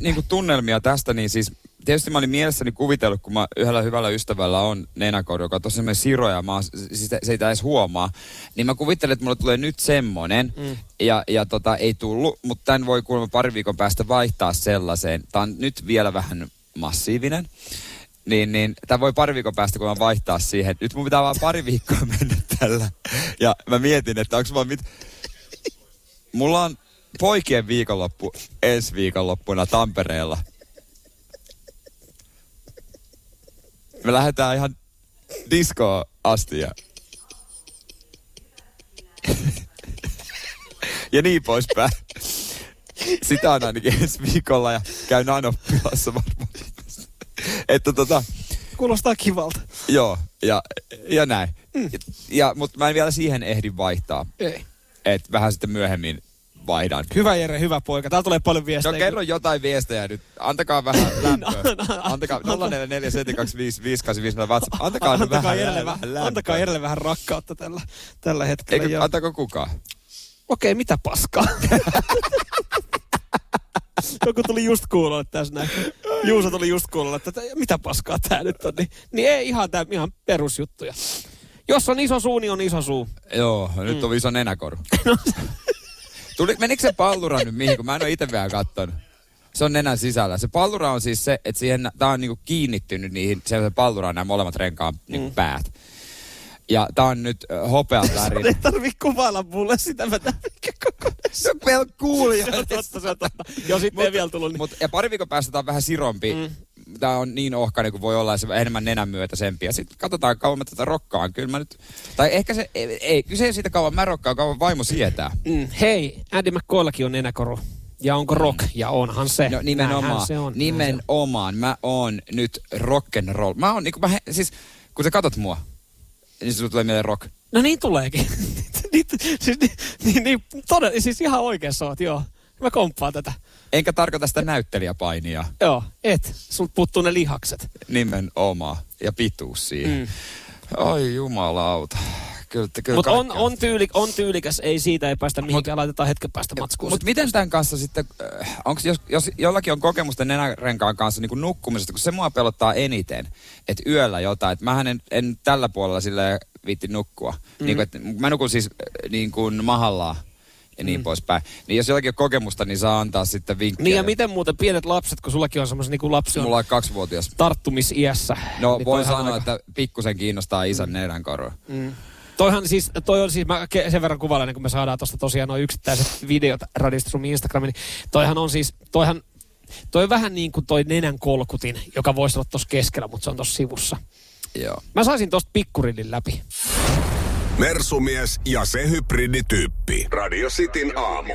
Speaker 3: niin kuin tunnelmia tästä, niin siis tietysti mä olin mielessäni kuvitellut, kun mä yhdellä hyvällä ystävällä on nenäkoodi, joka on tosi semmoinen siro ja mä, oon- siis sitä- se ei tää edes huomaa, niin mä kuvittelin, että mulle tulee nyt semmonen
Speaker 7: Mm.
Speaker 3: ja, ja tota, ei tullut, mutta tämän voi kuulemma pari viikon päästä vaihtaa sellaiseen. Tämä on nyt vielä vähän massiivinen. Niin, niin tämä voi pari viikon päästä, kun mä vaihtaa siihen. Nyt mun pitää vaan pari viikkoa mennä tällä. Ja mä mietin, että onko mä mit... Mulla on poikien viikonloppu ensi viikonloppuna Tampereella. Me lähdetään ihan diskoon asti ja... (laughs) ja niin poispäin. Sitä on ainakin ensi viikolla ja käyn anoppilassa varmaan. Että tota,
Speaker 7: Kuulostaa kivalta.
Speaker 3: joo, ja, ja näin. Ja, mutta mä en vielä siihen ehdi vaihtaa.
Speaker 7: Ei.
Speaker 3: Et vähän sitten myöhemmin vaihdan.
Speaker 7: Hyvä Jere, hyvä poika. Täällä tulee paljon viestejä.
Speaker 3: No kerro jotain viestejä nyt. Antakaa vähän lämpöä. Antakaa 0447255854
Speaker 7: (laughs)
Speaker 3: WhatsApp. Antakaa nyt
Speaker 7: Antakaa
Speaker 3: vähän
Speaker 7: Jerelle
Speaker 3: lämpöä.
Speaker 7: vähän, antakaa Jerelle vähän rakkautta tällä, tällä hetkellä.
Speaker 3: Eikö,
Speaker 7: joo.
Speaker 3: antaako kukaan?
Speaker 7: Okei, mitä paskaa? (laughs) Joku tuli just kuulolle tässä näin. Juuso tuli just kuulolle, että tä- mitä paskaa tää nyt on. Niin, niin ei ihan, tää, ihan perusjuttuja. Jos on iso suu, niin on iso suu.
Speaker 3: Joo, nyt on iso nenäkoru. Tuli, menikö se pallura nyt mihin, kun mä en ole itse vielä kattonut? Se on nenän sisällä. Se pallura on siis se, että siihen, tää on niinku kiinnittynyt niihin, se, se pallura on nämä molemmat renkaan niinku
Speaker 7: Mm.
Speaker 3: päät. Ja tää on nyt äh, hopean
Speaker 7: Sun ei (laughs)
Speaker 3: värin.
Speaker 7: tarvi kuvailla mulle sitä, mä (laughs) tämän
Speaker 3: Se on vielä (laughs) kuulija.
Speaker 7: Se on totta, se on totta. Ja sitten ei vielä tullut. Niin.
Speaker 3: (laughs) Mut, ja pari viikon päästä tää on vähän sirompi. Mm. Tää on niin ohkainen kuin voi olla ja se enemmän nenän myötäisempi. Ja sitten katsotaan kauan mä tätä rokkaan. Kyllä mä nyt, tai ehkä se, ei, ei kyse ei ole siitä kauan mä rokkaan, kauan vaimo sietää.
Speaker 7: Mm, hei, Andy McCoyllakin on nenäkoru. Ja onko rock? Ja onhan se.
Speaker 3: No
Speaker 7: Näinhän
Speaker 3: nimenomaan,
Speaker 7: se on.
Speaker 3: nimenomaan. Mä oon nyt rock and roll. Mä oon niinku, mä, he- siis kun sä katot mua, niin sulla tulee mieleen rock.
Speaker 7: No niin tuleekin. (laughs) niin, siis, niin, niin, niin, todella, siis ihan oikeassa oot, joo. Mä komppaan tätä.
Speaker 3: Enkä tarkoita sitä näyttelijäpainia.
Speaker 7: Joo, et. Sun puuttuu ne lihakset.
Speaker 3: Nimenomaan. Ja pituus siihen.
Speaker 7: Mm.
Speaker 3: Mm. Ai jumalauta. Kyllä, kyllä
Speaker 7: Mutta on,
Speaker 3: kaikki-
Speaker 7: on, tyyli, on tyylikäs, ei siitä ei päästä mihinkään, laitetaan hetken päästä matskuun.
Speaker 3: Mutta miten tämän kanssa sitten, äh, onks, jos, jos jollakin on kokemusta nenärenkaan kanssa niin nukkumisesta, kun se mua pelottaa eniten, että yöllä jotain, että mähän en, en tällä puolella sillä viitti nukkua.
Speaker 7: Mm-hmm.
Speaker 3: Mm. Niin kuin, että mä nukun siis äh, niin kuin mahallaan ja niin mm. poispäin. Niin jos jollakin on kokemusta, niin saa antaa sitten vinkkejä.
Speaker 7: Mm-hmm. Niin ja miten muuten pienet lapset, kun sullakin on semmoisen niin lapsi on
Speaker 3: Mulla on kaksivuotias.
Speaker 7: tarttumisiässä.
Speaker 3: No
Speaker 7: niin
Speaker 3: niin voin
Speaker 7: toihan on
Speaker 3: sanoa,
Speaker 7: aika-
Speaker 3: että pikkusen kiinnostaa isän nenänkoru.
Speaker 7: Mm. Toihan siis, toi on siis, mä ke- sen verran kuvailen, niin kun me saadaan tuosta tosiaan nuo yksittäiset videot Radistrumin Instagramiin, niin toihan on siis, toihan, toi on vähän niin kuin toi nenän kolkutin, joka voisi olla tuossa keskellä, mutta se on tuossa sivussa.
Speaker 3: Joo.
Speaker 7: Mä saisin tuosta pikkurillin läpi.
Speaker 6: Mersumies ja se hybridityyppi. Radio Cityn aamu.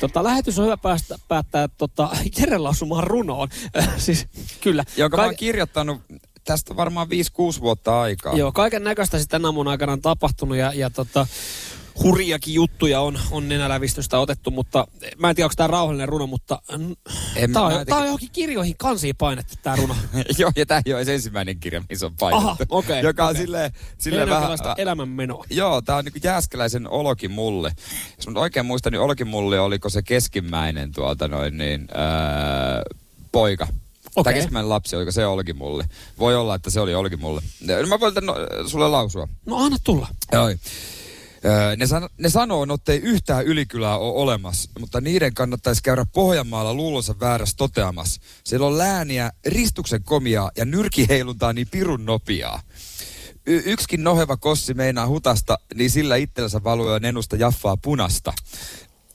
Speaker 7: Tota, lähetys on hyvä päästä, päättää tota, (laughs) Jerellä osumaan runoon. (laughs) siis, kyllä.
Speaker 3: Jonka mä
Speaker 7: Kaik-
Speaker 3: oon kirjoittanut, tästä on varmaan 5-6 vuotta aikaa.
Speaker 7: Joo, kaiken näköistä sitten tämän aamun aikana on tapahtunut ja, ja tota, hurjakin juttuja on, on nenälävistystä otettu, mutta mä en tiedä, onko tämä rauhallinen runo, mutta
Speaker 3: En
Speaker 7: tämä
Speaker 3: mä-
Speaker 7: on,
Speaker 3: mä en
Speaker 7: tää on
Speaker 3: tiedä.
Speaker 7: johonkin kirjoihin kansiin painettu tämä runo.
Speaker 3: (laughs) Joo, ja tämä ei ole edes ensimmäinen kirja, missä on painettu.
Speaker 7: Aha, okei,
Speaker 3: Joka on
Speaker 7: okei.
Speaker 3: silleen, silleen vähän...
Speaker 7: Enäkäläistä elämänmenoa.
Speaker 3: Joo, tämä on niinku jääskeläisen Olokin mulli. Jos mä nyt oikein muistan, niin Olokin mulli oliko se keskimmäinen tuota noin niin, öö, poika. Okay.
Speaker 7: Okei.
Speaker 3: Tai keskimmäinen lapsi, oliko se Olki mulle? Voi olla, että se oli Olki mulle. No, Mä voin tän no, sulle lausua.
Speaker 7: No anna tulla.
Speaker 3: Joo. Öö, Ne, san- ne sanoo, ettei yhtään ylikylää ole olemassa, mutta niiden kannattaisi käydä Pohjanmaalla luulonsa väärässä toteamassa. Siellä on lääniä, ristuksen komiaa ja nyrkiheiluntaa niin pirun nopeaa. Y- yksikin noheva kossi meinaa hutasta, niin sillä itsellensä valuu jo nenusta jaffaa punasta.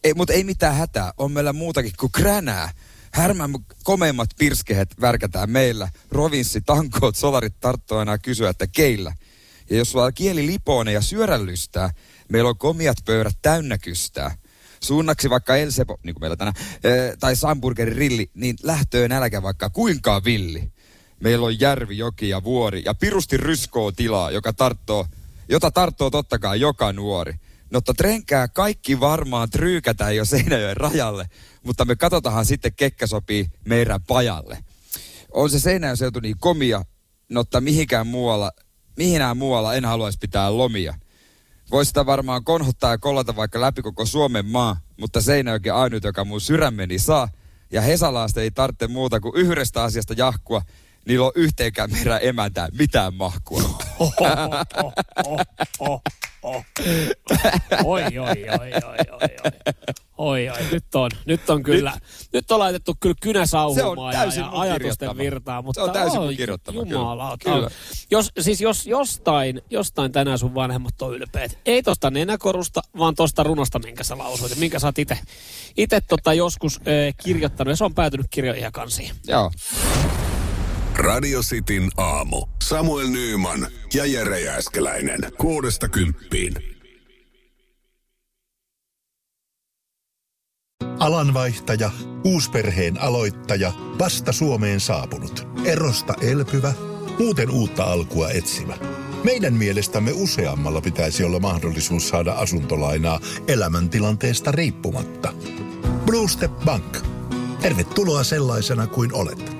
Speaker 3: Ei, mutta ei mitään hätää, on meillä muutakin kuin kränää. Härmän komeimmat pirskehet värkätään meillä. Rovinssi, tankoot, solarit tarttoo enää kysyä, että keillä. Ja jos sulla kieli lipoone ja syörällystää, meillä on komiat pöydät täynnä kystää. Suunnaksi vaikka El Sepo, niin kuin meillä tänään, ö, tai Samburgerin rilli, niin lähtöön nälkä vaikka kuinka villi. Meillä on järvi, joki ja vuori ja pirusti ryskoo tilaa, joka tarttoo, jota tarttoo totta kai joka nuori. Notta trenkää kaikki varmaan tryykätään jo Seinäjoen rajalle, mutta me katsotahan sitten kekkä sopii meidän pajalle. On se Seinäjoen seutu niin komia, notta mihinkään muualla, mihinään muualla en haluaisi pitää lomia. Voisi sitä varmaan konhottaa ja kollata vaikka läpi koko Suomen maa, mutta Seinäjoki ainut, joka mun sydämeni saa. Ja Hesalaasta ei tarvitse muuta kuin yhdestä asiasta jahkua. Niillä on yhteenkään meidän emäntää mitään mahkua.
Speaker 7: Oi, oi, oi, oi, oi, oi. Oi, oi, nyt on, nyt on kyllä, nyt, nyt on laitettu kyllä kynä sauhumaan ja,
Speaker 3: täysin
Speaker 7: ja
Speaker 3: mun
Speaker 7: ajatusten
Speaker 3: kirjoittama.
Speaker 7: virtaa, mutta
Speaker 3: Se on täysin mun
Speaker 7: oi,
Speaker 3: kirjoittama, kyllä.
Speaker 7: Jumalauta.
Speaker 3: Kyllä.
Speaker 7: Jos, siis jos jostain, jostain tänään sun vanhemmat on ylpeät, ei tosta nenäkorusta, vaan tosta runosta, minkä sä lausuit ja minkä sä oot ite, ite tota joskus eh, kirjoittanut ja se on päätynyt kirjoihin ja kansiin.
Speaker 3: Joo.
Speaker 16: Radio Cityn aamu. Samuel Nyyman ja Jere Jääskeläinen. Kuudesta kymppiin.
Speaker 6: Alanvaihtaja, uusperheen aloittaja, vasta Suomeen saapunut, erosta elpyvä, muuten uutta alkua etsimä. Meidän mielestämme useammalla pitäisi olla mahdollisuus saada asuntolainaa elämäntilanteesta riippumatta. Blue Step Bank. Tervetuloa sellaisena kuin olet.